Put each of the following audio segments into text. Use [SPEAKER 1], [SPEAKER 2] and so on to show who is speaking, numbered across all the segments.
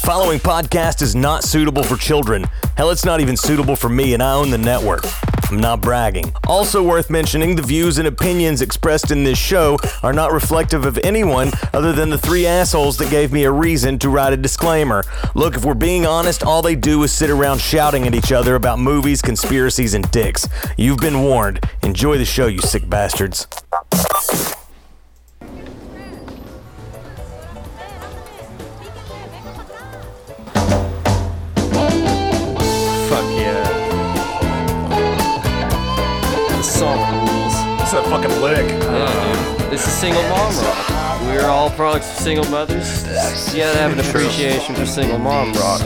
[SPEAKER 1] following podcast is not suitable for children. Hell, it's not even suitable for me, and I own the network. I'm not bragging. Also, worth mentioning the views and opinions expressed in this show are not reflective of anyone other than the three assholes that gave me a reason to write a disclaimer. Look, if we're being honest, all they do is sit around shouting at each other about movies, conspiracies, and dicks. You've been warned. Enjoy the show, you sick bastards.
[SPEAKER 2] Fuck yeah. This song rules. It's a fucking lick.
[SPEAKER 3] This is single mom rock. We're all products of single mothers. You gotta have an appreciation for single mom rock.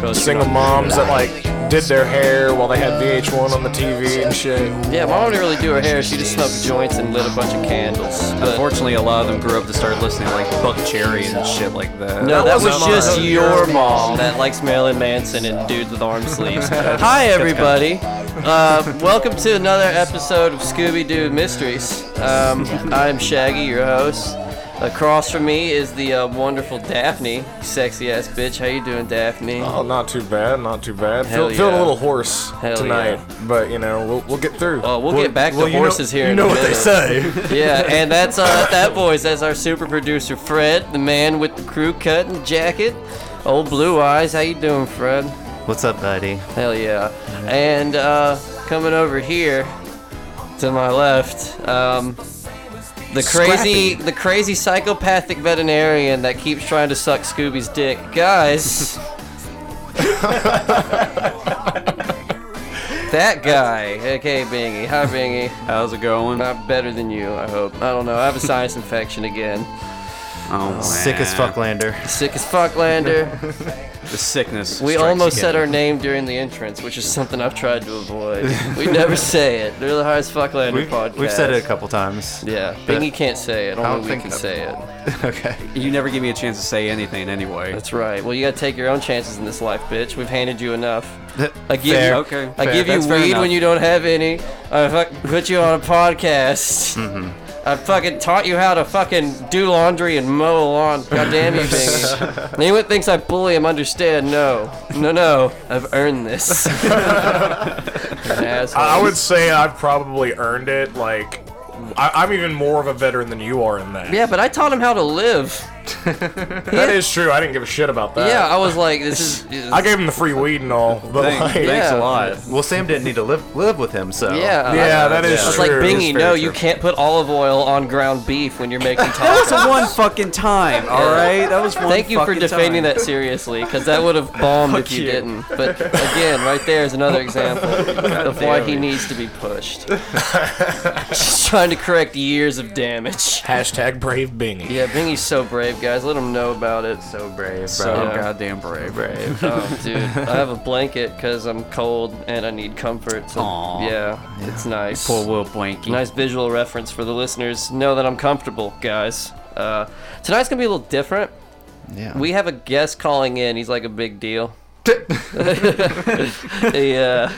[SPEAKER 3] Trust
[SPEAKER 2] Single
[SPEAKER 3] me.
[SPEAKER 2] moms that like did their hair while they had VH1 on the TV and shit.
[SPEAKER 3] Yeah, mom didn't really do her hair. She just smoked joints and lit a bunch of candles. But
[SPEAKER 4] Unfortunately, a lot of them grew up to start listening to like Buck Cherry and shit like that.
[SPEAKER 3] no, that was
[SPEAKER 2] wasn't
[SPEAKER 3] just
[SPEAKER 2] mine.
[SPEAKER 3] your mom that likes Marilyn Manson and dudes with arm sleeves. Hi, everybody. Uh, welcome to another episode of Scooby Doo Mysteries. Um, I'm Shaggy, your host. Across from me is the uh, wonderful Daphne, sexy ass bitch. How you doing, Daphne?
[SPEAKER 2] Oh, not too bad, not too bad.
[SPEAKER 3] Hell
[SPEAKER 2] Feel, feeling a
[SPEAKER 3] yeah.
[SPEAKER 2] little hoarse
[SPEAKER 3] Hell
[SPEAKER 2] tonight,
[SPEAKER 3] yeah.
[SPEAKER 2] but you know we'll, we'll get through.
[SPEAKER 3] Oh, we'll get back to
[SPEAKER 2] you
[SPEAKER 3] horses
[SPEAKER 2] know,
[SPEAKER 3] here
[SPEAKER 2] You
[SPEAKER 3] in
[SPEAKER 2] know
[SPEAKER 3] a
[SPEAKER 2] what they say.
[SPEAKER 3] Yeah, and that's uh, that voice. That's our super producer, Fred, the man with the crew cut and jacket. Old blue eyes. How you doing, Fred?
[SPEAKER 5] What's up, buddy?
[SPEAKER 3] Hell yeah. And uh, coming over here to my left, um, the crazy, the crazy psychopathic veterinarian that keeps trying to suck Scooby's dick, guys. that guy. Okay, Bingy. Hi, Bingy.
[SPEAKER 4] How's it going?
[SPEAKER 3] Not better than you, I hope. I don't know. I have a sinus infection again.
[SPEAKER 4] Oh, man.
[SPEAKER 5] Sick as fuck, Lander.
[SPEAKER 3] Sick as fuck, Lander.
[SPEAKER 4] The sickness.
[SPEAKER 3] We
[SPEAKER 4] strikes
[SPEAKER 3] almost said
[SPEAKER 4] again.
[SPEAKER 3] our name during the entrance, which is something I've tried to avoid. We never say it. They're the hardest fuck Lander
[SPEAKER 5] We've,
[SPEAKER 3] podcast.
[SPEAKER 5] we've said it a couple times.
[SPEAKER 3] Yeah,
[SPEAKER 5] but-
[SPEAKER 3] Bingy can't say it.
[SPEAKER 5] don't
[SPEAKER 3] Only we
[SPEAKER 5] think
[SPEAKER 3] can
[SPEAKER 5] that-
[SPEAKER 3] say it.
[SPEAKER 5] Okay.
[SPEAKER 4] You never give me a chance to say anything anyway.
[SPEAKER 3] That's right. Well, you gotta take your own chances in this life, bitch. We've handed you enough. I give
[SPEAKER 5] Fair.
[SPEAKER 3] you,
[SPEAKER 4] Okay,
[SPEAKER 3] I
[SPEAKER 4] fair.
[SPEAKER 3] give you
[SPEAKER 4] That's fair
[SPEAKER 3] weed
[SPEAKER 4] enough.
[SPEAKER 3] when you don't have any. I fuck, put you on a podcast.
[SPEAKER 4] Mm-hmm.
[SPEAKER 3] I fucking taught you how to fucking do laundry and mow a lawn. God damn you, Bingy. Anyone thinks I bully him, understand? No, no, no. I've earned this. You're an asshole.
[SPEAKER 2] I would say I've probably earned it. Like I, I'm even more of a veteran than you are in that.
[SPEAKER 3] Yeah, but I taught him how to live.
[SPEAKER 2] That is true. I didn't give a shit about
[SPEAKER 4] Uh,
[SPEAKER 2] that.
[SPEAKER 3] Yeah, I was like, this is.
[SPEAKER 2] I gave him the free weed and all, but
[SPEAKER 4] Thank-
[SPEAKER 2] like,
[SPEAKER 4] Thanks
[SPEAKER 3] Yeah.
[SPEAKER 4] a lot.
[SPEAKER 5] Well, Sam didn't need to live live with him, so.
[SPEAKER 3] yeah,
[SPEAKER 2] yeah,
[SPEAKER 3] I-
[SPEAKER 2] that is
[SPEAKER 3] I was
[SPEAKER 2] true.
[SPEAKER 3] like, Bingy,
[SPEAKER 4] very
[SPEAKER 3] no,
[SPEAKER 4] true.
[SPEAKER 3] you can't put olive oil on ground beef when you're making
[SPEAKER 4] That
[SPEAKER 3] tacos.
[SPEAKER 4] was the one fucking time, all right? That was one
[SPEAKER 3] Thank you for
[SPEAKER 4] fucking
[SPEAKER 3] defending
[SPEAKER 4] time.
[SPEAKER 3] that seriously, because that would have bombed if you,
[SPEAKER 4] you.
[SPEAKER 3] didn't. But again, right there is another example of why he needs to be pushed. Just trying to correct years of damage.
[SPEAKER 2] hashtag brave Bingy.
[SPEAKER 3] Yeah, Bingy's so brave, guys. Let him know about it.
[SPEAKER 5] So brave, bro.
[SPEAKER 4] So
[SPEAKER 3] Yeah.
[SPEAKER 4] goddamn brave.
[SPEAKER 5] brave.
[SPEAKER 3] Oh, dude, I have a blanket because I'm cold and I need comfort. So
[SPEAKER 4] Aw.
[SPEAKER 3] yeah, it's nice.
[SPEAKER 4] Poor Will Blanky.
[SPEAKER 3] Nice visual reference for the listeners. Know that I'm comfortable, guys. Uh, tonight's gonna be a little different.
[SPEAKER 5] Yeah.
[SPEAKER 3] We have a guest calling in. He's like a big deal. he, uh,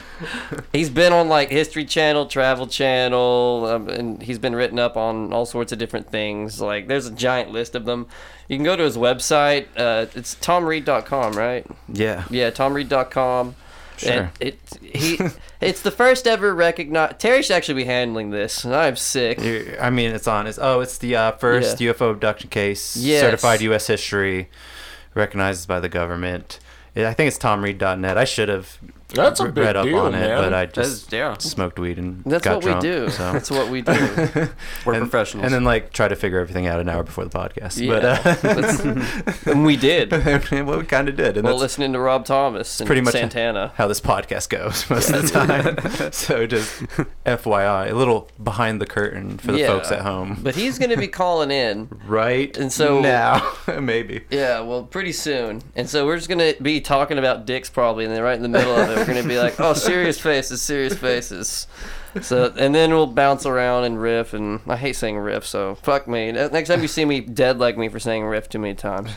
[SPEAKER 3] he's been on like History Channel, Travel Channel, um, and he's been written up on all sorts of different things. Like, there's a giant list of them. You can go to his website. Uh, it's tomreed.com, right?
[SPEAKER 5] yeah.
[SPEAKER 3] Yeah, tomreed.com.
[SPEAKER 5] Sure.
[SPEAKER 3] And it, he, it's the first ever recognize. Terry should actually be handling this, and I'm sick.
[SPEAKER 5] You're- I mean, it's honest. Oh, it's the uh, first
[SPEAKER 3] Yeah.
[SPEAKER 5] UFO abduction case,
[SPEAKER 3] Yes.
[SPEAKER 5] certified U.S. history, recognized by the government. Yeah, I think it's TomReed.net. I should have
[SPEAKER 2] That's a
[SPEAKER 5] re-
[SPEAKER 2] big
[SPEAKER 5] read up
[SPEAKER 2] deal,
[SPEAKER 5] on it,
[SPEAKER 2] man.
[SPEAKER 5] but I
[SPEAKER 4] That's-
[SPEAKER 5] just
[SPEAKER 4] yeah.
[SPEAKER 5] smoked weed and
[SPEAKER 3] That's
[SPEAKER 5] got
[SPEAKER 3] what
[SPEAKER 5] drunk,
[SPEAKER 3] we do.
[SPEAKER 5] So.
[SPEAKER 3] That's what we do.
[SPEAKER 4] We're
[SPEAKER 5] and,
[SPEAKER 4] professionals.
[SPEAKER 5] And then like try to figure everything out an hour before the podcast. uh,
[SPEAKER 3] Yeah. That's- and we did.
[SPEAKER 5] But uh, well, we kind of did, and
[SPEAKER 3] Well,
[SPEAKER 5] that's
[SPEAKER 3] listening to Rob Thomas and
[SPEAKER 5] pretty much
[SPEAKER 3] Santana.
[SPEAKER 5] how this podcast goes most of the time. so just FYI, a little behind the curtain for the
[SPEAKER 3] Yeah.
[SPEAKER 5] folks at home.
[SPEAKER 3] But he's going to be calling in.
[SPEAKER 5] right
[SPEAKER 3] And so-
[SPEAKER 5] now, maybe.
[SPEAKER 3] Yeah, well, pretty soon. And so we're just going to be talking about dicks probably, and then right in the middle of it, We're gonna be like, oh, serious faces, serious faces. So and then we'll bounce around and riff, and I hate saying riff, so fuck me. Ne- Next time you see me, dead like me for saying riff too many times.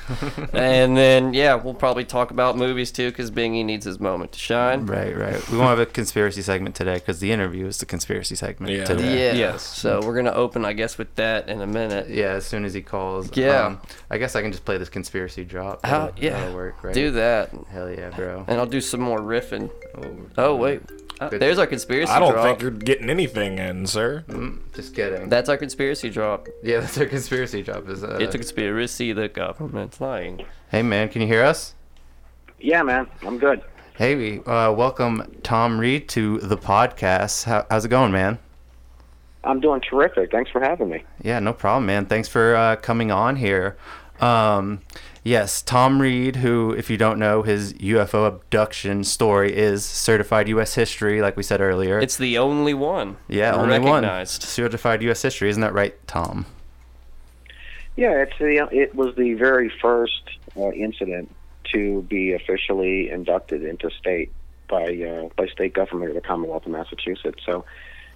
[SPEAKER 3] and then yeah, we'll probably talk about movies too, because Bingy needs his moment to shine.
[SPEAKER 5] Right, right. We won't have a conspiracy segment today because the interview is the conspiracy segment
[SPEAKER 2] Yeah.
[SPEAKER 5] today.
[SPEAKER 3] Yeah.
[SPEAKER 4] Yes.
[SPEAKER 3] So we're gonna open, I guess, with that in a minute.
[SPEAKER 5] Yeah, as soon as he calls. um,
[SPEAKER 3] Yeah.
[SPEAKER 5] I guess I can just play this conspiracy drop.
[SPEAKER 3] How-
[SPEAKER 5] That'll-
[SPEAKER 3] yeah.
[SPEAKER 5] That'll work, right?
[SPEAKER 3] Do that, Uh, and
[SPEAKER 5] Hell yeah, bro.
[SPEAKER 3] I'll do some more riffing.
[SPEAKER 5] Oh,
[SPEAKER 3] Oh wait, Uh,
[SPEAKER 5] Good.
[SPEAKER 3] there's our conspiracy.
[SPEAKER 2] I don't
[SPEAKER 3] drop.
[SPEAKER 2] think you're getting anything in, sir.
[SPEAKER 5] just kidding.
[SPEAKER 3] That's our conspiracy drop.
[SPEAKER 5] yeah, that's our conspiracy drop. Is uh,
[SPEAKER 3] It's a conspiracy. The government's lying.
[SPEAKER 5] Hey, man, can you hear us?
[SPEAKER 6] Yeah, man, I'm good.
[SPEAKER 5] Hey, we uh, welcome Tom Reed to the podcast. How, how's it going, man?
[SPEAKER 6] I'm doing terrific. Thanks for having me.
[SPEAKER 5] Yeah, no problem, man. Thanks for uh, coming on here. Um, yes, Tom Reed, who, if you don't know, his UFO abduction story is certified U.S. history, like we said earlier.
[SPEAKER 3] It's the only one.
[SPEAKER 5] yeah, only one
[SPEAKER 3] recognized.
[SPEAKER 5] certified U.S. history, isn't that right, Tom?
[SPEAKER 6] Yeah, it's the it was the very first uh, incident to be officially inducted into state by uh, by state government of the Commonwealth of Massachusetts. So,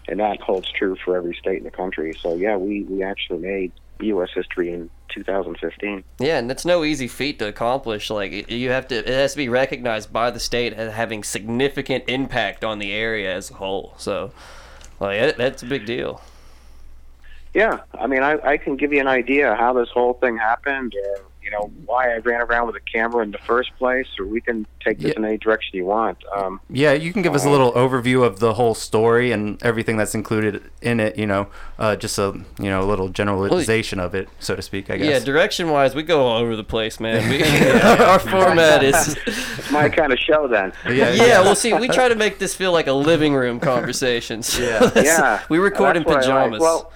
[SPEAKER 6] and that holds true for every state in the country. So, yeah, we we actually made U.S. history in 2015.
[SPEAKER 3] Yeah, and it's no easy feat to accomplish. Like it- you have to, it has to be recognized by the state as having significant impact on the area as a whole. So, like that- that's a big deal.
[SPEAKER 6] Yeah, I mean, I, I can give you an idea how this whole thing happened, or you know, why I ran around with a camera in the first place, or we can take this
[SPEAKER 5] Yeah.
[SPEAKER 6] in any direction you want. Um,
[SPEAKER 5] Yeah, you can give us a little overview of the whole story and everything that's included in it. You know, uh, just a you know a little generalization of it, so to speak. I
[SPEAKER 3] Yeah,
[SPEAKER 5] guess.
[SPEAKER 3] direction wise, we go all over the place, man. We, our format is.
[SPEAKER 6] it's my kind of show, then.
[SPEAKER 5] yeah,
[SPEAKER 3] Yeah, well, see, we try to make this feel like a living room conversation. so that's-
[SPEAKER 6] yeah,
[SPEAKER 3] we record in
[SPEAKER 6] That's what I like.
[SPEAKER 3] pajamas.
[SPEAKER 6] Well,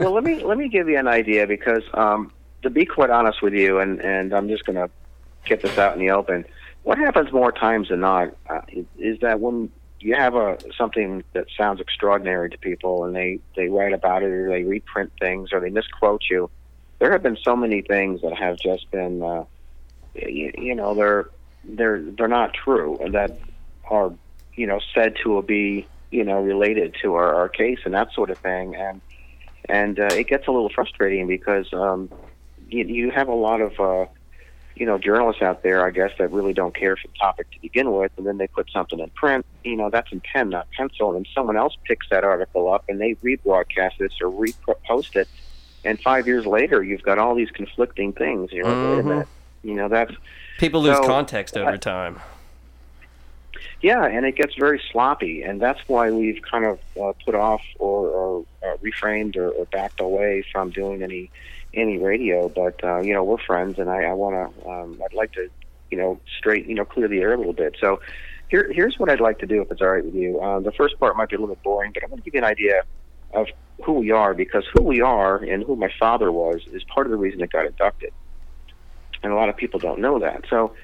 [SPEAKER 6] well, let me let me give you an idea because um, to be quite honest with you, and and I'm just gonna get this out in the open. What happens more times than not uh, is that when you have a something that sounds extraordinary to people, and they they write about it, or they reprint things, or they misquote you. There have been so many things that have just been, uh, you, you know, they're they're they're not true, and that are you know said to be you know related to our, our case and that sort of thing and and uh, it gets a little frustrating because um, you, you have a lot of uh, you know journalists out there I guess that really don't care for the topic to begin with and then they put something in print you know that's in pen not pencil and someone else picks that article up and they rebroadcast this or repost it and five years later you've got all these conflicting things you're like wait a
[SPEAKER 3] Mhm.
[SPEAKER 6] minute you know that's
[SPEAKER 3] people lose
[SPEAKER 6] so,
[SPEAKER 3] context over time.
[SPEAKER 6] Yeah, and it gets very sloppy, and that's why we've kind of uh, put off or, or uh, reframed or, or backed away from doing any any radio. But uh, you know, we're friends, and I, I want to. Um, I'd like to, you know, straight, you know, clear the air a little bit. So here, here's what I'd like to do, if it's all right with you. Uh, the first part might be a little bit boring, but I'm going to give you an idea of who we are because who we are and who my father was is part of the reason it got inducted. And a lot of people don't know that. So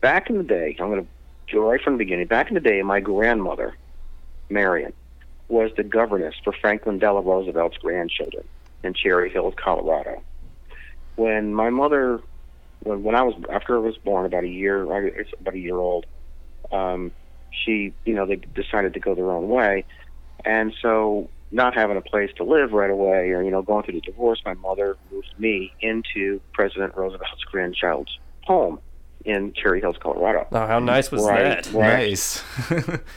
[SPEAKER 6] back in the day, I'm going to go right from the beginning. Back in the day, my grandmother, Marion, was the governess for Franklin Delano Roosevelt's grandchildren in Cherry Hills, Colorado. When my mother, when, when I was after I was born, about a year, I was about a year old, um, she, you know, they decided to go their own way, and so not having a place to live right away, or you know, going through the divorce, my mother moved me into President Roosevelt's grandchild's home in Cherry Hills, Colorado.
[SPEAKER 3] Oh, how nice was
[SPEAKER 6] Right,
[SPEAKER 3] that?
[SPEAKER 6] right.
[SPEAKER 5] nice.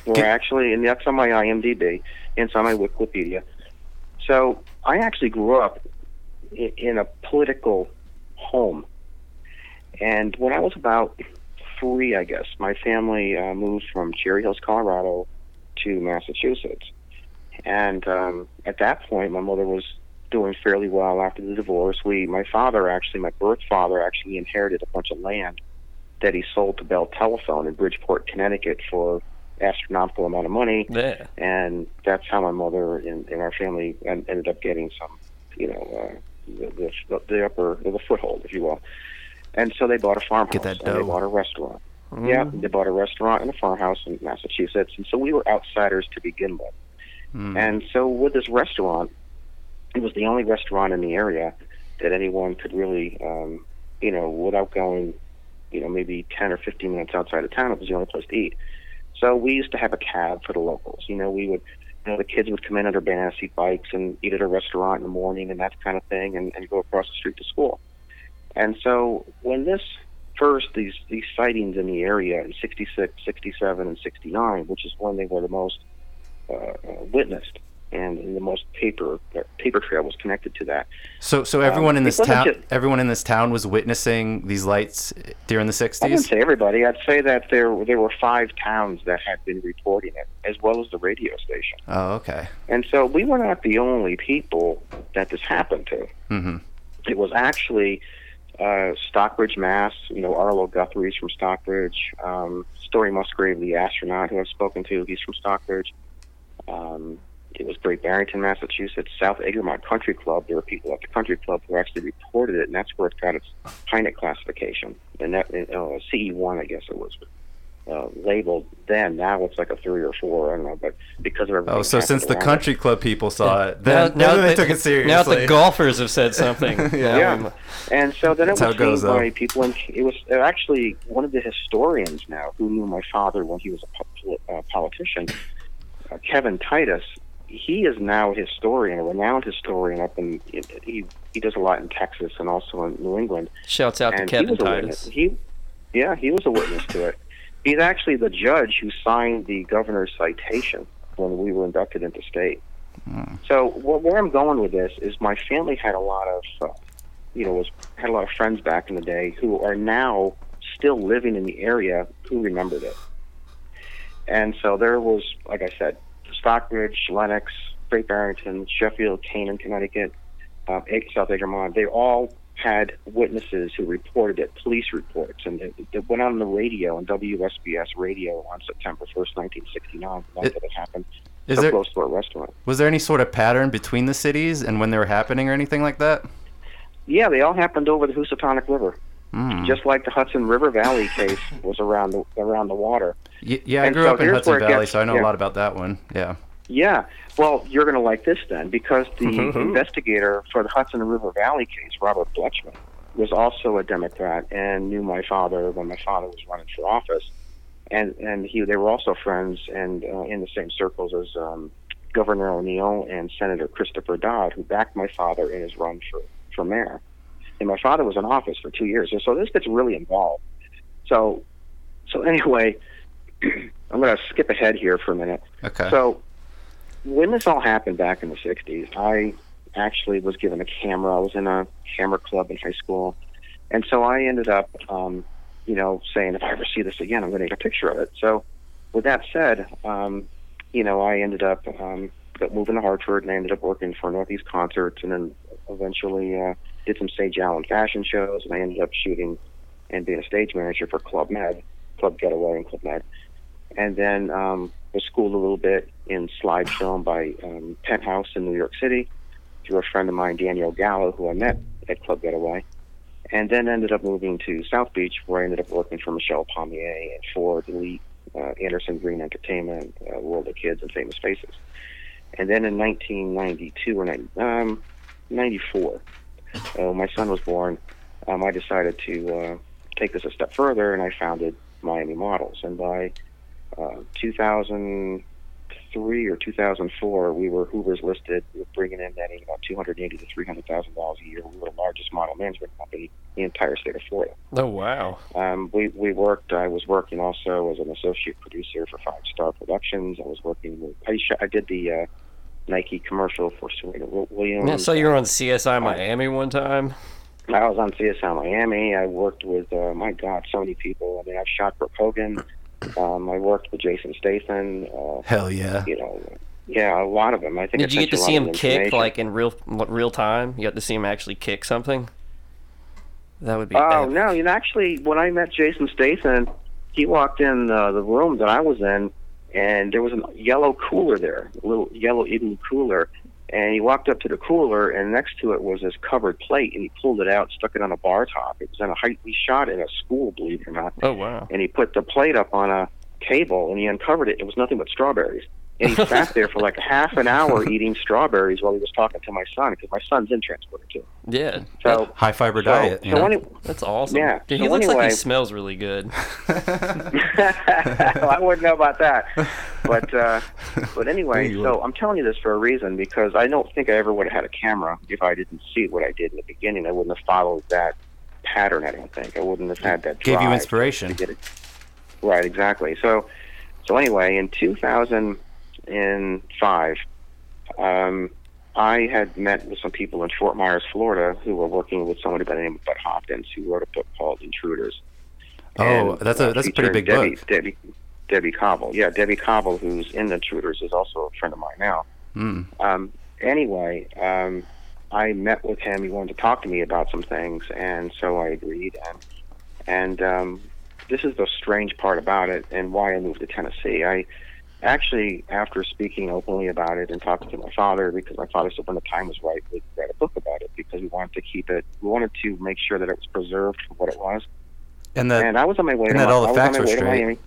[SPEAKER 6] We're actually, and that's on my IMDb, and it's on my Wikipedia. So I actually grew up i- in a political home, and when I was about three, I guess, my family uh, moved from Cherry Hills, Colorado, to Massachusetts, and um, at that point, my mother was doing fairly well after the divorce. We, my father actually, my birth father actually inherited a bunch of land that he sold to Bell Telephone in Bridgeport, Connecticut, for astronomical amount of money,
[SPEAKER 3] Yeah.
[SPEAKER 6] and that's how my mother and, and our family en- ended up getting some, you know, uh, the, the, the upper the foothold, if you will. And so they bought a farmhouse.
[SPEAKER 5] that
[SPEAKER 6] And they
[SPEAKER 5] dough. Mm-hmm.
[SPEAKER 6] bought a restaurant. Yeah, they bought a restaurant and a farmhouse in Massachusetts, and so we were outsiders to begin with.
[SPEAKER 5] Mm.
[SPEAKER 6] And so with this restaurant, it was the only restaurant in the area that anyone could really, um, you know, without going, you know, maybe ten or fifteen minutes outside of town, it was the only place to eat. So we used to have a cab for the locals. You know, we would, you know, the kids would come in on their Banassi bikes and eat at a restaurant in the morning and that kind of thing, and, and go across the street to school. And so when this first these these sightings in the area in 66, 67, and 69, which is when they were the most uh, uh, witnessed and, and the most paper uh, paper trail was connected to that.
[SPEAKER 5] So, so everyone in
[SPEAKER 6] Um, it
[SPEAKER 5] this
[SPEAKER 6] wasn't
[SPEAKER 5] town,
[SPEAKER 6] just-
[SPEAKER 5] everyone in this town was witnessing these lights during the
[SPEAKER 6] I wouldn't
[SPEAKER 5] '60s.
[SPEAKER 6] say everybody. I'd say that there there were five towns that had been reporting it, as well as the radio station.
[SPEAKER 5] Oh, okay.
[SPEAKER 6] And so we were not the only people that this happened to.
[SPEAKER 5] Mhm.
[SPEAKER 6] It was actually uh, Stockbridge, Mass. You know, Arlo Guthrie's from Stockbridge. Um, Story Musgrave, the astronaut who I've spoken to, he's from Stockbridge. Um, it was Great Barrington, Massachusetts. South Egremont Country Club. There were people at the country club who actually reported it, and that's where it got its Heineck classification. And that and, uh, CE1, I guess it was. Uh, labeled then, now it's like a three or four. I don't know, but because of everything.
[SPEAKER 5] Oh, so since the
[SPEAKER 6] happened around it-
[SPEAKER 5] country club people saw it, then, then they
[SPEAKER 3] the-
[SPEAKER 5] took it seriously.
[SPEAKER 3] Now the golfers have said something. yeah.
[SPEAKER 6] Yeah, and so then it
[SPEAKER 5] That's how
[SPEAKER 6] was
[SPEAKER 5] it goes,
[SPEAKER 6] seen by
[SPEAKER 5] though.
[SPEAKER 6] people, and it was uh, actually one of the historians now who knew my father when he was a pol- uh, politician, uh, Kevin Titus. He is now a historian, a renowned historian up in. He he does a lot in Texas and also in New England.
[SPEAKER 3] Shouts out to
[SPEAKER 6] and he
[SPEAKER 3] Kevin
[SPEAKER 6] was a witness.
[SPEAKER 3] Titus.
[SPEAKER 6] He, yeah, he was a witness to it. He's actually the judge who signed the governor's citation when we were inducted into state.
[SPEAKER 3] Hmm.
[SPEAKER 6] So wh- where I'm going with this is my family had a lot of, uh, you know, was had a lot of friends back in the day who are now still living in the area who remembered it. And so there was, like I said, Stockbridge, Lenox, Great Barrington, Sheffield, Canaan, Connecticut, um, Ag- South Egremont. They all had witnesses who reported it, police reports, and it, it went on the radio on WSBS radio on September 1st, 1969. Not
[SPEAKER 5] It-
[SPEAKER 6] that it happened.
[SPEAKER 5] Is
[SPEAKER 6] so
[SPEAKER 5] there
[SPEAKER 6] close to a restaurant.
[SPEAKER 5] was there any sort of pattern between the cities and when they were happening or anything like that?
[SPEAKER 6] Yeah, they all happened over the Housatonic River, just like the Hudson River Valley case was around the around the water.
[SPEAKER 5] Y- yeah, I
[SPEAKER 6] And
[SPEAKER 5] grew
[SPEAKER 6] so
[SPEAKER 5] up in
[SPEAKER 6] here's
[SPEAKER 5] Hudson
[SPEAKER 6] where it
[SPEAKER 5] Valley,
[SPEAKER 6] gets-
[SPEAKER 5] so I know
[SPEAKER 6] yeah.
[SPEAKER 5] a lot about that one. Yeah.
[SPEAKER 6] Yeah. Well, you're going to like this then, because the investigator for the Hudson River Valley case, Robert Bletchman, was also a Democrat and knew my father when my father was running for office, and and he they were also friends and uh, in the same circles as um, Governor O'Neill and Senator Christopher Dodd, who backed my father in his run for for mayor, and my father was in office for two years, and so this gets really involved. So, so anyway, I'm going to skip ahead here for a minute.
[SPEAKER 5] Okay.
[SPEAKER 6] So, when this all happened back in the 60s, I actually was given a camera. I was in a camera club in high school. And so I ended up, um, you know, saying, if I ever see this again, I'm going to take a picture of it. So, with that said, um, you know, I ended up um, moving to Hartford and I ended up working for Northeast Concerts and then eventually uh, did some Sage Allen fashion shows and I ended up shooting and being a stage manager for Club Med, Club Getaway and Club Med and then um, was schooled a little bit in slide film by um, Penthouse in New York City through a friend of mine, Danielle Gallo, who I met at Club Getaway, and then ended up moving to South Beach, where I ended up working for Michelle Pommier and Ford Elite, uh, Anderson Green Entertainment, uh, World of Kids, and Famous Faces. And then in 1992 or 90, um, 94, uh, when my son was born, um, I decided to uh, take this a step further, and I founded Miami Models. And by uh, 2003 or 2004, we were Hoover's listed, we were bringing in that about 280 to 300 thousand dollars a year. We were the largest model management company in the entire state of Florida.
[SPEAKER 3] Oh wow.
[SPEAKER 6] Um, we we worked. I was working also as an associate producer for Five Star Productions. I was working with. I, sh- I did the uh, Nike commercial for Serena Wi- Williams.
[SPEAKER 3] Yeah, so you were on CSI Miami one time.
[SPEAKER 6] I was on CSI Miami. I worked with, uh, my God, so many people. I mean, I've shot Brooke Hogan. Um, I worked with Jason Statham. Uh,
[SPEAKER 5] Hell yeah.
[SPEAKER 6] you know, yeah, a lot of them. I think. I
[SPEAKER 3] Did you
[SPEAKER 6] sent
[SPEAKER 3] get to
[SPEAKER 6] a lot
[SPEAKER 3] see
[SPEAKER 6] of
[SPEAKER 3] him kick
[SPEAKER 6] information.
[SPEAKER 3] like in real real time? You got to see him actually kick something. That would be.
[SPEAKER 6] Oh
[SPEAKER 3] epic.
[SPEAKER 6] no! You know, actually, when I met Jason Statham, he walked in uh, the room that I was in, and there was a yellow cooler there, a little yellow igloo cooler, and he walked up to the cooler, and next to it was this covered plate, and he pulled it out, stuck it on a bar top. It was in a height. He shot in a school, believe it or not.
[SPEAKER 3] Oh wow.
[SPEAKER 6] and he put the plate up on a table and he uncovered it. It was nothing but strawberries. and he sat there for like half an hour eating strawberries while he was talking to my son because my son's in transporter too.
[SPEAKER 3] Yeah,
[SPEAKER 6] So,
[SPEAKER 5] High fiber
[SPEAKER 6] so,
[SPEAKER 5] diet.
[SPEAKER 6] so
[SPEAKER 5] you know?
[SPEAKER 6] any-
[SPEAKER 3] that's awesome.
[SPEAKER 6] Yeah,
[SPEAKER 3] Dude, he
[SPEAKER 6] so
[SPEAKER 3] looks like
[SPEAKER 6] anyway-
[SPEAKER 3] he smells really good.
[SPEAKER 6] well, I wouldn't know about that. But uh, but anyway, so I'm telling you this for a reason because I don't think I ever would have had a camera if I didn't see what I did in the beginning. I wouldn't have followed that pattern. I don't think I wouldn't have had that.
[SPEAKER 5] Gave you
[SPEAKER 6] drive.
[SPEAKER 5] inspiration.
[SPEAKER 6] get it. Right, exactly. So, so anyway, in 2005, um, I had met with some people in Fort Myers, Florida, who were working with someone by the name of Bud Hopkins, who wrote a book called Intruders.
[SPEAKER 5] Oh,
[SPEAKER 6] And,
[SPEAKER 5] that's a-
[SPEAKER 6] uh,
[SPEAKER 5] that's a pretty
[SPEAKER 6] featured
[SPEAKER 5] big
[SPEAKER 6] Debbie,
[SPEAKER 5] book.
[SPEAKER 6] Debbie, Debbie Cobble, yeah, Debbie Cobble, who's in Intruders, is also a friend of mine now.
[SPEAKER 5] Mm.
[SPEAKER 6] Um, anyway, um, I met with him. He wanted to talk to me about some things, and so I agreed. And and um, this is the strange part about it, and why I moved to Tennessee. I actually, after speaking openly about it and talking to my father, because my father said when the time was right, we'd write a book about it because we wanted to keep it. We wanted to make sure that it was preserved for what it was.
[SPEAKER 5] And that
[SPEAKER 6] and I was on my way.
[SPEAKER 5] and
[SPEAKER 6] to
[SPEAKER 5] that
[SPEAKER 6] Mi-
[SPEAKER 5] all the
[SPEAKER 6] I was on
[SPEAKER 5] facts
[SPEAKER 6] my
[SPEAKER 5] were
[SPEAKER 6] way to
[SPEAKER 5] straight.
[SPEAKER 6] Miami.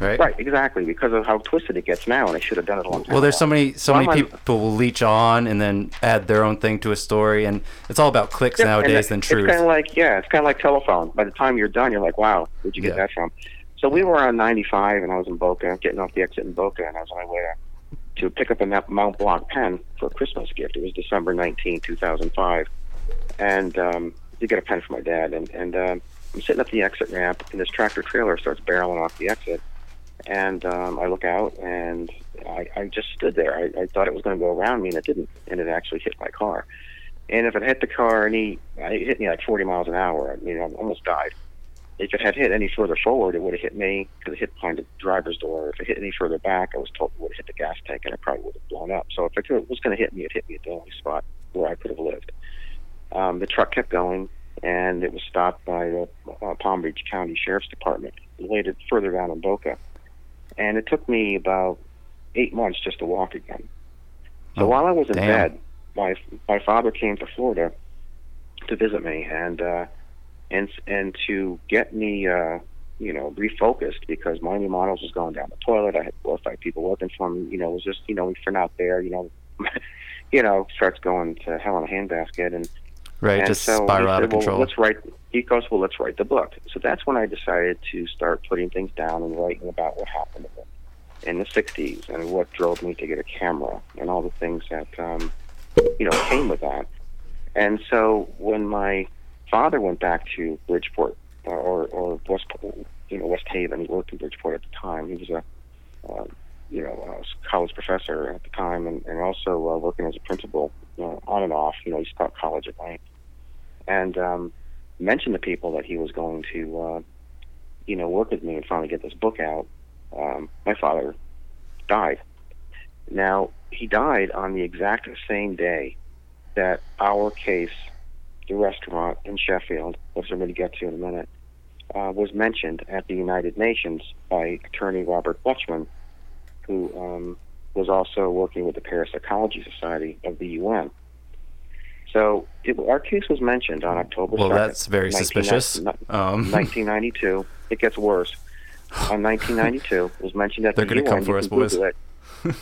[SPEAKER 5] right.
[SPEAKER 6] Right, exactly, because of how twisted it gets now, and I should have done it a long time.
[SPEAKER 5] Well, there's
[SPEAKER 6] ago.
[SPEAKER 5] so many so
[SPEAKER 6] Well,
[SPEAKER 5] many
[SPEAKER 6] I'm-
[SPEAKER 5] people will leech on and then add their own thing to a story, and it's all about clicks
[SPEAKER 6] Yeah, and
[SPEAKER 5] nowadays
[SPEAKER 6] it-
[SPEAKER 5] than truth.
[SPEAKER 6] It's kind of like yeah, it's kind of like telephone. By the time you're done, you're like, wow, where'd you get
[SPEAKER 5] Yeah.
[SPEAKER 6] that from? So we were on 95, and I was in Boca, getting off the exit in Boca, and I was on my way to, to pick up a Ma- Mount Blanc pen for a Christmas gift. It was December 19, 2005, and um, to get a pen for my dad. And, and um, I'm sitting up the exit ramp, and this tractor trailer starts barreling off the exit. And um, I look out, and I, I just stood there. I, I thought it was going to go around me, and it didn't. And it actually hit my car. And if it hit the car any, it hit me like 40 miles an hour. I mean, I almost died. If it had hit any further forward, it would have hit me because it hit behind the driver's door. If it hit any further back, I was told it would have hit the gas tank and it probably would have blown up. So if it could- was going to hit me, it hit me at the only spot where I could have lived. Um, the truck kept going, and it was stopped by the uh, Palm Beach County Sheriff's Department, later further down in Boca. And it took me about eight months just to walk again. So
[SPEAKER 5] Oh,
[SPEAKER 6] while I was in
[SPEAKER 5] damn.
[SPEAKER 6] bed, my my father came to Florida to visit me and uh, and and to get me uh, you know refocused because my new models was going down the toilet. I had four or five people working for me. You know, it was just you know if you're not there, you know, you know starts going to hell in a handbasket and
[SPEAKER 5] right,
[SPEAKER 6] and
[SPEAKER 5] just
[SPEAKER 6] so he
[SPEAKER 5] spiral out
[SPEAKER 6] said,
[SPEAKER 5] of
[SPEAKER 6] well,
[SPEAKER 5] control.
[SPEAKER 6] Let's write. He goes, well, let's write the book. So that's when I decided to start putting things down and writing about what happened to me in the '60s and what drove me to get a camera and all the things that um, you know came with that. And so when my father went back to Bridgeport or, or, or West, you know, West Haven, he worked in Bridgeport at the time. He was a uh, you know, I was a college professor at the time and, and also uh, working as a principal you know, on and off. You know, he stopped college at night and um, mentioned to people that he was going to, uh, you know, work with me and finally get this book out. Um, my father died. Now, he died on the exact same day that our case, the restaurant in Sheffield, which I'm going to get to in a minute, uh, was mentioned at the United Nations by attorney Robert Butchman, who um, was also working with the Parapsychology Society of the UN. So it, our case was mentioned on October
[SPEAKER 5] Well,
[SPEAKER 6] 2nd,
[SPEAKER 5] that's very
[SPEAKER 6] 1990
[SPEAKER 5] suspicious. Um,
[SPEAKER 6] 1992. It gets worse. On 1992, it was mentioned at
[SPEAKER 5] They're
[SPEAKER 6] the
[SPEAKER 5] gonna
[SPEAKER 6] UN.
[SPEAKER 5] come for
[SPEAKER 6] you
[SPEAKER 5] us,
[SPEAKER 6] can
[SPEAKER 5] boys.
[SPEAKER 6] Google it.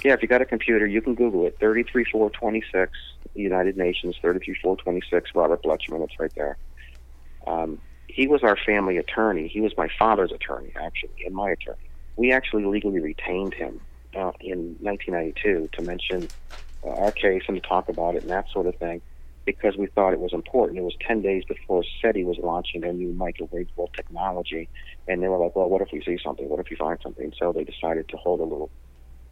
[SPEAKER 6] yeah, if you got a computer, you can Google it. 33426, United Nations, 33426, Robert Bletchman. It's right there. Um, he was our family attorney. He was my father's attorney, actually, and my attorney. We actually legally retained him uh, in 1992 to mention uh, our case and to talk about it and that sort of thing because we thought it was important. It was 10 days before SETI was launching their new microwaveable technology. And they were like, well, what if we see something? What if we find something? So they decided to hold a little,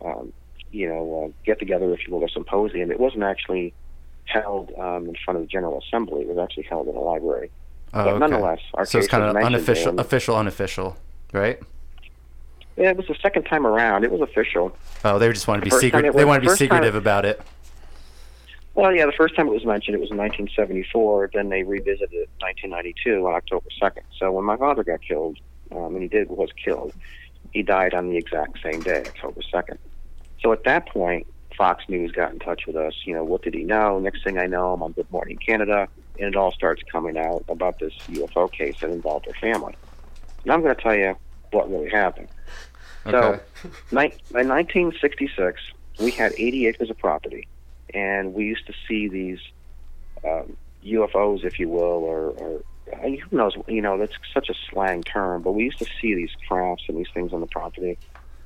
[SPEAKER 6] um, you know, uh, get together, if you will, a symposium. It wasn't actually held um, in front of the General Assembly, it was actually held in a library.
[SPEAKER 5] Oh,
[SPEAKER 6] but
[SPEAKER 5] okay.
[SPEAKER 6] nonetheless, our
[SPEAKER 5] so it's
[SPEAKER 6] case was
[SPEAKER 5] kind of
[SPEAKER 6] mentioned
[SPEAKER 5] unofficial,
[SPEAKER 6] and-
[SPEAKER 5] official, unofficial, right?
[SPEAKER 6] Yeah, it was the second time around. It was official.
[SPEAKER 5] Oh, they just want to be
[SPEAKER 6] First time
[SPEAKER 5] secret.
[SPEAKER 6] it
[SPEAKER 5] They
[SPEAKER 6] was-
[SPEAKER 5] want to be
[SPEAKER 6] first time-
[SPEAKER 5] secretive about it.
[SPEAKER 6] Well, yeah, the first time it was mentioned, it was in 1974. Then they revisited it in 1992 on October 2nd. So when my father got killed, um, and he did was killed, he died on the exact same day, October 2nd. So at that point, Fox News got in touch with us. You know, what did he know? Next thing I know, I'm on Good Morning Canada, and it all starts coming out about this UFO case that involved her family. And I'm going to tell you what really happened.
[SPEAKER 5] Okay.
[SPEAKER 6] So, ni- in 1966, we had 80 acres of property, and we used to see these um, UFOs, if you will, or, or and who knows, you know, that's such a slang term, but we used to see these crafts and these things on the property.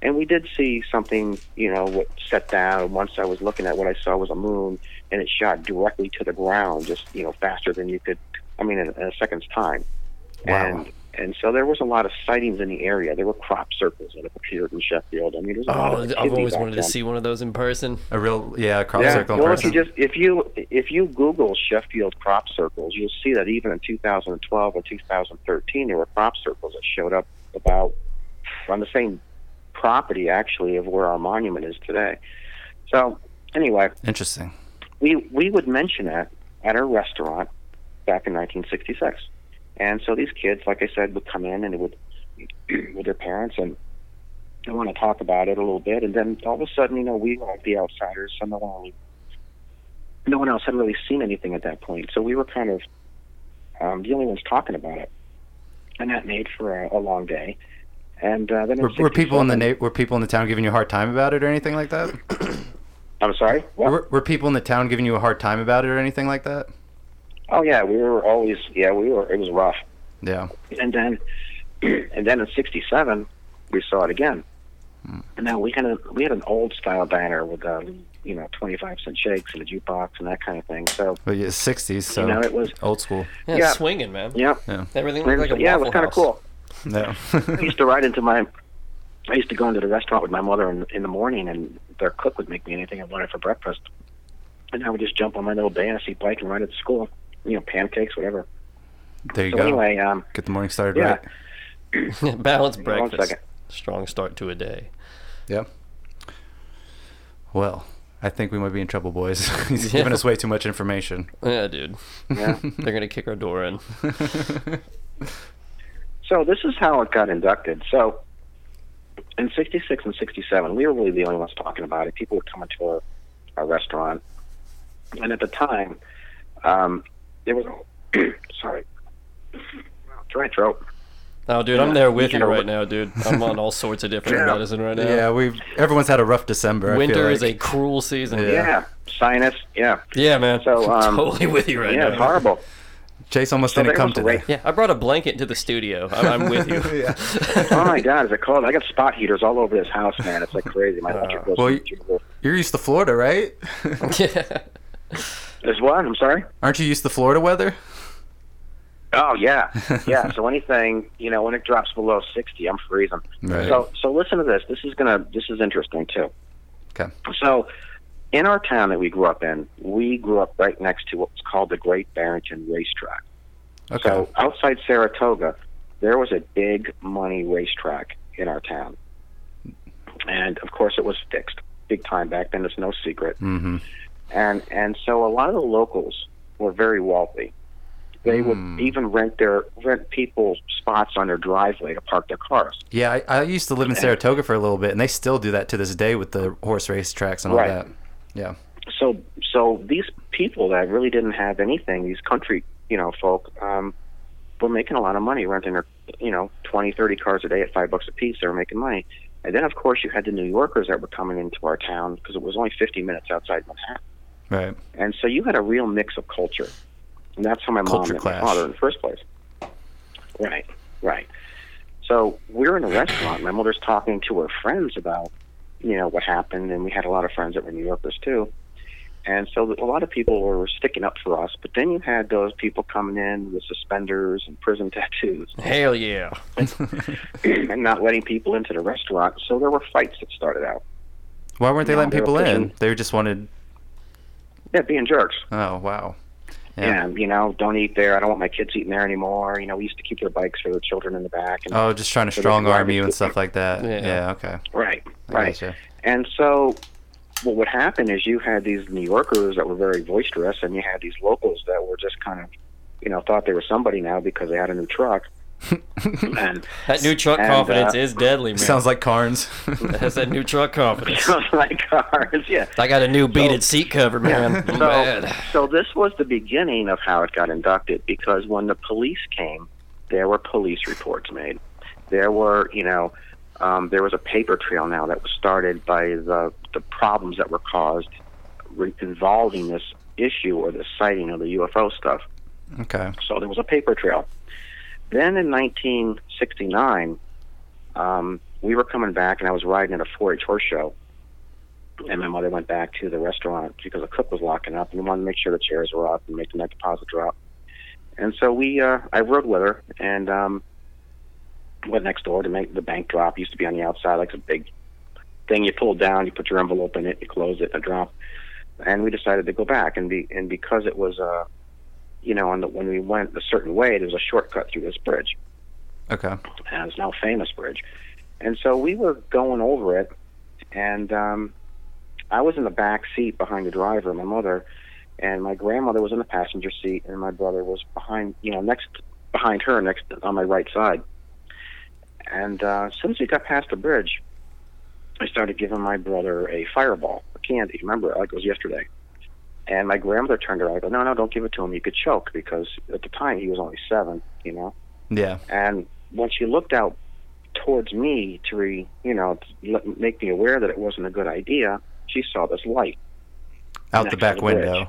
[SPEAKER 6] And we did see something, you know, what set down. Once I was looking at what I saw was a moon, and it shot directly to the ground, just, you know, faster than you could, I mean, in, in a second's time.
[SPEAKER 5] Wow.
[SPEAKER 6] And and so there was a lot of sightings in the area. There were crop circles that appeared in Sheffield. I mean, there was a lot of
[SPEAKER 3] Oh, I've
[SPEAKER 6] activity
[SPEAKER 3] always
[SPEAKER 6] back
[SPEAKER 3] wanted to
[SPEAKER 6] then.
[SPEAKER 3] see one of those in person.
[SPEAKER 5] A real yeah, crop
[SPEAKER 6] Yeah.
[SPEAKER 5] circle in
[SPEAKER 6] Well, if
[SPEAKER 5] person.
[SPEAKER 6] you just if you if you Google Sheffield crop circles, you'll see that even in 2012 and 2013, there were crop circles that showed up about on the same property actually of where our monument is today. So anyway,
[SPEAKER 5] Interesting.
[SPEAKER 6] we we would mention it at our restaurant back in 1966, and so these kids, like I said, would come in and they would with their parents and they want to talk about it a little bit, and then all of a sudden, you know, we were like the outsiders, so no one really, no one else had really seen anything at that point, so we were kind of um, the only ones talking about it, and that made for a, a long day. And uh, then in
[SPEAKER 5] Were, were people in the
[SPEAKER 6] 67
[SPEAKER 5] na- were people in the town giving you a hard time about it or anything like that?
[SPEAKER 6] I'm sorry. What?
[SPEAKER 5] Were, were people in the town giving you a hard time about it or anything like that?
[SPEAKER 6] Oh yeah, we were always yeah we were it was rough.
[SPEAKER 5] Yeah.
[SPEAKER 6] and then and then in '67 we saw it again. And now we had a we had an old style diner with um, you know 25 cent shakes and a jukebox and that kind of thing. So
[SPEAKER 5] But yeah, 60s, so
[SPEAKER 6] you know it was
[SPEAKER 5] old school.
[SPEAKER 3] Yeah,
[SPEAKER 6] Yeah.
[SPEAKER 3] swinging, man.
[SPEAKER 6] yeah
[SPEAKER 3] Everything looked like a
[SPEAKER 6] yeah it
[SPEAKER 3] Waffle
[SPEAKER 6] was kind of
[SPEAKER 3] House.
[SPEAKER 6] cool.
[SPEAKER 5] No.
[SPEAKER 6] I used to ride into my I used to go into the restaurant with my mother in, in the morning and their cook would make me anything I wanted for breakfast. And I would just jump on my little fantasy bike and ride it to school. You know, pancakes, whatever.
[SPEAKER 5] there you
[SPEAKER 6] So
[SPEAKER 5] go.
[SPEAKER 6] anyway, um,
[SPEAKER 5] Get the morning started
[SPEAKER 6] yeah.
[SPEAKER 5] right.
[SPEAKER 3] Balanced
[SPEAKER 6] on a
[SPEAKER 3] breakfast.
[SPEAKER 6] second.
[SPEAKER 3] Strong start to a day.
[SPEAKER 5] Yeah. Well, I think we might be in trouble, boys. He's giving us way too much information.
[SPEAKER 3] Yeah, dude.
[SPEAKER 6] Yeah.
[SPEAKER 3] They're gonna kick our door in.
[SPEAKER 6] So this is how it got inducted. So in '66 and '67, we were really the only ones talking about it. People would come into our, our restaurant, and at the time, um, there was a sorry, dry throat.
[SPEAKER 3] Oh, dude, I'm there with
[SPEAKER 6] You
[SPEAKER 3] you
[SPEAKER 6] know
[SPEAKER 3] right
[SPEAKER 6] what-
[SPEAKER 3] now, dude. I'm on all sorts of different medicine right now.
[SPEAKER 5] Yeah, we've everyone's had a rough December. I feel
[SPEAKER 3] Winter
[SPEAKER 5] like.
[SPEAKER 3] is a cruel season.
[SPEAKER 5] Yeah.
[SPEAKER 6] Yeah. sinus. Yeah,
[SPEAKER 3] Yeah, man.
[SPEAKER 6] So, um,
[SPEAKER 3] totally with you right
[SPEAKER 6] yeah, it's
[SPEAKER 3] now.
[SPEAKER 6] horrible.
[SPEAKER 5] Chase almost
[SPEAKER 6] So
[SPEAKER 5] didn't
[SPEAKER 6] there
[SPEAKER 5] come
[SPEAKER 6] was a
[SPEAKER 5] today.
[SPEAKER 6] race.
[SPEAKER 3] Yeah, I brought a blanket to the studio. I'm, I'm with you.
[SPEAKER 5] yeah.
[SPEAKER 6] Oh my God, is it cold? I got spot heaters all over this house, man. It's like crazy. My electric goes.
[SPEAKER 5] Uh, well,
[SPEAKER 6] through
[SPEAKER 5] you-
[SPEAKER 6] the roof.
[SPEAKER 5] You're used to Florida, right?
[SPEAKER 3] yeah.
[SPEAKER 6] There's one. I'm sorry.
[SPEAKER 5] Aren't you used to Florida weather?
[SPEAKER 6] Oh yeah, yeah. so anything, you know, when it drops below sixty, I'm freezing.
[SPEAKER 5] Right.
[SPEAKER 6] So so listen to this. This is gonna this is interesting too.
[SPEAKER 5] Okay.
[SPEAKER 6] So in our town that we grew up in, we grew up right next to what's called the Great Barrington Racetrack.
[SPEAKER 5] Okay.
[SPEAKER 6] So outside Saratoga, there was a big money racetrack in our town, and of course it was fixed big time back then. It's no secret
[SPEAKER 5] mm-hmm.
[SPEAKER 6] and and so a lot of the locals were very wealthy. They would even rent their rent people spots on their driveway to park their cars.
[SPEAKER 5] Yeah, I, I used to live in Saratoga for a little bit, and they still do that to this day with the horse race tracks and all
[SPEAKER 6] Right.
[SPEAKER 5] that. Yeah.
[SPEAKER 6] So so these people that really didn't have anything, these country you know folk, um, were making a lot of money renting their you know twenty thirty cars a day at five bucks a piece. They were making money. And then, of course, you had the New Yorkers that were coming into our town because it was only 50 minutes outside Manhattan.
[SPEAKER 5] Right.
[SPEAKER 6] And so you had a real mix of culture. And that's how my
[SPEAKER 5] Culture
[SPEAKER 6] mom met
[SPEAKER 5] clash.
[SPEAKER 6] my father in the first place. Right, right. So we're in a restaurant. My mother's talking to her friends about, you know, what happened. And we had a lot of friends that were New Yorkers too. And so a lot of people were sticking up for us. But then you had those people coming in with suspenders and prison tattoos
[SPEAKER 3] Hell yeah.
[SPEAKER 6] and not letting people into the restaurant. So there were fights that started out.
[SPEAKER 5] Why weren't they
[SPEAKER 6] No,
[SPEAKER 5] letting
[SPEAKER 6] they were
[SPEAKER 5] people in?
[SPEAKER 6] pushing-
[SPEAKER 5] They just wanted.
[SPEAKER 6] Yeah, being jerks.
[SPEAKER 5] Oh wow.
[SPEAKER 6] Yeah. you know, don't eat there. I don't want my kids eating there anymore. You know, we used to keep their bikes for the children in the back. And,
[SPEAKER 5] Oh, just trying to
[SPEAKER 6] So they
[SPEAKER 5] strong
[SPEAKER 6] drive
[SPEAKER 5] arm
[SPEAKER 6] it
[SPEAKER 5] you
[SPEAKER 6] to-
[SPEAKER 5] and stuff like that.
[SPEAKER 3] Yeah.
[SPEAKER 5] Yeah. okay.
[SPEAKER 6] Right,
[SPEAKER 5] I
[SPEAKER 6] right.
[SPEAKER 5] gotcha.
[SPEAKER 6] And so, what would happen is you had these New Yorkers that were very boisterous, and you had these locals that were just kind of, you know, thought they were somebody now because they had a new truck. and
[SPEAKER 3] That new truck
[SPEAKER 6] And,
[SPEAKER 3] confidence
[SPEAKER 6] uh,
[SPEAKER 3] is deadly, man.
[SPEAKER 5] Sounds like Carnes.
[SPEAKER 3] That's that new truck confidence.
[SPEAKER 6] my cars, yeah.
[SPEAKER 3] I got a new beaded seat cover, Oh, man. I'm
[SPEAKER 6] So,
[SPEAKER 3] mad.
[SPEAKER 6] so this was the beginning of how it got inducted because when the police came, there were police reports made. There were, you know, um, there was a paper trail now that was started by the, the problems that were caused re- involving this issue or the sighting of the UFO stuff.
[SPEAKER 5] Okay.
[SPEAKER 6] So there was a paper trail. Then in 1969, um, we were coming back, and I was riding at a 4-H horse show. And my mother went back to the restaurant because the cook was locking up, and we wanted to make sure the chairs were up and making that deposit drop. And so we, uh, I rode with her, and um, went next door to make the bank drop. Used to be on the outside, like a big thing you pull down, you put your envelope in it, you close it, and drop. And we decided to go back, and be and because it was uh, you know, on the, when we went a certain way, there was a shortcut through this bridge,
[SPEAKER 5] Okay.
[SPEAKER 6] and it's now a famous bridge. And so we were going over it, and um, I was in the back seat behind the driver, my mother, and my grandmother was in the passenger seat, and my brother was behind, you know, next behind her, next on my right side. And uh, as soon as we got past the bridge, I started giving my brother a fireball, a candy. Remember, like it was yesterday. And my grandmother turned around and go, No, no, don't give it to him. You could choke because at the time he was only seven, you know.
[SPEAKER 5] Yeah.
[SPEAKER 6] And when she looked out towards me to, re, you know, to let, make me aware that it wasn't a good idea, she saw this light.
[SPEAKER 5] Out
[SPEAKER 6] Next
[SPEAKER 5] the
[SPEAKER 6] to
[SPEAKER 5] back
[SPEAKER 6] the bridge.
[SPEAKER 5] window.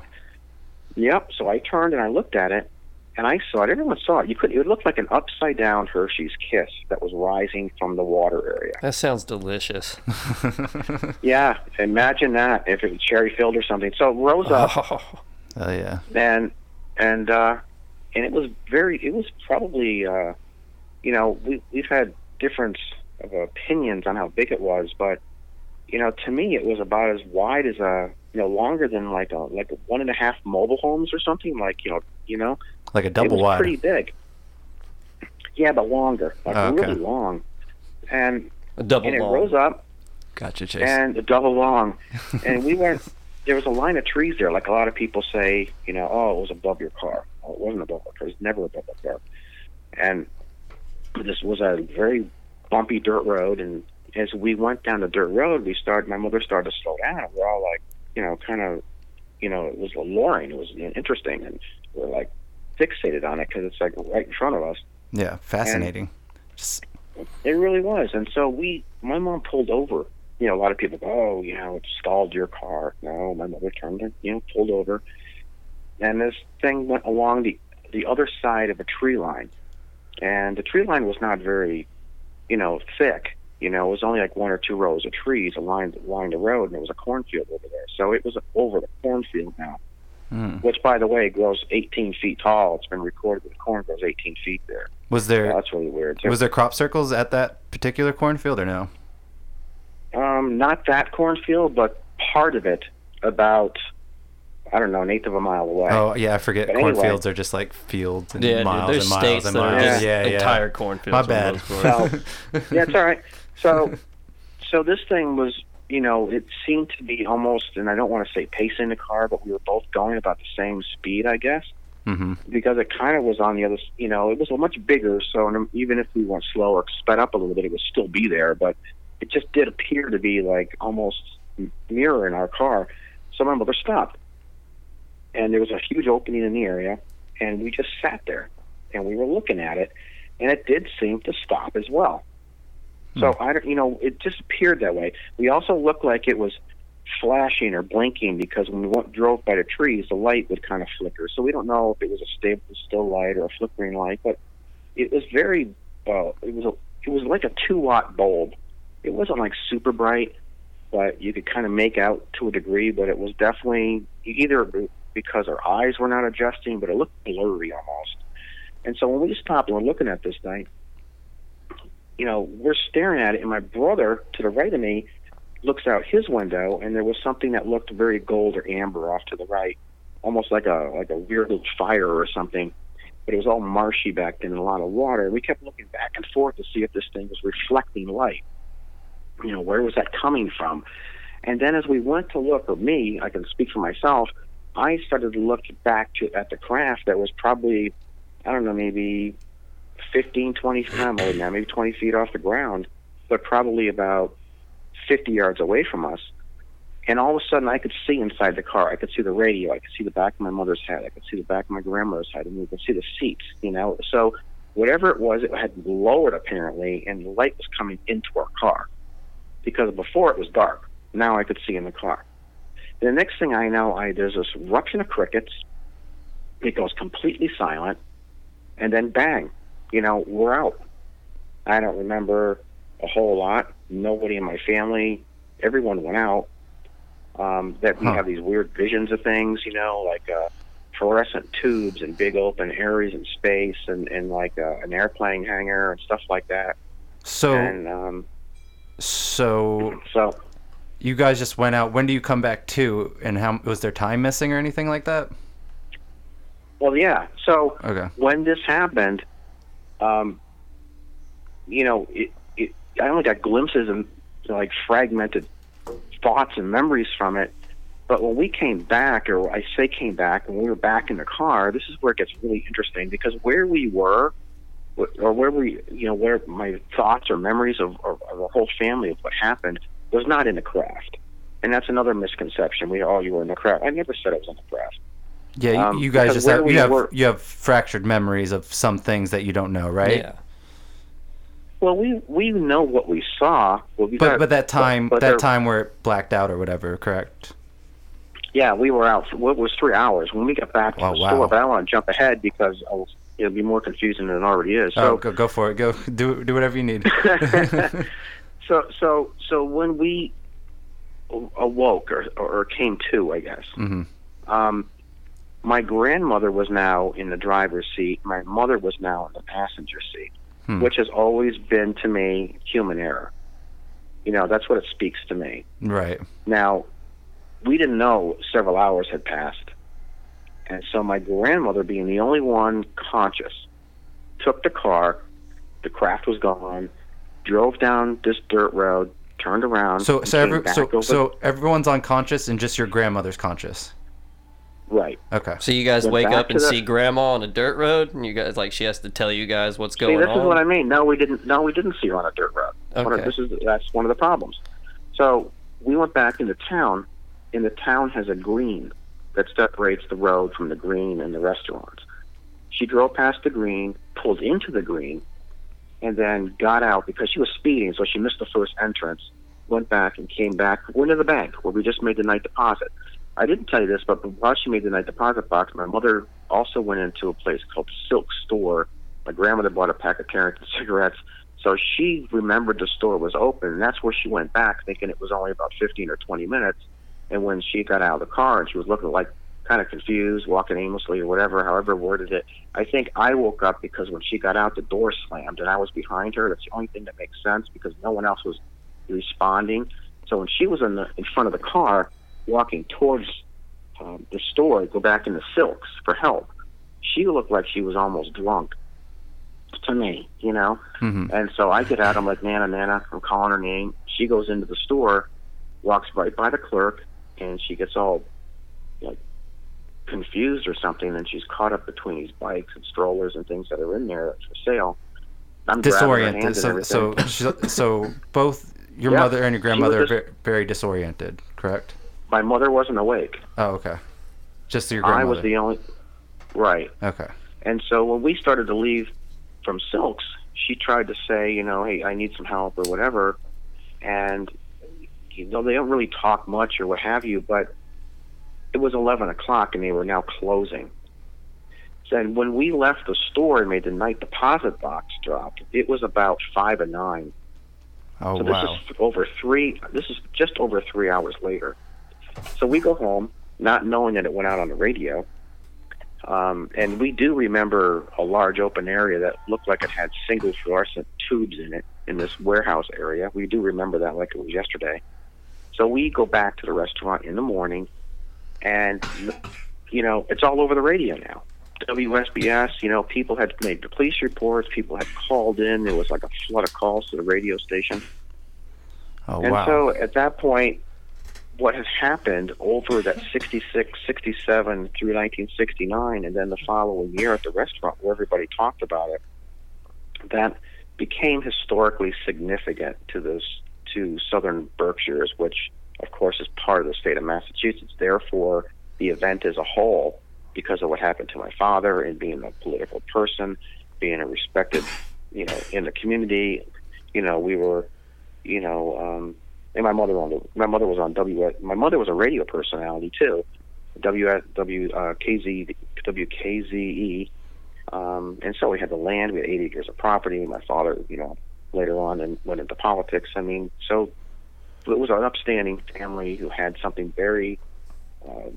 [SPEAKER 6] Yep. So I turned and I looked at it, and I saw it. Everyone saw it. You could. It looked like an upside down Hershey's Kiss that was rising from the water area.
[SPEAKER 3] That sounds delicious.
[SPEAKER 6] Yeah. Imagine that if it was cherry filled or something. So it rose up.
[SPEAKER 5] Oh yeah.
[SPEAKER 6] and and uh and it was very it was probably uh you know we we've had difference of opinions on how big it was but you know to me it was about as wide as a you know longer than like a like a one and a half mobile homes or something like you know you know
[SPEAKER 5] Like a double
[SPEAKER 6] it was
[SPEAKER 5] wide.
[SPEAKER 6] pretty big yeah but longer like
[SPEAKER 5] Oh, okay.
[SPEAKER 6] really long and
[SPEAKER 3] A double
[SPEAKER 6] and it
[SPEAKER 3] long.
[SPEAKER 6] rose up
[SPEAKER 4] Gotcha, Chase.
[SPEAKER 6] and a double long. and we went. There was a line of trees there. Like a lot of people say, you know, oh, it was above your car. Well, it wasn't above our car. It was never above our car. And this was a very bumpy dirt road. And as we went down the dirt road, we started. My mother started to slow down. We're all like, you know, kind of, you know, it was alluring. It was interesting, and we're like fixated on it because it's like right in front of us.
[SPEAKER 5] Yeah. Fascinating. Just
[SPEAKER 6] It really was. And so we, my mom pulled over. You know, a lot of people go, oh, you know, it stalled your car. No, my mother turned it, you know, pulled over. And this thing went along the, the other side of a tree line. And the tree line was not very, you know, thick. You know, it was only like one or two rows of trees aligned lined the road, and there was a cornfield over there. So it was over the cornfield now,
[SPEAKER 5] Hmm.
[SPEAKER 6] which, by the way, grows 18 feet tall. It's been recorded that the corn grows 18 feet there.
[SPEAKER 5] was there
[SPEAKER 6] That's really weird. too.
[SPEAKER 5] was there crop circles at that particular cornfield or no?
[SPEAKER 6] Um, not that cornfield, but part of it, about I don't know, an eighth of a mile away.
[SPEAKER 5] Oh yeah, I forget.
[SPEAKER 6] But anyway.
[SPEAKER 5] Cornfields are just like fields and
[SPEAKER 3] Yeah, dude,
[SPEAKER 5] miles
[SPEAKER 3] there's
[SPEAKER 5] and miles
[SPEAKER 3] states
[SPEAKER 5] and
[SPEAKER 3] that are
[SPEAKER 5] miles.
[SPEAKER 3] just
[SPEAKER 5] yeah, yeah.
[SPEAKER 3] entire cornfields.
[SPEAKER 5] My
[SPEAKER 3] on
[SPEAKER 5] bad.
[SPEAKER 3] those corners.
[SPEAKER 6] So yeah, it's all right. So so this thing was, you know, it seemed to be almost, and I don't want to say pacing the car, but we were both going about the same speed, I guess,
[SPEAKER 5] Mm-hmm.
[SPEAKER 6] because it kind of was on the other. s- You know, it was much bigger, so n- even if we went slow or sped up a little bit, it would still be there. But it just did appear to be like almost m- mirroring our car. So my mother stopped. and there was a huge opening in the area, and we just sat there and we were looking at it, and it did seem to stop as well. So I don't, you know, it just appeared that way. We also looked like it was flashing or blinking because when we went, drove by the trees, the light would kind of flicker. So we don't know if it was a stable, still light or a flickering light, but it was very, uh, it was a, it was like a two watt bulb. It wasn't like super bright, but you could kind of make out to a degree. But it was definitely e-, either because our eyes were not adjusting, but it looked blurry almost. And so when we stopped and we're looking at this thing, you know, we're staring at it, and my brother to the right of me looks out his window, and there was something that looked very gold or amber off to the right, almost like a like a weird little fire or something. But it was all marshy back then and a lot of water. We kept looking back and forth to see if this thing was reflecting light. You know, where was that coming from? And then as we went to look, or me, I can speak for myself, I started to look back to at the craft that was probably, I don't know, maybe 15, 20, feet- I'm old now, maybe 20 feet off the ground, but probably about 50 yards away from us. And all of a sudden, I could see inside the car. I could see the radio. I could see the back of my mother's head. I could see the back of my grandmother's head. And we could see the seats, you know. So whatever it was, it had lowered apparently, and the light was coming into our car because before it was dark. Now I could see in the car. The next thing I know, I there's this eruption of crickets. It goes completely silent, and then bang, you know, we're out. I don't remember a whole lot. Nobody in my family, everyone went out. Um, that we
[SPEAKER 5] Huh.
[SPEAKER 6] have these weird visions of things, you know, like uh, fluorescent tubes and big open areas in space, and and like uh, an airplane hangar and stuff like that.
[SPEAKER 5] So
[SPEAKER 6] And um,
[SPEAKER 5] so
[SPEAKER 6] so
[SPEAKER 5] you guys just went out. When do you come back to? And how was there time missing or anything like that?
[SPEAKER 6] Well, yeah. So
[SPEAKER 5] Okay.
[SPEAKER 6] when this happened, um, you know, it, it, I only got glimpses and like fragmented thoughts and memories from it. But when we came back, or I say came back, when we were back in the car, this is where it gets really interesting because where we were, wh- or where we, you know, where my thoughts or memories of, of, of the whole family of what happened was not in the craft. And that's another misconception. We all you were in the craft. I never said I was in the craft.
[SPEAKER 5] Yeah, you-
[SPEAKER 6] Um,
[SPEAKER 5] you guys
[SPEAKER 6] because
[SPEAKER 5] just
[SPEAKER 6] where
[SPEAKER 5] have,
[SPEAKER 6] we
[SPEAKER 5] you have
[SPEAKER 6] were-
[SPEAKER 5] you have fractured memories of some things that you don't know, right?
[SPEAKER 3] Yeah.
[SPEAKER 6] Well, we we know what we saw. Well, we
[SPEAKER 5] But
[SPEAKER 6] got-
[SPEAKER 5] but that time
[SPEAKER 6] but there-
[SPEAKER 5] that time where it blacked out or whatever, correct?
[SPEAKER 6] yeah, we were out. For, what was three hours when we got back to
[SPEAKER 5] Oh,
[SPEAKER 6] the
[SPEAKER 5] wow.
[SPEAKER 6] store? But I want to jump ahead because I'll, it'll be more confusing than it already is.
[SPEAKER 5] oh,
[SPEAKER 6] So
[SPEAKER 5] go go for it. Go do do whatever you need.
[SPEAKER 6] so so so when we awoke or or came to, I guess.
[SPEAKER 5] Mhm.
[SPEAKER 6] Um, my grandmother was now in the driver's seat. My mother was now in the passenger seat,
[SPEAKER 5] Hmm.
[SPEAKER 6] which has always been to me human error. You know, that's what it speaks to me.
[SPEAKER 5] right.
[SPEAKER 6] Now, we didn't know several hours had passed. And so my grandmother, being the only one conscious, took the car, the craft was gone, drove down this dirt road, turned around.
[SPEAKER 5] So
[SPEAKER 6] and
[SPEAKER 5] so
[SPEAKER 6] came
[SPEAKER 5] every,
[SPEAKER 6] back
[SPEAKER 5] so
[SPEAKER 6] over-
[SPEAKER 5] so everyone's unconscious and just your grandmother's conscious.
[SPEAKER 6] Right.
[SPEAKER 5] Okay.
[SPEAKER 3] So you guys
[SPEAKER 6] Went
[SPEAKER 3] wake
[SPEAKER 6] back
[SPEAKER 3] up
[SPEAKER 6] to
[SPEAKER 3] and
[SPEAKER 6] the-
[SPEAKER 3] see grandma on a dirt road, and you guys like she has to tell you guys what's
[SPEAKER 6] See,
[SPEAKER 3] going
[SPEAKER 6] this
[SPEAKER 3] on.
[SPEAKER 6] is what I mean. No, we didn't. No, we didn't see her on a dirt road. One of-
[SPEAKER 3] Okay.
[SPEAKER 6] this is that's one of the problems. So we went back into town, and the town has a green that separates the road from the green and the restaurants. She drove past the green, pulled into the green, and then got out because she was speeding, so she missed the first entrance. Went back and came back. Went to the bank where we just made the night deposit. I didn't tell you this, but while she made the night deposit box, my mother also went into a place called Silk Store. My grandmother bought a pack of Carrington cigarettes, so she remembered the store was open, and that's where she went back, thinking it was only about 15 or 20 minutes. And when she got out of the car and she was looking like kind of confused, walking aimlessly or whatever, however worded it, I think I woke up because when she got out, the door slammed and I was behind her. That's the only thing that makes sense because no one else was responding. So when she was in the in front of the car, walking towards um, the store to go back into Silks for help, she looked like she was almost drunk to me, you know.
[SPEAKER 5] Mhm.
[SPEAKER 6] And so I get out. I'm like, Nana, Nana. I'm calling her name. She goes into the store, walks right by the clerk, and she gets all like confused or something. And she's caught up between these bikes and strollers and things that are in there for sale. I'm grabbing her hand
[SPEAKER 5] Disoriented.
[SPEAKER 6] and
[SPEAKER 5] So
[SPEAKER 6] everything.
[SPEAKER 5] so she's- so both your
[SPEAKER 6] Yeah,
[SPEAKER 5] mother and your grandmother are
[SPEAKER 6] just-
[SPEAKER 5] ver- very disoriented, correct?
[SPEAKER 6] my mother wasn't awake.
[SPEAKER 5] Oh, okay. Just your grandmother.
[SPEAKER 6] I was the only right.
[SPEAKER 5] Okay.
[SPEAKER 6] And so when we started to leave from Silks, she tried to say, you know, hey, I need some help or whatever. And, you know, they don't really talk much or what have you, but it was 11 o'clock and they were now closing. Then when we left the store and made the night deposit box drop, it was about 5 or 9
[SPEAKER 5] Oh
[SPEAKER 6] so this
[SPEAKER 5] wow.
[SPEAKER 6] is over three. This is just over three hours later. So we go home, not knowing that it went out on the radio. Um, and we do remember a large open area that looked like it had single fluorescent tubes in it in this warehouse area. We do remember that like it was yesterday. So we go back to the restaurant in the morning, and you know it's all over the radio now. WSBS, you know, people had made the police reports, people had called in. There was like a flood of calls to the radio station.
[SPEAKER 5] oh
[SPEAKER 6] And
[SPEAKER 5] wow.
[SPEAKER 6] so at that point, what has happened over that 66, 67 through 1969, and then the following year at the restaurant where everybody talked about it, that became historically significant to those to southern Berkshires, which of course is part of the state of Massachusetts. Therefore, the event as a whole, because of what happened to my father and being a political person, being a respected, you know, in the community. You know, we were, you know, um, and my mother on the, my mother was on W. My mother was a radio personality too, W W uh, KZ WKZE. E. Um, and so we had the land. We had eight acres of property. My father, you know, later on and went into politics. I mean, so it was an upstanding family who had something very, uh,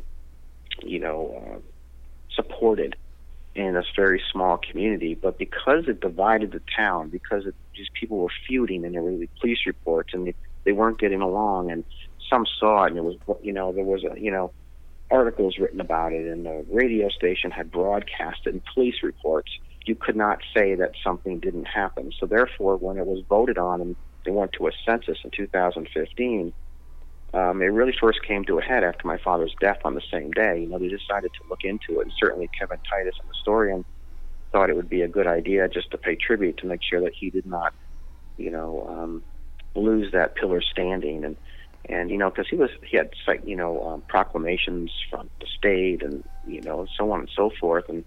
[SPEAKER 6] you know, uh, supported in this very small community. But because it divided the town, because it, these people were feuding and there were the police reports and they, they weren't getting along, and some saw it and it was, you know, there was a, you know, articles written about it and the radio station had broadcast it and police reports. You could not say that something didn't happen. So therefore, when it was voted on and they went to a census in 2015, um, it really first came to a head after my father's death on the same day. You know, they decided to look into it, and certainly Kevin Titus, an historian, thought it would be a good idea just to pay tribute to make sure that he did not, you know, um, lose that pillar standing and and you know because he was he had like, you know um, proclamations from the state and you know so on and so forth and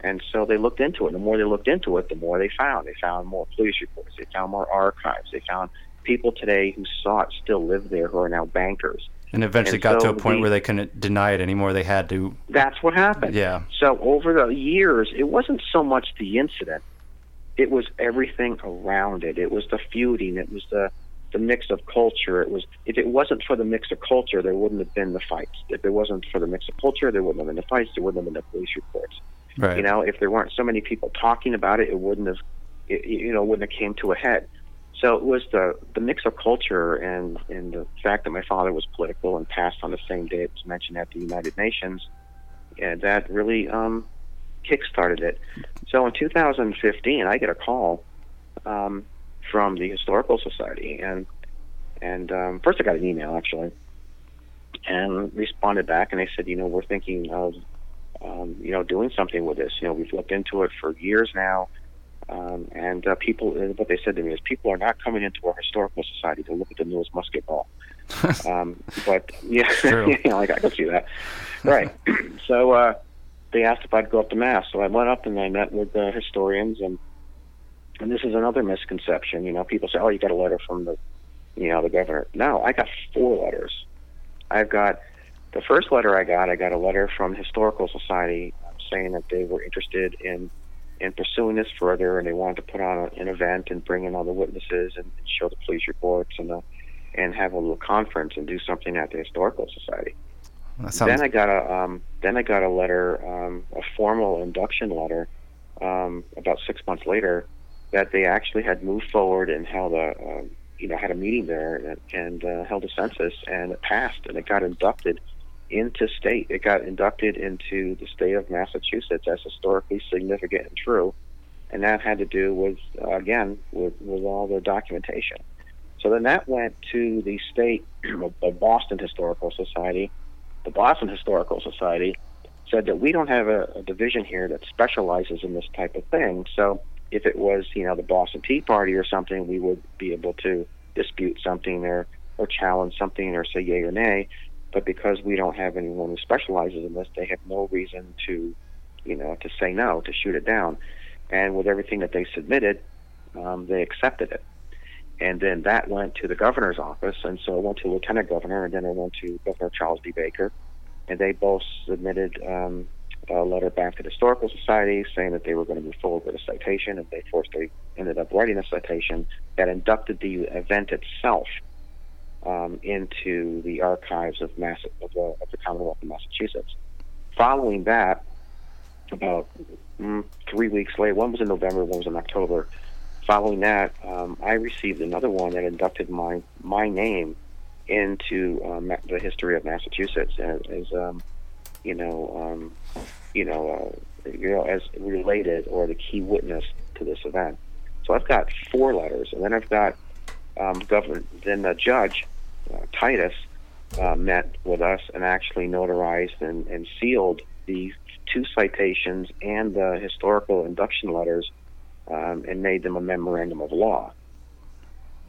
[SPEAKER 6] and so they looked into it. The more they looked into it, the more they found. They found more police reports. They found more archives. They found people today who saw it still live there who are now bankers.
[SPEAKER 5] And eventually
[SPEAKER 6] And
[SPEAKER 5] got
[SPEAKER 6] so
[SPEAKER 5] to a point
[SPEAKER 6] we-
[SPEAKER 5] where they couldn't deny it anymore. They had to.
[SPEAKER 6] That's what happened.
[SPEAKER 5] Yeah.
[SPEAKER 6] So over the years, it wasn't so much the incident; it was everything around it. It was the feuding. It was the the mix of culture. It was if it wasn't for the mix of culture, there wouldn't have been the fights. If it wasn't for the mix of culture, there wouldn't have been the fights. There wouldn't have been the police reports.
[SPEAKER 5] Right.
[SPEAKER 6] You know, if there weren't so many people talking about it, it wouldn't have, it, you know, wouldn't have came to a head. So it was the the mix of culture and and the fact that my father was political and passed on the same day it was mentioned at the United Nations, and that really um, kick-started it. So in 2015, I get a call um, from the Historical Society, and and um, first I got an email actually, and responded back, and they said, you know, we're thinking of um, you know, doing something with this. You know, we've looked into it for years now, um, and uh, people. What they said to me is, people are not coming into our historical society to look at the newest musket ball. um, but yeah,
[SPEAKER 5] true.
[SPEAKER 6] you know, like I can see that, right? so uh, they asked if I'd go up to mass, so I went up and I met with the historians, and and this is another misconception. You know, people say, oh, you got a letter from the, you know, the governor. No, I got four letters. I've got the first letter I got, I got a letter from the Historical Society saying that they were interested in in pursuing this further, and they wanted to put on an event and bring in all the witnesses and show the police reports and uh and have a little conference and do something at the Historical Society.
[SPEAKER 5] That sounds.
[SPEAKER 6] Then I got a um, then I got a letter, um, a formal induction letter, um, about six months later, that they actually had moved forward and held a um, you know had a meeting there and, and uh, held a census and it passed and it got inducted into state. It got inducted into the state of Massachusetts as historically significant and true, and that had to do with uh, again with with all the documentation. So then that went to the state, the Boston Historical Society, the Boston Historical Society said that we don't have a, a division here that specializes in this type of thing. So if it was, you know, the Boston Tea Party or something, we would be able to dispute something or, or challenge something or say yay or nay. But because we don't have anyone who specializes in this, they have no reason to, you know, to say no, to shoot it down. And with everything that they submitted, um, they accepted it. And then that went to the governor's office, and so it went to lieutenant governor, and then it went to Governor Charles D. Baker, and they both submitted um, a letter back to the historical society saying that they were going to move forward with a citation, and they forced they ended up writing a citation that inducted the event itself um, into the archives of, Mass- of, the, of the Commonwealth of Massachusetts. Following that, about mm, three weeks later, one was in November, one was in October. Following that, um, I received another one that inducted my my name into um, ma- the history of Massachusetts as, as um, you know, um, you know, uh, you know, as related or the key witness to this event. So I've got four letters, and then I've got um, government. Then the judge, uh, Titus, uh, met with us and actually notarized and, and sealed the two citations and the historical induction letters, um, and made them a memorandum of law.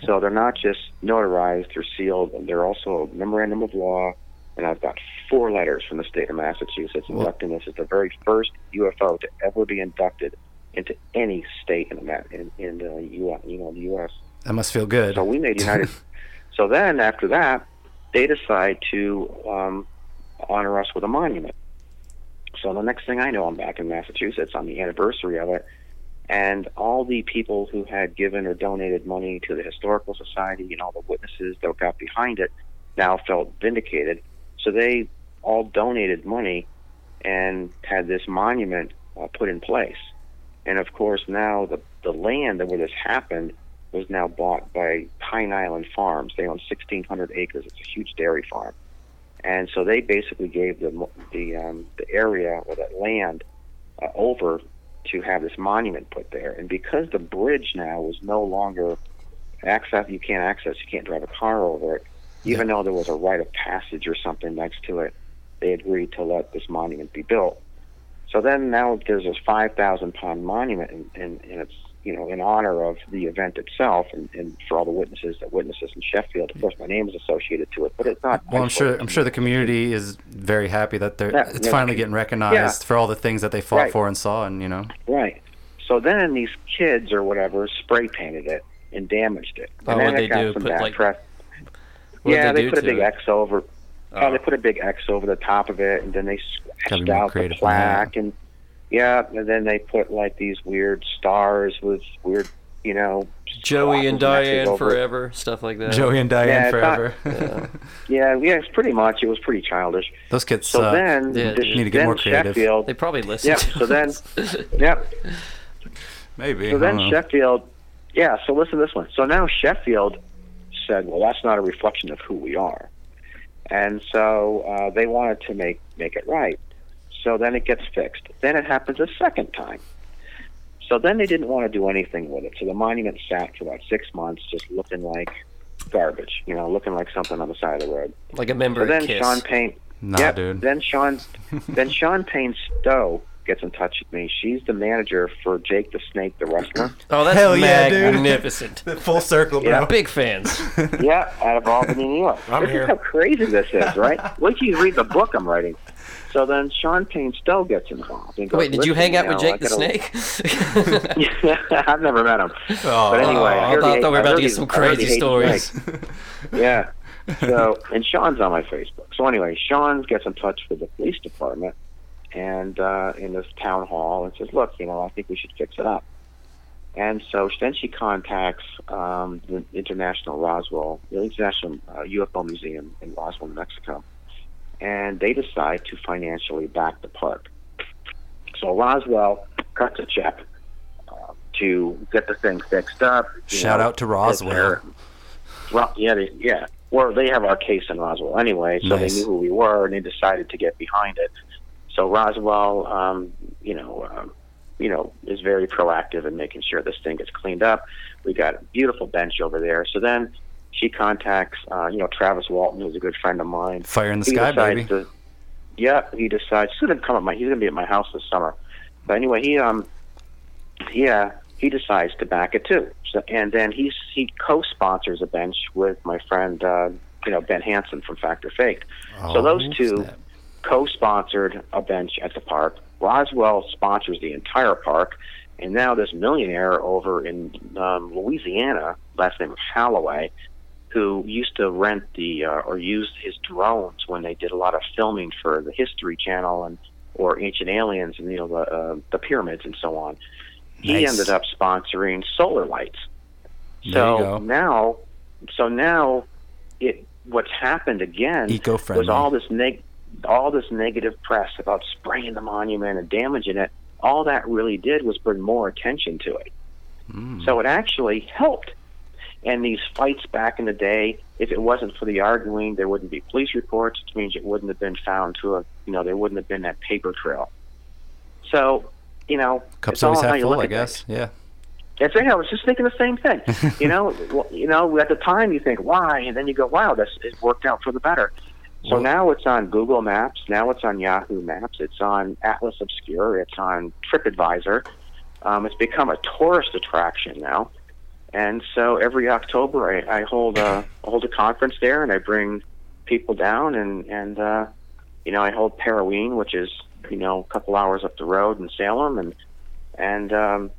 [SPEAKER 6] So they're not just notarized, they're sealed, and they're also a memorandum of law. And I've got four letters from the state of Massachusetts inducting this. It's the very first UFO to ever be inducted into any state in the in, in the U.S. You know, the U.S.
[SPEAKER 5] That must feel good.
[SPEAKER 6] So we made United. so then after that, they decide to um, honor us with a monument. So the next thing I know, I'm back in Massachusetts on the anniversary of it, and all the people who had given or donated money to the historical society and all the witnesses that got behind it now felt vindicated. So they all donated money and had this monument uh, put in place. And of course, now the, the land that where this happened was now bought by Pine Island Farms. They own 1,600 acres. It's a huge dairy farm, and so they basically gave the mo- the um, the area or that land uh, over to have this monument put there. And because the bridge now was no longer access, you can't access. You can't drive a car over it. Even though there was a rite of passage or something next to it, they agreed to let this monument be built. So then now there's this 5,000 pound monument, and, and, and it's you know in honor of the event itself, and, and for all the witnesses that witnessed this in Sheffield. Of course, my name is associated to it, but it's not.
[SPEAKER 5] Well, I'm sure.
[SPEAKER 6] isolated.
[SPEAKER 5] I'm sure the community is very happy that they're.
[SPEAKER 6] Yeah,
[SPEAKER 5] it's
[SPEAKER 6] yeah.
[SPEAKER 5] finally getting recognized for all the things that they fought
[SPEAKER 6] Right.
[SPEAKER 5] for and saw, and you know.
[SPEAKER 6] Right. So then these kids or whatever spray painted it and damaged it.
[SPEAKER 3] Oh,
[SPEAKER 6] and then
[SPEAKER 3] what'd
[SPEAKER 6] it
[SPEAKER 3] they
[SPEAKER 6] got
[SPEAKER 3] do?
[SPEAKER 6] some
[SPEAKER 3] Put,
[SPEAKER 6] bad
[SPEAKER 3] like-
[SPEAKER 6] press.
[SPEAKER 3] what'd
[SPEAKER 6] Yeah,
[SPEAKER 3] they
[SPEAKER 6] they,
[SPEAKER 3] do
[SPEAKER 6] put a
[SPEAKER 3] to
[SPEAKER 6] big
[SPEAKER 3] it?
[SPEAKER 6] X over. Oh. they put a big X over the top of it, and then they scratched
[SPEAKER 5] more
[SPEAKER 6] out the
[SPEAKER 5] creative than that.
[SPEAKER 6] plaque, and yeah, and then they put like these weird stars with weird, you know,
[SPEAKER 3] Joey and
[SPEAKER 6] crosses messes
[SPEAKER 3] Diane
[SPEAKER 6] over it.
[SPEAKER 3] forever, stuff like that.
[SPEAKER 5] Joey and Diane
[SPEAKER 6] Yeah, it's not-
[SPEAKER 5] forever.
[SPEAKER 6] Yeah, yeah, it's pretty much. It was pretty childish.
[SPEAKER 5] Those kids.
[SPEAKER 6] So
[SPEAKER 5] suck.
[SPEAKER 6] then,
[SPEAKER 3] Yeah,
[SPEAKER 6] this,
[SPEAKER 3] dude.
[SPEAKER 5] Need to get
[SPEAKER 6] then
[SPEAKER 5] more creative.
[SPEAKER 6] Sheffield.
[SPEAKER 3] They probably listen.
[SPEAKER 6] Yeah.
[SPEAKER 3] to
[SPEAKER 6] So then,
[SPEAKER 3] us.
[SPEAKER 6] yep.
[SPEAKER 5] maybe.
[SPEAKER 6] So
[SPEAKER 5] I
[SPEAKER 6] then
[SPEAKER 5] don't know.
[SPEAKER 6] Sheffield, yeah. So listen to this one. So now Sheffield said, "Well, that's not a reflection of who we are," and so uh, they wanted to make make it right. So then it gets fixed. Then it happens a second time. So then they didn't want to do anything with it. So the monument sat for about six months, just looking like garbage. You know, looking like something on the side of the road.
[SPEAKER 3] like a member
[SPEAKER 6] So
[SPEAKER 3] of
[SPEAKER 6] then
[SPEAKER 3] Kiss.
[SPEAKER 6] Sean Payne.
[SPEAKER 5] Nah,
[SPEAKER 6] Yep,
[SPEAKER 5] dude.
[SPEAKER 6] Then Sean, then Sean Payne Stowe gets in touch with me. She's the manager for Jake the Snake, the wrestler.
[SPEAKER 3] oh, that's
[SPEAKER 5] Hell yeah, dude.
[SPEAKER 3] magnificent.
[SPEAKER 5] Full circle, bro.
[SPEAKER 6] Yeah.
[SPEAKER 3] Big fans.
[SPEAKER 6] yeah, out of Albany, New York.
[SPEAKER 2] I'm
[SPEAKER 6] this
[SPEAKER 2] here.
[SPEAKER 6] is how crazy this is, right? Wait till you read the book I'm writing. So then Sean Payne Stowe gets involved. And goes,
[SPEAKER 3] Wait, did you
[SPEAKER 6] "Listen,
[SPEAKER 3] hang out with
[SPEAKER 6] know, I
[SPEAKER 3] Jake the
[SPEAKER 6] gotta-
[SPEAKER 3] Snake?
[SPEAKER 6] I've never met him. but anyway,
[SPEAKER 3] Oh, I
[SPEAKER 6] heard
[SPEAKER 3] thought
[SPEAKER 6] he-
[SPEAKER 3] we were
[SPEAKER 6] I
[SPEAKER 3] about to
[SPEAKER 6] heard
[SPEAKER 3] get
[SPEAKER 6] he's-
[SPEAKER 3] some
[SPEAKER 6] I heard
[SPEAKER 3] crazy
[SPEAKER 6] he hates
[SPEAKER 3] stories.
[SPEAKER 6] yeah. So, and Sean's on my Facebook. So anyway, Sean gets in touch with the police department and uh, in this town hall and says, "Look, you know, I think we should fix it up." And so then she contacts um, the International Roswell, the International uh, UFO Museum in Roswell, New Mexico, and they decide to financially back the park. So Roswell cuts a check uh, to get the thing fixed up. you
[SPEAKER 5] Shout
[SPEAKER 6] know,
[SPEAKER 5] out to
[SPEAKER 6] it's
[SPEAKER 5] Roswell.
[SPEAKER 6] her- Well, yeah, they, yeah. Well, they have our case in Roswell anyway, so
[SPEAKER 5] Nice.
[SPEAKER 6] they knew who we were, and they decided to get behind it. So Roswell, um, you know, um, you know, is very proactive in making sure this thing gets cleaned up. We got a beautiful bench over there. So then she contacts, uh, you know, Travis Walton, who's a good friend of mine.
[SPEAKER 5] Fire in the
[SPEAKER 6] He
[SPEAKER 5] sky,
[SPEAKER 6] decides
[SPEAKER 5] baby.
[SPEAKER 6] To, yeah, he decides he's gonna come at my. He's gonna be at my house this summer. But anyway, he um, yeah, he decides to back it too. So, and then he's he co-sponsors a bench with my friend, uh, you know, Ben Hansen from Factor Fake. so those two
[SPEAKER 5] Oh, snap.
[SPEAKER 6] co-sponsored a bench at the park. Roswell sponsors the entire park, and now this millionaire over in um, Louisiana, last name is Holloway, who used to rent the uh, or used his drones when they did a lot of filming for the History Channel and or Ancient Aliens and you know the uh, the pyramids and so on. He
[SPEAKER 5] Nice.
[SPEAKER 6] ended up sponsoring solar lights.
[SPEAKER 5] There you
[SPEAKER 6] So
[SPEAKER 5] go.
[SPEAKER 6] now, so now, it what's happened again
[SPEAKER 5] Eco-friendly.
[SPEAKER 6] was all this neg- all this negative press about spraying the monument and damaging it. All that really did was bring more attention to it.
[SPEAKER 5] Hmm.
[SPEAKER 6] So it actually helped. And these fights back in the day, if it wasn't for the arguing, there wouldn't be police reports, which means it wouldn't have been found to have, you know, there wouldn't have been that paper trail. So, you know,
[SPEAKER 5] Cups
[SPEAKER 6] it's all
[SPEAKER 5] always
[SPEAKER 6] how
[SPEAKER 5] half
[SPEAKER 6] you
[SPEAKER 5] full,
[SPEAKER 6] look
[SPEAKER 5] I
[SPEAKER 6] at things.
[SPEAKER 5] guess. Yeah.
[SPEAKER 6] That's it. I was just thinking the same thing. You know, well, you know, at the time you think why, and then you go, wow, this it worked out for the better. So now it's on Google Maps. Now it's on Yahoo Maps. It's on Atlas Obscure. It's on TripAdvisor. Um, it's become a tourist attraction now. And so every October, I, I hold a I hold a conference there, and I bring people down, and and uh, you know, I hold Paraween, which is you know a couple hours up the road in Salem, and And um,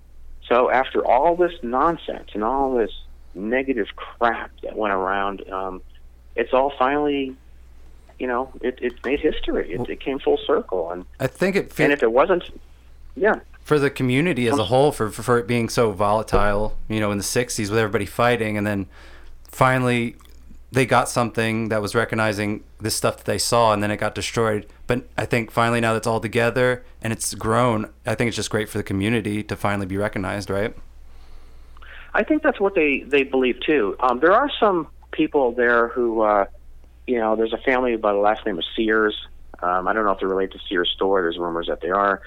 [SPEAKER 6] so after all this nonsense and all this negative crap that went around, um, it's all finally, you know, it, it made history. It, it came full circle. And,
[SPEAKER 5] I think it
[SPEAKER 6] and if it wasn't, yeah,
[SPEAKER 5] for the community
[SPEAKER 6] Oh.
[SPEAKER 5] as a whole for, for, for it being so volatile you know in the 60s with everybody fighting and then finally they got something that was recognizing this stuff that they saw and then it got destroyed but i think finally now that's all together and it's grown i think it's just great for the community to finally be recognized right
[SPEAKER 6] I think that's what they they believe too. Um, there are some people there who, uh, you know, there's a family by the last name of Sears. Um, I don't know if they're related to Sears Store. There's rumors that they are.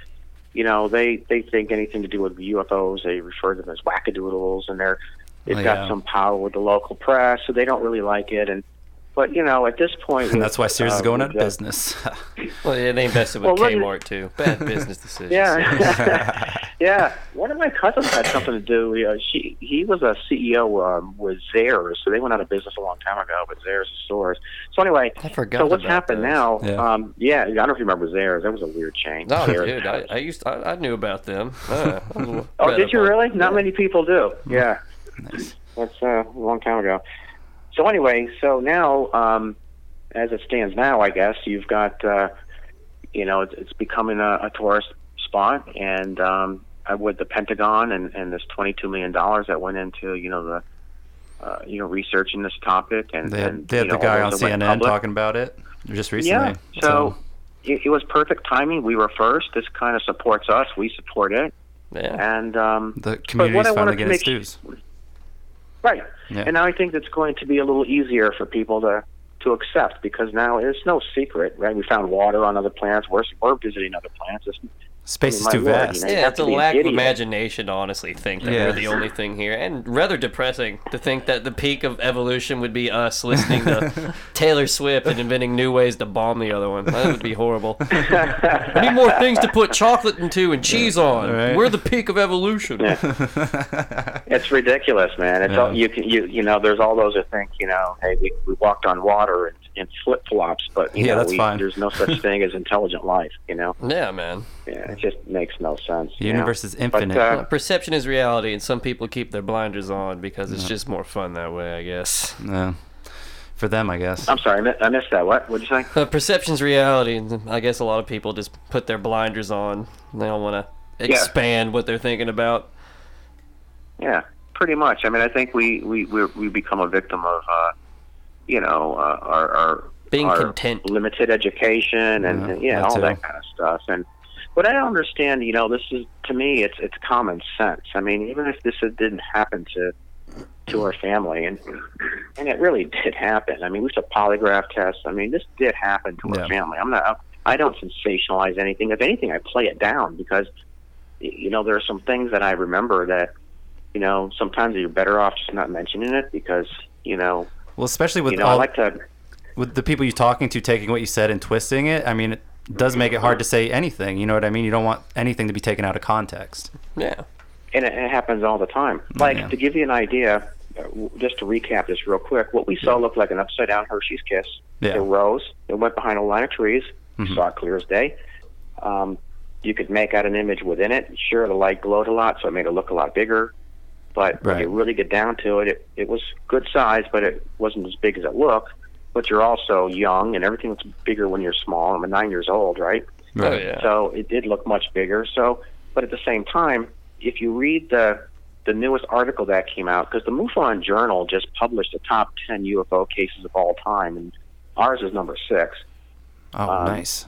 [SPEAKER 6] You know, they they think anything to do with UFOs. They refer to them as wackadoodles, and they're they've
[SPEAKER 5] Oh, yeah.
[SPEAKER 6] got some power with the local press, so they don't really like it. And but you know, at this point,
[SPEAKER 5] and that's why sears is
[SPEAKER 6] um,
[SPEAKER 5] going out of
[SPEAKER 6] the-
[SPEAKER 5] business
[SPEAKER 3] Well, yeah, they invested with
[SPEAKER 6] Well, look-
[SPEAKER 3] Kmart too. Bad business decisions.
[SPEAKER 6] Yeah, yeah. One of my cousins had something to do. You know, she he was a CEO um, with Zares, so they went out of business a long time ago. But Zares is stores. So anyway,
[SPEAKER 3] I forgot
[SPEAKER 6] So what's
[SPEAKER 3] about
[SPEAKER 6] happened
[SPEAKER 3] those.
[SPEAKER 6] now?
[SPEAKER 5] Yeah.
[SPEAKER 6] Um, yeah, I don't know if you remember Zares. That was a weird chain.
[SPEAKER 3] No,
[SPEAKER 6] Zares.
[SPEAKER 3] Oh, dude, I, I used I, I knew about them. Uh, I was-
[SPEAKER 6] Oh, did you
[SPEAKER 3] read
[SPEAKER 6] really? Not many people do.
[SPEAKER 5] Mm-hmm.
[SPEAKER 6] Yeah. That's uh, a long time ago. So anyway, so now, um, as it stands now, I guess you've got, uh, you know, it's, it's becoming a, a tourist spot, and um, uh, with the Pentagon and, and this twenty-two million dollars that went into, you know, the, uh, you know, researching this topic, and
[SPEAKER 5] they had,
[SPEAKER 6] and,
[SPEAKER 5] they had
[SPEAKER 6] you
[SPEAKER 5] the
[SPEAKER 6] know,
[SPEAKER 5] guy
[SPEAKER 6] all
[SPEAKER 5] on
[SPEAKER 6] those that went
[SPEAKER 5] cnn
[SPEAKER 6] public.
[SPEAKER 5] talking about it just recently
[SPEAKER 6] Yeah. So it, it was perfect timing. We were first. This kind of supports us. We support it,
[SPEAKER 3] Yeah.
[SPEAKER 6] and um,
[SPEAKER 5] the
[SPEAKER 6] but what
[SPEAKER 5] community's
[SPEAKER 6] I
[SPEAKER 5] finally
[SPEAKER 6] wanted to
[SPEAKER 5] getting its
[SPEAKER 6] make
[SPEAKER 5] dues
[SPEAKER 6] Right.
[SPEAKER 5] Yeah.
[SPEAKER 6] And now I think it's going to be a little easier for people to to accept because now it's no secret, right? We found water on other planets. We're we're visiting other planets. It's,
[SPEAKER 5] space is
[SPEAKER 6] my
[SPEAKER 5] too
[SPEAKER 6] lord,
[SPEAKER 5] vast
[SPEAKER 6] you know, you
[SPEAKER 3] Yeah,
[SPEAKER 6] have
[SPEAKER 3] it's
[SPEAKER 6] to
[SPEAKER 3] a
[SPEAKER 6] be an
[SPEAKER 3] lack of
[SPEAKER 6] idiot.
[SPEAKER 3] imagination to honestly think that
[SPEAKER 5] Yeah.
[SPEAKER 3] we're the only thing here, and rather depressing to think that the peak of evolution would be us listening to Taylor Swift and inventing new ways to bomb the other one. That would be horrible. we need more things to put chocolate into and cheese on.
[SPEAKER 5] Right.
[SPEAKER 3] We're the peak of evolution.
[SPEAKER 6] It's ridiculous, man. It's all, you can you you know. There's all those that think you know, hey, we, we walked on water and, and flip flops, but you
[SPEAKER 5] Yeah,
[SPEAKER 6] know,
[SPEAKER 5] that's
[SPEAKER 6] we,
[SPEAKER 5] fine.
[SPEAKER 6] there's no such thing as intelligent life. You know,
[SPEAKER 3] Yeah, man.
[SPEAKER 6] yeah, it just makes no sense.
[SPEAKER 5] the
[SPEAKER 6] you know?
[SPEAKER 5] universe is infinite
[SPEAKER 6] But, uh,
[SPEAKER 3] Perception is reality, and some people keep their blinders on because it's just more fun that way, I guess.
[SPEAKER 5] Yeah. For them, I guess.
[SPEAKER 6] I'm sorry, I mi- I missed that. What? What'd you say?
[SPEAKER 3] Uh, perception's reality, and I guess a lot of people just put their blinders on. And they don't want to expand what they're thinking about.
[SPEAKER 6] Yeah, pretty much. I mean, I think we we we, we become a victim of, uh, you know, uh, our, our
[SPEAKER 3] Being
[SPEAKER 6] our
[SPEAKER 3] content.
[SPEAKER 6] limited education, and
[SPEAKER 5] Yeah,
[SPEAKER 6] and, yeah,
[SPEAKER 5] that
[SPEAKER 6] all
[SPEAKER 5] too.
[SPEAKER 6] that kind of stuff. And but I don't understand. You know, this is to me, it's it's common sense. I mean, even if this had- didn't happen to to our family, and and it really did happen. I mean, we took polygraph tests. I mean, this did happen to
[SPEAKER 5] Yeah.
[SPEAKER 6] our family. I'm not. I don't sensationalize anything. If anything, I play it down because y- you know there are some things that I remember that you know sometimes you're better off just not mentioning it because you know
[SPEAKER 5] Well, especially with
[SPEAKER 6] you know I
[SPEAKER 5] all
[SPEAKER 6] like to
[SPEAKER 5] with the people you're talking to taking what you said and twisting it. I mean, it does make it hard to say anything. You know what I mean? You don't want anything to be taken out of context.
[SPEAKER 3] Yeah.
[SPEAKER 6] and it, it happens all the time.
[SPEAKER 5] Mm,
[SPEAKER 6] Like to give you an idea, uh, w- just to recap this real quick, what we saw looked like an upside down Hershey's kiss.
[SPEAKER 5] Mm-hmm. Yeah. Mm-hmm.
[SPEAKER 6] It rose. It went behind a line of trees. Saw it clear as day. Um, you could make out an image within it. Sure, the light glowed a lot, so it made it look a lot bigger. But when you
[SPEAKER 5] Right.
[SPEAKER 6] really get down to it, it, it was good size, but it wasn't as big as it looked. But you're also young, and everything looks bigger when you're small. I'm nine years old, right?
[SPEAKER 3] Oh, yeah.
[SPEAKER 6] So it did look much bigger. So, but at the same time, if you read the the newest article that came out, because the MUFON Journal just published the top ten UFO cases of all time, and ours is number six.
[SPEAKER 5] Oh,
[SPEAKER 6] Um,
[SPEAKER 5] nice.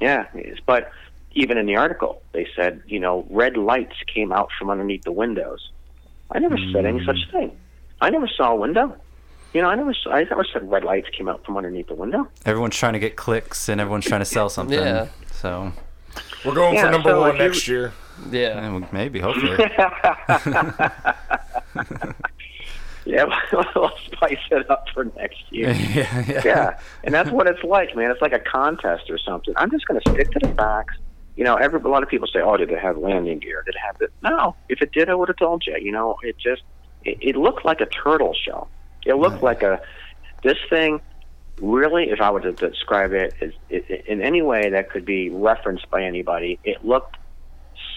[SPEAKER 6] Yeah, it is. but even in the article, they said you know red lights came out from underneath the windows. I never said any such thing. I never saw a window. You know, I never, s- I never said red lights came out from underneath the window.
[SPEAKER 5] Everyone's trying to get clicks and everyone's trying to sell something.
[SPEAKER 3] Yeah.
[SPEAKER 5] So
[SPEAKER 2] We're going
[SPEAKER 6] Yeah,
[SPEAKER 2] for number
[SPEAKER 6] so
[SPEAKER 2] one
[SPEAKER 6] if you-
[SPEAKER 2] next year.
[SPEAKER 3] Yeah.
[SPEAKER 5] and maybe, hopefully.
[SPEAKER 6] Yeah, we'll spice it up for next year.
[SPEAKER 5] yeah, yeah.
[SPEAKER 6] yeah, and that's what it's like, man. It's like a contest or something. I'm just going to stick to the facts. You know, every a lot of people say, "Oh, did it have landing gear? Did it have this?" No, if it did, I would have told you. You know, it just it, it looked like a turtle shell. It looked like a this thing. Really, if I were to describe it, is, it in any way that could be referenced by anybody, it looked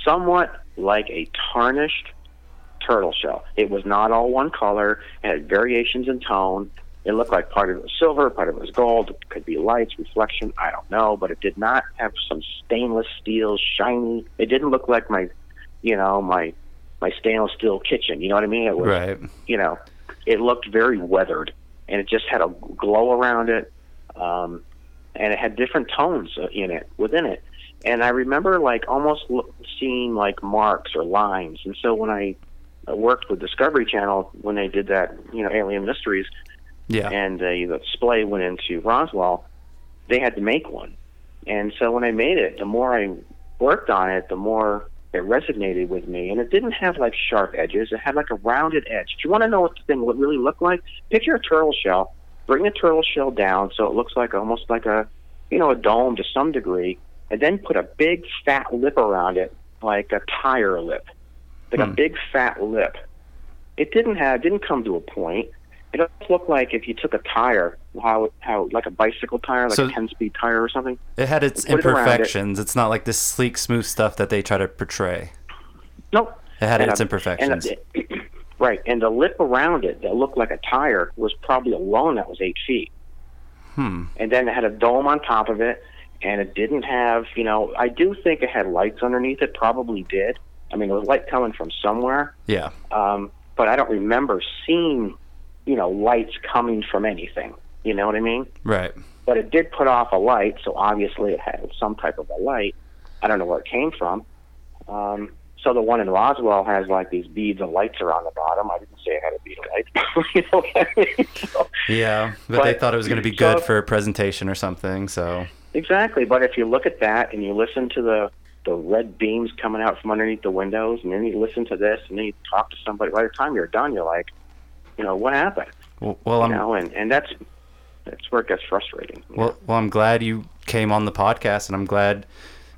[SPEAKER 6] somewhat like a tarnished turtle shell. It was not all one color. It had variations in tone. It looked like part of it was silver, part of it was gold. It could be lights, reflection. I don't know, but it did not have some stainless steel shiny. It didn't look like my, you know, my my stainless steel kitchen. You know what I mean? It was,
[SPEAKER 5] Right.
[SPEAKER 6] you know, it looked very weathered, and it just had a glow around it, um, and it had different tones uh, in it within it. And I remember like almost l- seeing like marks or lines. And so when I uh, worked with Discovery Channel when they did that, you know, Alien Mysteries,
[SPEAKER 5] Yeah.
[SPEAKER 6] and uh, the display went into Roswell, they had to make one. And so when I made it, the more I worked on it, the more it resonated with me. And it didn't have like sharp edges; it had like a rounded edge. If you want to know what the thing would really look like, picture a turtle shell. Bring the turtle shell down so it looks like almost like a, you know, a dome to some degree, and then put a big fat lip around it, like a tire lip, like a big fat lip. It didn't have didn't come to a point. It doesn't look like if you took a tire, how how like a bicycle tire, like
[SPEAKER 5] So-
[SPEAKER 6] a ten speed tire or something.
[SPEAKER 5] It had its
[SPEAKER 6] Put it around it.
[SPEAKER 5] imperfections. It's not like this sleek, smooth stuff that they try to portray.
[SPEAKER 6] Nope.
[SPEAKER 5] It had
[SPEAKER 6] And
[SPEAKER 5] its
[SPEAKER 6] a-
[SPEAKER 5] imperfections.
[SPEAKER 6] and a- right, and the lip around it that looked like a tire was probably alone that was eight feet. Hmm. And then it had a dome on top of it, and it didn't have, you know, I do think it had lights underneath it. Probably did. I mean, it was light coming from somewhere.
[SPEAKER 5] Yeah.
[SPEAKER 6] um, but I don't remember seeing, you know, lights coming from anything. You know what I mean?
[SPEAKER 5] Right.
[SPEAKER 6] But it did put off a light, so obviously it had some type of a light. I don't know where it came from. Um, so the one in Roswell has like these beads of lights around the bottom. I didn't say it had a bead of light. you know what I mean? So-
[SPEAKER 5] Yeah. But, they
[SPEAKER 6] But-
[SPEAKER 5] thought it was going to be
[SPEAKER 6] so-
[SPEAKER 5] good for a presentation or something. So
[SPEAKER 6] Exactly, but if you look at that and you listen to the the red beams coming out from underneath the windows, and then you listen to this, and then you talk to somebody. By the time you're done, you're like, you know, what happened?
[SPEAKER 5] w- well, I'm
[SPEAKER 6] you know, and, and that's that's where it gets frustrating. you know.
[SPEAKER 5] well, well, I'm glad you came on the podcast, and I'm glad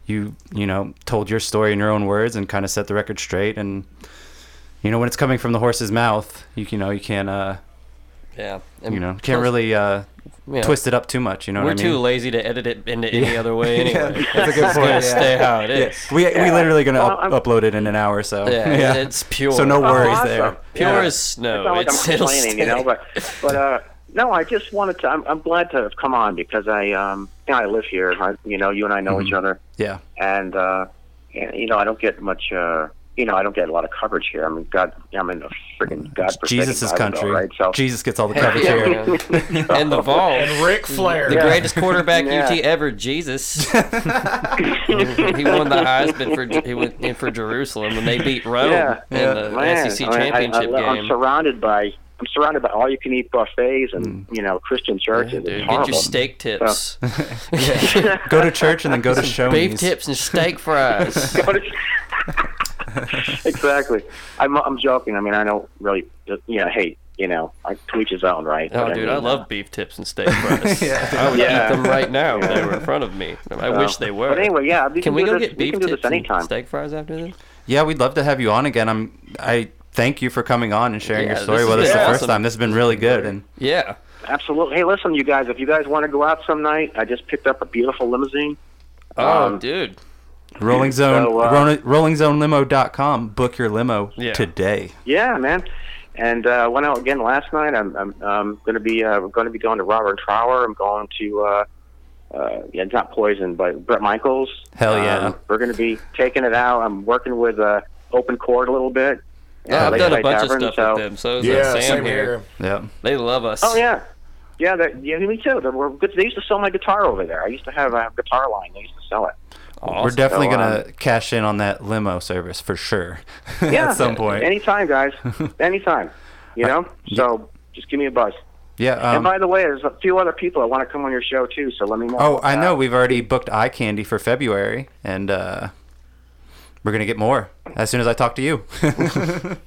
[SPEAKER 5] you you know told your story in your own words and kind of set the record straight. And you know when it's coming from the horse's mouth, you, you know you can't uh
[SPEAKER 3] Yeah. And
[SPEAKER 5] you know
[SPEAKER 3] plus,
[SPEAKER 5] can't really uh
[SPEAKER 3] you know,
[SPEAKER 5] twist it up too much. You know
[SPEAKER 3] We're
[SPEAKER 5] what I mean?
[SPEAKER 3] too lazy to edit it into any other way anyway.
[SPEAKER 5] That's a good
[SPEAKER 3] It's gonna stay how it is.
[SPEAKER 5] We we literally gonna
[SPEAKER 6] Well,
[SPEAKER 5] up-
[SPEAKER 6] I'm-
[SPEAKER 5] upload it in an hour, so
[SPEAKER 3] Yeah, it's pure.
[SPEAKER 5] So no
[SPEAKER 6] Oh,
[SPEAKER 5] worries
[SPEAKER 6] awesome.
[SPEAKER 5] there.
[SPEAKER 3] Pure
[SPEAKER 6] Yeah.
[SPEAKER 3] as
[SPEAKER 6] It's
[SPEAKER 3] snow.
[SPEAKER 6] not like
[SPEAKER 3] It's,
[SPEAKER 6] I'm
[SPEAKER 3] it'll
[SPEAKER 6] complaining, you
[SPEAKER 3] stay.
[SPEAKER 6] know, but but uh, no, I just wanted to. I'm, I'm glad to have come on because I um, you know, I live here. I, you know, you and I know
[SPEAKER 3] Mm-hmm.
[SPEAKER 6] each other,
[SPEAKER 5] Yeah,
[SPEAKER 6] and uh, and, you know, I don't get much. Uh, you know, I don't get a lot of coverage here. I mean, God, I'm in a freaking God.
[SPEAKER 5] Jesus' country.
[SPEAKER 6] right? So
[SPEAKER 5] Jesus gets all the coverage
[SPEAKER 3] Yeah,
[SPEAKER 5] here.
[SPEAKER 3] you know. and the vault.
[SPEAKER 2] And Ric Flair.
[SPEAKER 3] The greatest quarterback
[SPEAKER 6] Yeah.
[SPEAKER 3] UT ever, Jesus. he won the Heisman for he went in for Jerusalem, and they beat Rome
[SPEAKER 6] Yeah.
[SPEAKER 3] in the
[SPEAKER 6] Man,
[SPEAKER 3] SEC
[SPEAKER 6] I mean, I-
[SPEAKER 3] championship
[SPEAKER 6] I, I,
[SPEAKER 3] game.
[SPEAKER 6] am surrounded by I'm surrounded by all you can eat buffets and you know Christian churches.
[SPEAKER 3] Mm. Dude,
[SPEAKER 6] It's
[SPEAKER 3] get
[SPEAKER 6] horrible.
[SPEAKER 3] your steak tips,
[SPEAKER 5] Go to church and then go to
[SPEAKER 3] beef
[SPEAKER 5] Shoney's.
[SPEAKER 3] tips, and steak fries.
[SPEAKER 6] exactly. I'm I'm joking. I mean, I don't really. You know, hey, you know, I tweet his own, right?
[SPEAKER 3] Oh,
[SPEAKER 6] But
[SPEAKER 3] dude,
[SPEAKER 6] mean, uh,
[SPEAKER 3] I love beef tips and steak fries. I would
[SPEAKER 6] Yeah.
[SPEAKER 3] eat them right now if they were in front of me. I wish they were.
[SPEAKER 6] But anyway, yeah, we can,
[SPEAKER 3] can we
[SPEAKER 6] do
[SPEAKER 3] go
[SPEAKER 6] this,
[SPEAKER 3] get
[SPEAKER 6] we
[SPEAKER 3] beef
[SPEAKER 6] can do
[SPEAKER 3] tips
[SPEAKER 6] this anytime.
[SPEAKER 3] and steak fries after this?
[SPEAKER 5] Yeah, we'd love to have you on again. I'm I thank you for coming on and sharing
[SPEAKER 3] Yeah,
[SPEAKER 5] your story
[SPEAKER 3] this
[SPEAKER 5] with
[SPEAKER 3] has
[SPEAKER 5] us the
[SPEAKER 3] been
[SPEAKER 5] first
[SPEAKER 3] awesome.
[SPEAKER 5] time. This has been really good. And
[SPEAKER 3] Yeah.
[SPEAKER 6] Absolutely. Hey, listen, you guys, if you guys want to go out some night, I just picked up a beautiful limousine.
[SPEAKER 3] Oh,
[SPEAKER 6] Um,
[SPEAKER 3] dude.
[SPEAKER 5] Rolling Zone
[SPEAKER 6] So, uh,
[SPEAKER 5] Rona- RollingZoneLimo.com. Book your limo
[SPEAKER 3] Yeah.
[SPEAKER 5] today.
[SPEAKER 6] Yeah, man. And uh, went out again last night. I'm I'm, I'm going to be uh, going to be going to Robert Trower. I'm going to uh, uh, yeah, not Poison, but Brett Michaels.
[SPEAKER 5] Hell yeah.
[SPEAKER 6] Um, we're going to be taking it out. I'm working with uh, Open Chord a little bit.
[SPEAKER 3] Yeah,
[SPEAKER 6] Uh,
[SPEAKER 3] I've
[SPEAKER 6] Late
[SPEAKER 3] done a
[SPEAKER 6] Night
[SPEAKER 3] bunch
[SPEAKER 6] Tavern,
[SPEAKER 3] of stuff
[SPEAKER 6] so-
[SPEAKER 3] with them. So is uh,
[SPEAKER 2] Yeah,
[SPEAKER 3] Sam
[SPEAKER 2] same
[SPEAKER 3] here.
[SPEAKER 2] here.
[SPEAKER 5] Yep.
[SPEAKER 3] They love us.
[SPEAKER 6] Oh yeah, yeah, that, yeah. Me too. They, were good. they used to sell my guitar over there. I used to have a guitar line. They used to sell it.
[SPEAKER 5] We're
[SPEAKER 3] Awesome.
[SPEAKER 5] definitely
[SPEAKER 6] So,
[SPEAKER 5] gonna cash in on that limo service for sure.
[SPEAKER 6] Yeah,
[SPEAKER 5] At some point.
[SPEAKER 6] Anytime, guys. anytime. You know. So just give me a buzz.
[SPEAKER 5] yeah. Um,
[SPEAKER 6] and by the way, there's a few other people that want to come on your show too. So let me know.
[SPEAKER 5] Oh, I know. We've already booked eye candy for February, and uh, we're gonna get more as soon as I talk to you.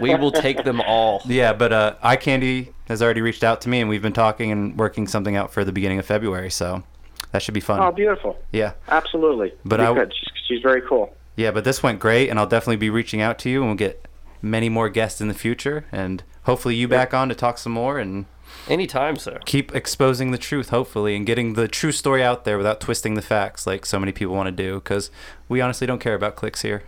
[SPEAKER 3] We will take them all.
[SPEAKER 5] yeah, but uh, eye candy has already reached out to me, and we've been talking and working something out for the beginning of February. So that should be fun.
[SPEAKER 6] Oh, beautiful.
[SPEAKER 5] yeah,
[SPEAKER 6] Absolutely.
[SPEAKER 5] But
[SPEAKER 6] Be
[SPEAKER 5] I-
[SPEAKER 6] good. She's, she's very cool.
[SPEAKER 5] yeah. But this went great, and I'll definitely be reaching out to you, and we'll get many more guests in the future, and hopefully you back on to talk some more. And
[SPEAKER 3] Anytime, sir.
[SPEAKER 5] keep exposing the truth, hopefully, and getting the true story out there without twisting the facts like so many people want to do. Because we honestly don't care about clicks here.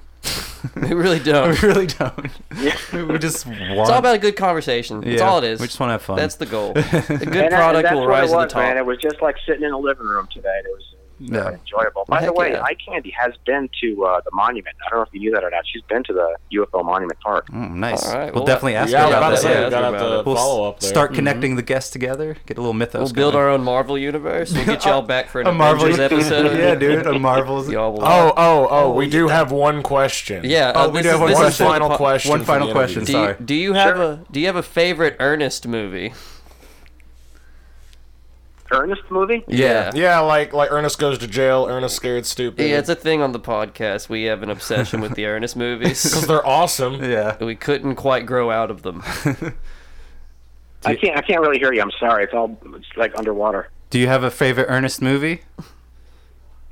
[SPEAKER 3] We really
[SPEAKER 5] we
[SPEAKER 3] don't.
[SPEAKER 5] really don't. we just want.
[SPEAKER 3] It's all about a good conversation. That's
[SPEAKER 5] Yeah,
[SPEAKER 3] all it is.
[SPEAKER 5] we just wanna have fun.
[SPEAKER 3] That's the goal. A
[SPEAKER 6] And
[SPEAKER 3] good
[SPEAKER 6] that-
[SPEAKER 3] product
[SPEAKER 6] and
[SPEAKER 3] will
[SPEAKER 6] that's what
[SPEAKER 3] rise
[SPEAKER 6] it
[SPEAKER 3] to
[SPEAKER 6] was,
[SPEAKER 3] the top.
[SPEAKER 6] Man, it was just like sitting in a living room today. It was
[SPEAKER 5] Yeah.
[SPEAKER 6] enjoyable. By the
[SPEAKER 3] Heck
[SPEAKER 6] way,
[SPEAKER 3] yeah.
[SPEAKER 6] Eye Candy has been to uh, the monument. I don't know if you knew that or not. She's been to the UFO Monument Park.
[SPEAKER 5] Mm, nice.
[SPEAKER 3] All right,
[SPEAKER 5] we'll,
[SPEAKER 3] well,
[SPEAKER 5] definitely ask
[SPEAKER 2] Yeah, I
[SPEAKER 5] her
[SPEAKER 2] was
[SPEAKER 5] about
[SPEAKER 2] about to
[SPEAKER 5] that.
[SPEAKER 2] say,
[SPEAKER 3] Yeah,
[SPEAKER 2] we gotta
[SPEAKER 3] that's
[SPEAKER 2] have to
[SPEAKER 5] We'll s-
[SPEAKER 2] follow up there.
[SPEAKER 5] start connecting the guests together. Get a little mythos.
[SPEAKER 3] We'll build
[SPEAKER 5] going.
[SPEAKER 3] our own Marvel universe. We'll get y'all back for an
[SPEAKER 5] a Marvel
[SPEAKER 3] Avengers episode.
[SPEAKER 5] yeah, dude, a Marvel's.
[SPEAKER 3] Y'all will.
[SPEAKER 2] Oh, oh, oh, we do have one question.
[SPEAKER 3] Yeah,
[SPEAKER 5] Oh,
[SPEAKER 3] uh, this
[SPEAKER 5] we do
[SPEAKER 3] is-
[SPEAKER 5] have one
[SPEAKER 3] this
[SPEAKER 2] One
[SPEAKER 3] is for the
[SPEAKER 2] final
[SPEAKER 3] po-
[SPEAKER 2] question.
[SPEAKER 5] One
[SPEAKER 2] for
[SPEAKER 5] final
[SPEAKER 2] the
[SPEAKER 5] question.
[SPEAKER 2] interview.
[SPEAKER 3] Do you, do
[SPEAKER 5] Sorry.
[SPEAKER 3] you have a Do you have a favorite Ernest movie?
[SPEAKER 6] Ernest movie?
[SPEAKER 3] Yeah.
[SPEAKER 2] Yeah, like like Ernest goes to jail, Ernest scared stupid.
[SPEAKER 3] Yeah, it's a thing on the podcast. We have an obsession with the Ernest movies.
[SPEAKER 2] because they're awesome.
[SPEAKER 5] Yeah.
[SPEAKER 3] we couldn't quite grow out of them.
[SPEAKER 6] I can't. I can't really hear you. I'm sorry. It's all it's like underwater.
[SPEAKER 5] Do you have a favorite Ernest movie?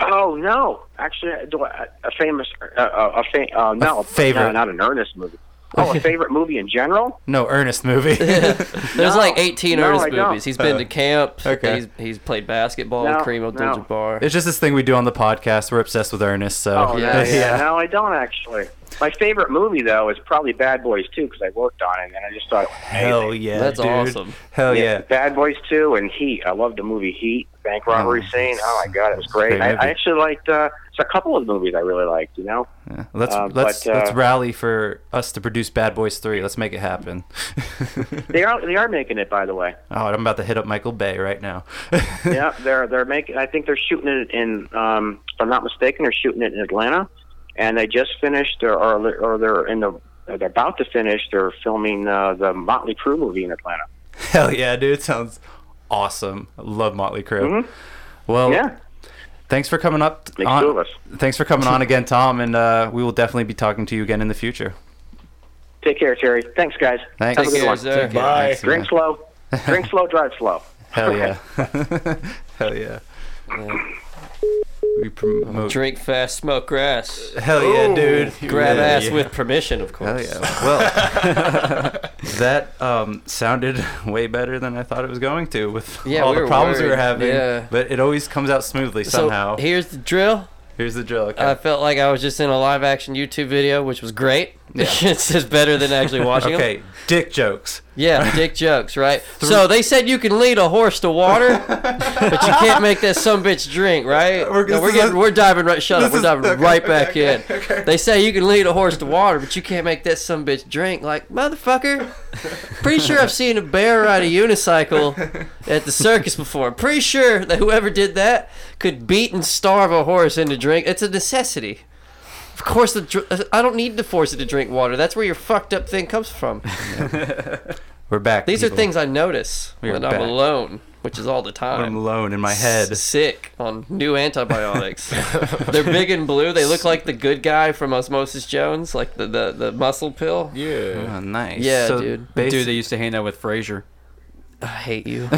[SPEAKER 6] Oh no! Actually, do I, a famous, uh, uh, a fa- uh, no,
[SPEAKER 5] favorite.
[SPEAKER 6] no, not an Ernest movie. Oh, a favorite movie in general?
[SPEAKER 5] No, Ernest movie.
[SPEAKER 3] There's like 18
[SPEAKER 6] no, I
[SPEAKER 3] Ernest
[SPEAKER 6] don't.
[SPEAKER 3] movies. He's been to camp.
[SPEAKER 5] Uh, okay.
[SPEAKER 3] He's, he's played basketball
[SPEAKER 6] No,
[SPEAKER 3] with Kareem Abdul-Jabbar.
[SPEAKER 5] it's just this thing we do on the podcast. We're obsessed with Ernest, so
[SPEAKER 6] Oh,
[SPEAKER 3] yeah,
[SPEAKER 6] no, yeah. No, I don't actually. My favorite movie though is probably Bad Boys 2 because I worked on it and I just thought it was amazing.
[SPEAKER 5] Hell yeah,
[SPEAKER 3] That's
[SPEAKER 5] dude.
[SPEAKER 3] awesome.
[SPEAKER 5] Hell yeah.
[SPEAKER 6] Bad Boys 2 and Heat. I loved the movie Heat, bank robbery scene. Oh my god, it was great.
[SPEAKER 5] Great
[SPEAKER 6] I,
[SPEAKER 5] movie.
[SPEAKER 6] I actually liked. Uh, it's a couple of movies I really liked. You know.
[SPEAKER 5] Let's
[SPEAKER 6] Uh,
[SPEAKER 5] let's
[SPEAKER 6] but, uh,
[SPEAKER 5] let's rally for us to produce Bad Boys Three. Let's make it happen.
[SPEAKER 6] They are they are making it, by the way.
[SPEAKER 5] oh, I'm about to hit up Michael Bay right now.
[SPEAKER 6] yeah, they're they're making. I think they're shooting it in. Um, if I'm not mistaken, they're shooting it in Atlanta, and they just finished or or, or they're in the they're about to finish. They're filming uh, the Motley Crue movie in Atlanta.
[SPEAKER 5] Hell yeah, dude! Sounds awesome. I love Motley Crue. Well,
[SPEAKER 6] Mm-hmm. Yeah,
[SPEAKER 5] thanks for coming up.
[SPEAKER 6] Makes
[SPEAKER 5] on-
[SPEAKER 6] two of us.
[SPEAKER 5] Thanks for coming on again, Tom, and uh, we will definitely be talking to you again in the future.
[SPEAKER 6] take care, Terry. Thanks, guys.
[SPEAKER 5] Thanks.
[SPEAKER 6] Have a good
[SPEAKER 3] Take care,
[SPEAKER 6] one.
[SPEAKER 3] sir.
[SPEAKER 5] Take care.
[SPEAKER 2] Bye.
[SPEAKER 5] Thanks,
[SPEAKER 6] Drink
[SPEAKER 5] man.
[SPEAKER 6] slow. Drink slow. Drive slow.
[SPEAKER 5] Hell yeah. Hell yeah. We promote.
[SPEAKER 3] Drink fast, smoke grass.
[SPEAKER 5] Hell yeah, dude.
[SPEAKER 3] Grab
[SPEAKER 5] Yeah,
[SPEAKER 3] ass
[SPEAKER 5] yeah.
[SPEAKER 3] with permission, of
[SPEAKER 5] Hell
[SPEAKER 3] course.
[SPEAKER 5] yeah. Well, that um, sounded way better than I thought it was going to with
[SPEAKER 3] Yeah,
[SPEAKER 5] all
[SPEAKER 3] we
[SPEAKER 5] the
[SPEAKER 3] were
[SPEAKER 5] problems we were
[SPEAKER 3] worried.
[SPEAKER 5] having.
[SPEAKER 3] Yeah.
[SPEAKER 5] But it always comes out smoothly
[SPEAKER 3] So
[SPEAKER 5] somehow.
[SPEAKER 3] here's the drill.
[SPEAKER 5] Here's the drill. Okay.
[SPEAKER 3] I felt like I was just in a live action YouTube video, which was great. it's just better than actually watching 'em.
[SPEAKER 5] okay. Dick jokes.
[SPEAKER 3] Yeah, dick jokes, right? So they said you can lead a horse to water, but you can't make that some bitch drink, right?
[SPEAKER 5] We're-
[SPEAKER 3] No,
[SPEAKER 5] this
[SPEAKER 3] we're
[SPEAKER 5] is
[SPEAKER 3] getting,
[SPEAKER 5] a-
[SPEAKER 3] we're diving right. Shut up.
[SPEAKER 5] this
[SPEAKER 3] We're
[SPEAKER 5] is-
[SPEAKER 3] diving
[SPEAKER 5] okay,
[SPEAKER 3] right
[SPEAKER 5] okay,
[SPEAKER 3] back in.
[SPEAKER 5] okay, okay.
[SPEAKER 3] They say you can lead a horse to water, but you can't make that some bitch drink. Like motherfucker, pretty sure I've seen a bear ride a unicycle at the circus before. I'm pretty sure that whoever did that could beat and starve a horse into drink. It's a necessity. Of course, the dr- I don't need to force it to drink water. That's where your fucked up thing comes from.
[SPEAKER 5] We're back.
[SPEAKER 3] These are
[SPEAKER 5] people.
[SPEAKER 3] things I notice
[SPEAKER 5] We are
[SPEAKER 3] when
[SPEAKER 5] back.
[SPEAKER 3] I'm alone, which is all the time.
[SPEAKER 5] When I'm alone in my head.
[SPEAKER 3] Sick on new antibiotics. They're big and blue. They look like the good guy from Osmosis Jones, like the, the, the muscle pill.
[SPEAKER 2] Yeah.
[SPEAKER 5] Oh, nice.
[SPEAKER 3] Yeah,
[SPEAKER 5] So
[SPEAKER 3] dude.
[SPEAKER 5] basi-
[SPEAKER 4] Dude, they used to hang out with Frasier.
[SPEAKER 3] I hate you.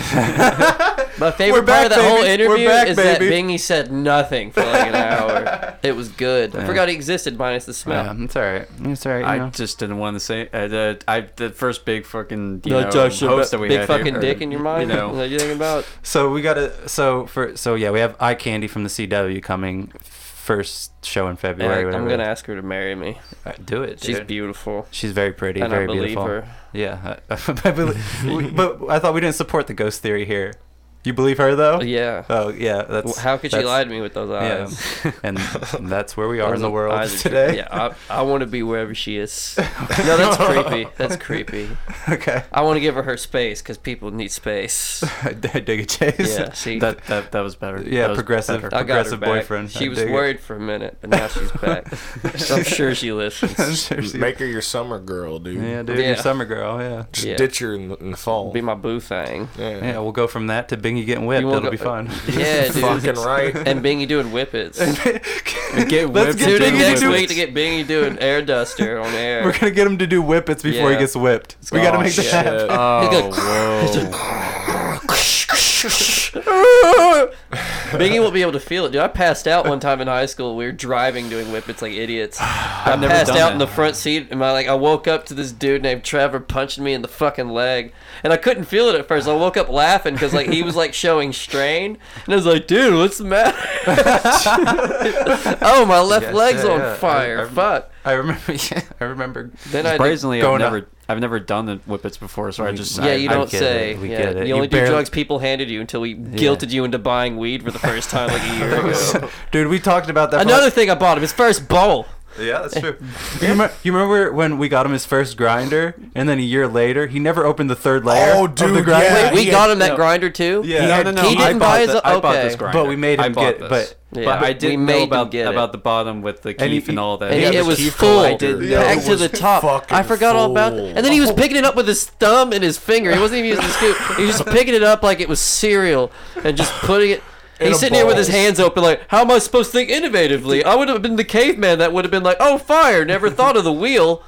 [SPEAKER 3] My favorite part
[SPEAKER 5] We're back,
[SPEAKER 3] of that whole
[SPEAKER 5] baby. We're
[SPEAKER 3] interview
[SPEAKER 5] back,
[SPEAKER 3] is
[SPEAKER 5] baby.
[SPEAKER 3] that Bingy said nothing for like an hour. it was good. I forgot he existed minus the smell.
[SPEAKER 5] Yeah, it's all right. It's all right. you
[SPEAKER 4] I
[SPEAKER 5] know.
[SPEAKER 4] just didn't want to say. Uh, the, I the first big fucking you
[SPEAKER 3] No,
[SPEAKER 4] know,
[SPEAKER 3] Josh, you're
[SPEAKER 4] host
[SPEAKER 3] a
[SPEAKER 4] that we
[SPEAKER 3] big
[SPEAKER 4] had
[SPEAKER 3] fucking
[SPEAKER 4] here,
[SPEAKER 3] dick in your mind.
[SPEAKER 4] You know,
[SPEAKER 3] What you thinking about?
[SPEAKER 5] So we gotta. So for so yeah, we have Eye Candy from the CW coming first show in February.
[SPEAKER 3] Yeah,
[SPEAKER 5] whatever.
[SPEAKER 3] I'm gonna ask her to marry me.
[SPEAKER 5] Uh, do it.
[SPEAKER 3] She's
[SPEAKER 5] dude.
[SPEAKER 3] beautiful.
[SPEAKER 5] She's very pretty,
[SPEAKER 3] And I
[SPEAKER 5] very
[SPEAKER 3] believe
[SPEAKER 5] beautiful.
[SPEAKER 3] her.
[SPEAKER 5] Yeah, I, I believe, we- but I thought we didn't support the ghost theory here. You believe her though?
[SPEAKER 3] Yeah.
[SPEAKER 5] Oh yeah. That's
[SPEAKER 3] How could she
[SPEAKER 5] that's-
[SPEAKER 3] lie to me with those
[SPEAKER 5] Yeah,
[SPEAKER 3] eyes?
[SPEAKER 5] and that's where we are in the
[SPEAKER 3] Those
[SPEAKER 5] world
[SPEAKER 3] eyes are-
[SPEAKER 5] today.
[SPEAKER 3] Yeah, I, I want to be wherever she is. No, that's creepy. That's creepy.
[SPEAKER 5] okay.
[SPEAKER 3] I want to give her her space because people need space.
[SPEAKER 5] I dig it, Chase.
[SPEAKER 3] Yeah, see,
[SPEAKER 4] that, that that was better.
[SPEAKER 5] Yeah,
[SPEAKER 4] That was
[SPEAKER 5] progressive.
[SPEAKER 4] better.
[SPEAKER 3] I got her
[SPEAKER 5] progressive
[SPEAKER 3] back.
[SPEAKER 5] boyfriend.
[SPEAKER 3] She
[SPEAKER 5] I
[SPEAKER 3] was
[SPEAKER 5] dig it.
[SPEAKER 3] worried for a minute, but now she's back. So I'm sure she
[SPEAKER 5] I'm
[SPEAKER 3] listens.
[SPEAKER 5] sure she-
[SPEAKER 2] Make her your summer girl, dude.
[SPEAKER 5] yeah, dude,
[SPEAKER 3] Yeah.
[SPEAKER 5] your summer girl. Yeah.
[SPEAKER 2] Just
[SPEAKER 3] Yeah.
[SPEAKER 2] ditch her in the, in the fall.
[SPEAKER 3] Be my boo thing.
[SPEAKER 5] Yeah, we'll go from that to Bingy getting whipped.
[SPEAKER 3] You wanna
[SPEAKER 5] That'll be
[SPEAKER 3] go-
[SPEAKER 5] fun.
[SPEAKER 3] Yeah, dude.
[SPEAKER 2] Fucking right.
[SPEAKER 3] And Bingy doing whippets.
[SPEAKER 4] Get
[SPEAKER 5] Let's
[SPEAKER 4] whipped
[SPEAKER 5] get
[SPEAKER 3] Tune
[SPEAKER 4] and
[SPEAKER 5] Bingy
[SPEAKER 3] in
[SPEAKER 4] do
[SPEAKER 3] next
[SPEAKER 5] do
[SPEAKER 4] whippets.
[SPEAKER 3] week to get Bingy doing air duster on air.
[SPEAKER 5] We're gonna get him to do whippets before
[SPEAKER 3] Yeah.
[SPEAKER 5] he gets whipped. We gotta
[SPEAKER 2] Oh,
[SPEAKER 5] make
[SPEAKER 2] shit.
[SPEAKER 5] that happen.
[SPEAKER 2] Oh,
[SPEAKER 3] He's gonna-
[SPEAKER 2] whoa.
[SPEAKER 3] Biggie won't be able to feel it, dude. I passed out one time in high school. We were driving doing whippets like idiots. I
[SPEAKER 4] never
[SPEAKER 3] passed
[SPEAKER 4] done
[SPEAKER 3] out
[SPEAKER 4] that.
[SPEAKER 3] in the front seat, and I like I woke up to this dude named Trevor punching me in the fucking leg, and I couldn't feel it at first. I woke up laughing because like he was like showing strain, and I was like, dude, what's the matter? oh, my left
[SPEAKER 5] Yes,
[SPEAKER 3] leg's
[SPEAKER 5] yeah,
[SPEAKER 3] on
[SPEAKER 5] yeah. I-
[SPEAKER 3] fire.
[SPEAKER 5] I-
[SPEAKER 3] Fuck.
[SPEAKER 5] I remember. Yeah, I remember.
[SPEAKER 3] Then I did,
[SPEAKER 4] Surprisingly,
[SPEAKER 2] Going
[SPEAKER 4] I've
[SPEAKER 2] to-
[SPEAKER 4] never I've never done the whippets before, so I just
[SPEAKER 3] yeah,
[SPEAKER 4] I,
[SPEAKER 3] you
[SPEAKER 4] I
[SPEAKER 3] don't
[SPEAKER 5] get
[SPEAKER 3] say.
[SPEAKER 5] it. We
[SPEAKER 3] yeah,
[SPEAKER 5] get it.
[SPEAKER 3] You
[SPEAKER 5] You
[SPEAKER 3] only do
[SPEAKER 5] barely-
[SPEAKER 3] drugs people handed you until we guilted you into buying weed for the first time like a year ago.
[SPEAKER 5] Dude, we talked about that. for
[SPEAKER 3] Another thing I bought him his first bowl.
[SPEAKER 5] Yeah, that's true. you, remember, you remember when we got him his first grinder, and then a year later he never opened the third layer
[SPEAKER 2] Oh,
[SPEAKER 5] of the
[SPEAKER 2] dude,
[SPEAKER 5] grinder.
[SPEAKER 2] yeah.
[SPEAKER 3] We
[SPEAKER 2] he
[SPEAKER 3] got
[SPEAKER 2] had-
[SPEAKER 3] him that grinder too.
[SPEAKER 5] Yeah.
[SPEAKER 4] No, no, no.
[SPEAKER 3] He
[SPEAKER 4] I
[SPEAKER 3] didn't
[SPEAKER 4] bought
[SPEAKER 3] buy his-
[SPEAKER 4] the- I bought
[SPEAKER 3] okay.
[SPEAKER 4] this grinder.
[SPEAKER 5] But we made
[SPEAKER 4] I
[SPEAKER 5] him
[SPEAKER 4] bought
[SPEAKER 5] get-
[SPEAKER 4] this.
[SPEAKER 5] but-
[SPEAKER 3] Yeah.
[SPEAKER 4] but I
[SPEAKER 3] We
[SPEAKER 4] didn't
[SPEAKER 3] made
[SPEAKER 4] know
[SPEAKER 3] him
[SPEAKER 4] about
[SPEAKER 3] get it.
[SPEAKER 4] about the bottom with the
[SPEAKER 5] he-
[SPEAKER 4] keef and all that.
[SPEAKER 3] And
[SPEAKER 5] Yeah,
[SPEAKER 3] it,
[SPEAKER 5] the
[SPEAKER 3] was
[SPEAKER 5] key
[SPEAKER 3] full.
[SPEAKER 5] I didn't
[SPEAKER 2] know.
[SPEAKER 3] back to
[SPEAKER 2] It
[SPEAKER 3] the
[SPEAKER 2] was
[SPEAKER 3] top.
[SPEAKER 2] fucking
[SPEAKER 3] I forgot all about
[SPEAKER 2] full.
[SPEAKER 3] that. And then he was picking it up with his thumb and his finger. He wasn't even using the scoop. He was just picking it up like it was cereal and just putting it.
[SPEAKER 2] In
[SPEAKER 3] He's
[SPEAKER 2] a
[SPEAKER 3] sitting here with his
[SPEAKER 2] bowl.
[SPEAKER 3] hands open, like, how am I supposed to think innovatively? I would have been the caveman that would have been like, oh, fire, never thought of the wheel.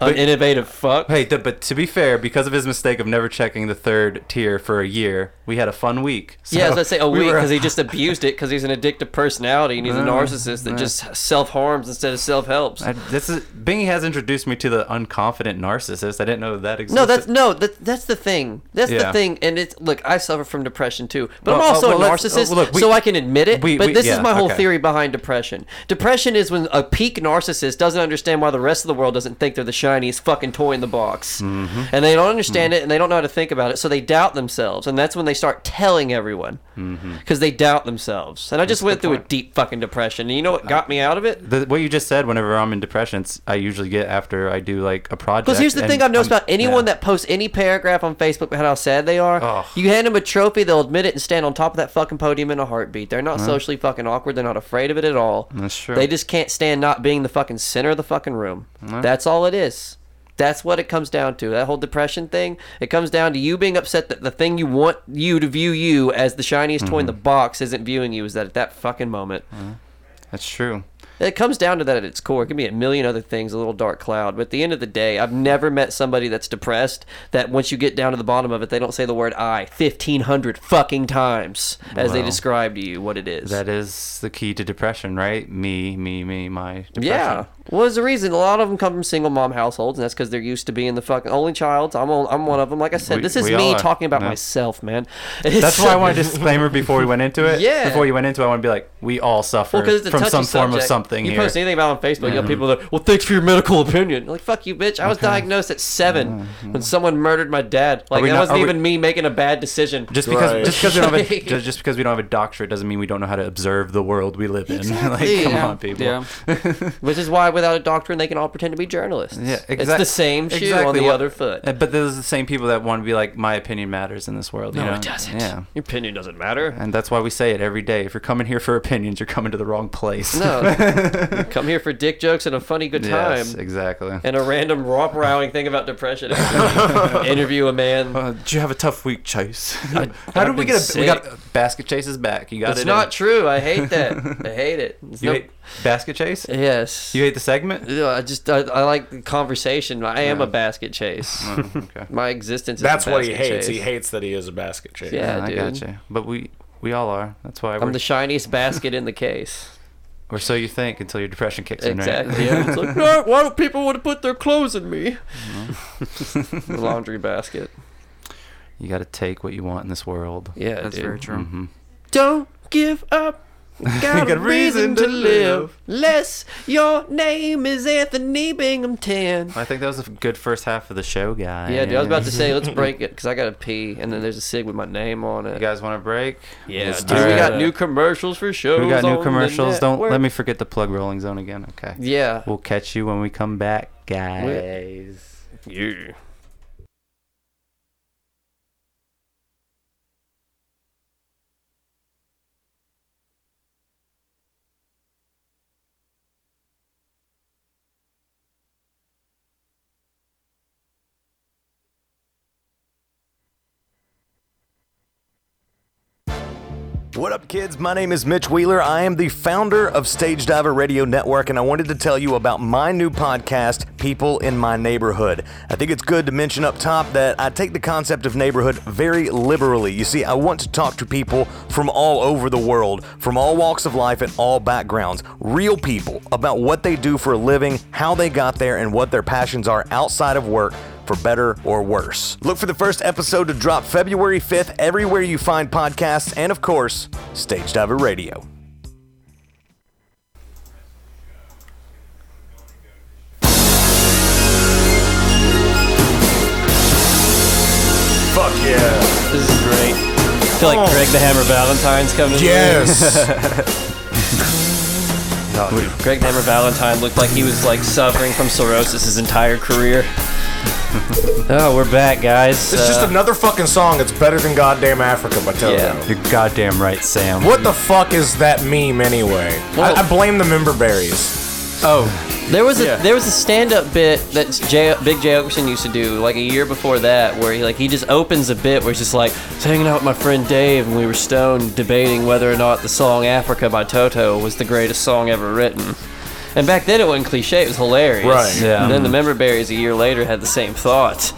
[SPEAKER 3] An innovative fuck.
[SPEAKER 5] Oh, Hey, th- but to be fair, because of his mistake of never checking the third tier for a year, we had a fun week. So
[SPEAKER 3] yeah, as I say, a
[SPEAKER 5] we
[SPEAKER 3] week
[SPEAKER 5] were-
[SPEAKER 3] because he just abused it because he's an addictive personality and he's a narcissist that just self harms instead of self helps.
[SPEAKER 5] I- this is Bingy has introduced me to the unconfident narcissist. I didn't know that existed.
[SPEAKER 3] No, that's no, that, that's the thing. That's the
[SPEAKER 5] Yeah.
[SPEAKER 3] thing, and it's look, I suffer from depression too, but
[SPEAKER 5] Well,
[SPEAKER 3] I'm
[SPEAKER 5] uh,
[SPEAKER 3] also a
[SPEAKER 5] well, let's-
[SPEAKER 3] narcissist,
[SPEAKER 5] uh, look, we-
[SPEAKER 3] so I can admit it.
[SPEAKER 5] we-
[SPEAKER 3] but
[SPEAKER 5] we-
[SPEAKER 3] this is
[SPEAKER 5] yeah,
[SPEAKER 3] my whole
[SPEAKER 5] okay.
[SPEAKER 3] theory behind depression. Depression is when a peak narcissist doesn't understand why the rest of the world doesn't think they're the shiniest fucking toy in the box,
[SPEAKER 5] Mm-hmm.
[SPEAKER 3] and they don't understand it, and they don't know how to think about it, so they doubt themselves, and that's when they start telling everyone because
[SPEAKER 5] Mm-hmm.
[SPEAKER 3] they doubt themselves. And I just went through a deep fucking depression, and you know what got me out of it?
[SPEAKER 5] The, what you just said. Whenever I'm in depression, it's- I usually get after I do like a project.
[SPEAKER 3] Because here's the
[SPEAKER 5] and
[SPEAKER 3] thing I've noticed
[SPEAKER 5] I'm-
[SPEAKER 3] about anyone
[SPEAKER 5] yeah.
[SPEAKER 3] that posts any paragraph on Facebook about how sad they are.
[SPEAKER 5] Ugh.
[SPEAKER 3] You hand them a trophy, they'll admit it and stand on top of that fucking podium in a heartbeat. They're not socially fucking awkward. They're not afraid of it at all.
[SPEAKER 5] That's true.
[SPEAKER 3] They just can't stand not being the fucking center of the fucking room. That's all it is. That's what it comes down to. That whole depression thing. It comes down to you being upset that the thing you want you to view you as the shiniest toy in
[SPEAKER 5] Mm-hmm.
[SPEAKER 3] the box isn't viewing you as that at that fucking moment.
[SPEAKER 5] That's true.
[SPEAKER 3] It comes down to that at its core. It can be a million other things, a little dark cloud. But at the end of the day, I've never met somebody that's depressed that once you get down to the bottom of it, they don't say the word I 1,500 fucking times as they
[SPEAKER 5] Wow.
[SPEAKER 3] describe to you what it is.
[SPEAKER 5] That is the key to depression, right? Me, me, me, my depression.
[SPEAKER 3] yeah. What is the reason? A lot of them come from single mom households, and that's because they're used to being the fucking only child. I'm, on, I'm one of them. Like I said,
[SPEAKER 5] We-
[SPEAKER 3] this is
[SPEAKER 5] we
[SPEAKER 3] me
[SPEAKER 5] all are.
[SPEAKER 3] talking about
[SPEAKER 5] Yeah.
[SPEAKER 3] myself, man.
[SPEAKER 5] That's why I want a disclaimer before we went into it.
[SPEAKER 3] Yeah.
[SPEAKER 5] Before you went into it, I want to be like, we all suffer
[SPEAKER 3] Well, 'cause it's a
[SPEAKER 5] from
[SPEAKER 3] touchy
[SPEAKER 5] some form of
[SPEAKER 3] subject.
[SPEAKER 5] something
[SPEAKER 3] You
[SPEAKER 5] here.
[SPEAKER 3] post anything about it on Facebook, you know, people are like, "Well, thanks for your medical opinion." Like, fuck you, bitch. I was diagnosed at 7 when someone murdered my dad. Like,
[SPEAKER 5] we
[SPEAKER 3] that
[SPEAKER 5] not-
[SPEAKER 3] wasn't
[SPEAKER 5] Mm-hmm. are we-
[SPEAKER 3] even me making a bad decision.
[SPEAKER 5] just because
[SPEAKER 2] Right.
[SPEAKER 5] just because we don't have a,
[SPEAKER 3] Right.
[SPEAKER 5] ju- just because we don't have a doctorate doesn't mean we don't know how to observe the world we live in.
[SPEAKER 3] Exactly.
[SPEAKER 5] like, come
[SPEAKER 3] Yeah.
[SPEAKER 5] on, people.
[SPEAKER 4] yeah,
[SPEAKER 3] which is why, without a doctrine, they can all pretend to be journalists.
[SPEAKER 5] Yeah,
[SPEAKER 3] It's
[SPEAKER 5] exact-
[SPEAKER 3] the same shoe on
[SPEAKER 5] exactly
[SPEAKER 3] the
[SPEAKER 5] what-
[SPEAKER 3] other foot.
[SPEAKER 5] Uh, But those are the same people that want to be like, my opinion matters in this world. you
[SPEAKER 3] No,
[SPEAKER 5] know?
[SPEAKER 3] it doesn't.
[SPEAKER 5] Yeah.
[SPEAKER 3] Your opinion doesn't matter.
[SPEAKER 5] And that's why we say it every day. If you're coming here for opinions, you're coming to the wrong place.
[SPEAKER 3] No, come here for dick jokes and a funny good time.
[SPEAKER 5] yes, exactly.
[SPEAKER 3] And a random romp rowing thing about depression. Interview a man.
[SPEAKER 5] Uh, did you have a tough week, Chase? How
[SPEAKER 3] I've
[SPEAKER 5] did we
[SPEAKER 3] been
[SPEAKER 5] get a we got
[SPEAKER 3] sick.
[SPEAKER 5] a, basket chases back? You got it.
[SPEAKER 3] It's
[SPEAKER 5] in.
[SPEAKER 3] not true. I hate that. I hate it. It's
[SPEAKER 5] You
[SPEAKER 3] no-
[SPEAKER 5] hate basket chase?
[SPEAKER 3] Yes.
[SPEAKER 5] You hate the segment?
[SPEAKER 3] Yeah, I just I, I like the conversation. I am a basket chase.
[SPEAKER 5] okay.
[SPEAKER 3] My existence. Is
[SPEAKER 2] That's
[SPEAKER 3] a
[SPEAKER 2] what he
[SPEAKER 3] basket
[SPEAKER 2] hates.
[SPEAKER 3] chase.
[SPEAKER 2] He hates that he is a basket chase.
[SPEAKER 3] Yeah,
[SPEAKER 5] I
[SPEAKER 3] dude.
[SPEAKER 5] got you. But we we all are. That's why
[SPEAKER 3] I'm
[SPEAKER 5] we're,
[SPEAKER 3] the shiniest basket in the case.
[SPEAKER 5] or so you think until your depression kicks
[SPEAKER 3] Exactly.
[SPEAKER 5] in,
[SPEAKER 3] Yeah,
[SPEAKER 5] right?
[SPEAKER 3] it's like, "No, why do people want to put their clothes in me? The laundry basket.
[SPEAKER 5] you got to take what you want in this world.
[SPEAKER 3] Yeah,
[SPEAKER 4] that's
[SPEAKER 3] dude.
[SPEAKER 4] very true.
[SPEAKER 3] Don't give up. Got, a reason, to live. Less your name is Anthony Binghamton.
[SPEAKER 5] I think that was a good first half of the show, guys.
[SPEAKER 3] Yeah, dude. I was about to say let's break it because I got to pee, and then there's a sig with my name on it.
[SPEAKER 5] You guys want a break?
[SPEAKER 3] Yeah,
[SPEAKER 4] Let's
[SPEAKER 3] dude,
[SPEAKER 4] do
[SPEAKER 3] we
[SPEAKER 4] it.
[SPEAKER 3] got new commercials for shows.
[SPEAKER 5] We got
[SPEAKER 3] on the
[SPEAKER 5] new commercials. Don't
[SPEAKER 3] network.
[SPEAKER 5] let me forget to plug Rolling Zone again. Okay.
[SPEAKER 3] Yeah.
[SPEAKER 5] We'll catch you when we come back, guys.
[SPEAKER 3] Yeah.
[SPEAKER 1] What up, kids? My name is Mitch Wheeler. I am the founder of Stage Diver Radio Network, and I wanted to tell you about my new podcast, People in My Neighborhood. I think it's good to mention up top that I take the concept of neighborhood very liberally. You see, I want to talk to people from all over the world, from all walks of life and all backgrounds, real people about what they do for a living, how they got there, and what their passions are outside of work for better or worse. Look for the first episode to drop February 5th everywhere you find podcasts and, of course, Stage Diver Radio.
[SPEAKER 2] Fuck yeah.
[SPEAKER 3] This is great. I feel like Greg the Hammer Valentine's coming. in. Greg the Hammer Valentine looked like he was like suffering from cirrhosis his entire career. oh, we're back, guys.
[SPEAKER 2] It's just
[SPEAKER 3] Uh,
[SPEAKER 2] another fucking song. It's better than goddamn Africa by Toto.
[SPEAKER 3] Yeah.
[SPEAKER 5] You're goddamn right, Sam.
[SPEAKER 2] What the fuck is that meme anyway? I,
[SPEAKER 3] Well-
[SPEAKER 2] I blame the member berries.
[SPEAKER 5] Oh,
[SPEAKER 3] there was a
[SPEAKER 2] yeah.
[SPEAKER 3] there was a stand up bit that J, Big Jay Okerson used to do like a year before that, where he like he just opens a bit where he's just like "I was hanging out with my friend Dave and we were stoned debating whether or not the song Africa by Toto was the greatest song ever written. And back then it wasn't cliche; it was hilarious.
[SPEAKER 2] Right.
[SPEAKER 5] Yeah.
[SPEAKER 3] And then the Member Berries a year later had the same thought,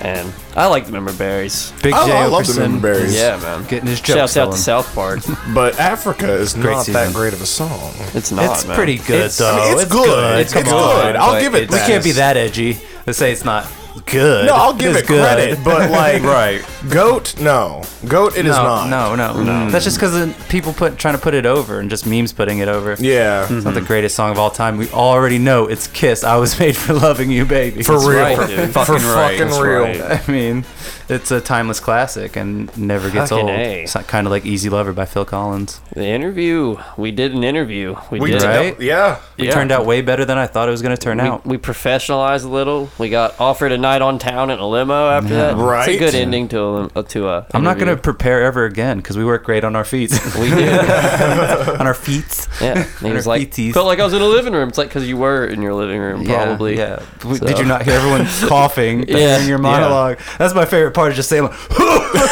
[SPEAKER 3] and I like the Member Berries.
[SPEAKER 5] Big
[SPEAKER 2] Oh, I,
[SPEAKER 5] J.
[SPEAKER 2] I love the
[SPEAKER 5] Okerson
[SPEAKER 2] member berries.
[SPEAKER 3] Yeah, man.
[SPEAKER 5] Getting his jokes
[SPEAKER 3] Shouts out to
[SPEAKER 5] going.
[SPEAKER 3] South Park.
[SPEAKER 2] But Africa is not that
[SPEAKER 5] season.
[SPEAKER 2] great of a song.
[SPEAKER 3] It's not.
[SPEAKER 5] It's
[SPEAKER 3] man.
[SPEAKER 5] pretty good,
[SPEAKER 2] It's- I
[SPEAKER 5] though.
[SPEAKER 2] mean, it's good. It's
[SPEAKER 5] Come
[SPEAKER 2] good. I'll
[SPEAKER 5] but
[SPEAKER 2] give it
[SPEAKER 5] it's- We can't be that edgy. Let's say it's not good.
[SPEAKER 2] No, I'll give
[SPEAKER 5] It's
[SPEAKER 2] it credit, but like,
[SPEAKER 5] right.
[SPEAKER 2] goat, no, goat, it is
[SPEAKER 5] no,
[SPEAKER 2] not. Mm.
[SPEAKER 5] No, no, no. That's just because people put trying to put it over and just memes putting it over.
[SPEAKER 2] Yeah,
[SPEAKER 5] It's not the greatest song of all time. We already know it's "Kiss." I was made for loving you, baby.
[SPEAKER 2] for real,
[SPEAKER 3] right, dude.
[SPEAKER 2] for
[SPEAKER 4] Fucking right.
[SPEAKER 2] fucking
[SPEAKER 4] That's
[SPEAKER 2] real.
[SPEAKER 4] right.
[SPEAKER 5] I mean, it's a timeless classic and never gets
[SPEAKER 3] Fucking
[SPEAKER 5] old.
[SPEAKER 3] A.
[SPEAKER 5] It's kind of like "Easy Lover" by Phil Collins.
[SPEAKER 3] The interview. We did an interview. We,
[SPEAKER 2] We
[SPEAKER 3] did.
[SPEAKER 2] did
[SPEAKER 3] it.
[SPEAKER 5] Right?
[SPEAKER 2] that- Yeah,
[SPEAKER 5] It turned out way better than I thought it was going to turn out.
[SPEAKER 3] We, we professionalized a little. We got offered a night on town in a limo after that.
[SPEAKER 2] Right.
[SPEAKER 3] It's a good ending to a lim- uh, to a.
[SPEAKER 5] I'm not going to
[SPEAKER 3] interview.
[SPEAKER 5] prepare ever again because we work great on our feet.
[SPEAKER 3] We did.
[SPEAKER 5] on our feet.
[SPEAKER 3] Yeah. And he
[SPEAKER 5] Our
[SPEAKER 3] was like,
[SPEAKER 5] PTs.
[SPEAKER 3] felt like I was in a living room. It's like because you were in your living room,
[SPEAKER 5] Yeah,
[SPEAKER 3] probably.
[SPEAKER 5] Yeah.
[SPEAKER 3] So-
[SPEAKER 5] Did you not hear everyone coughing
[SPEAKER 3] Yeah.
[SPEAKER 5] during your monologue? That's my favorite part. Is just saying, like,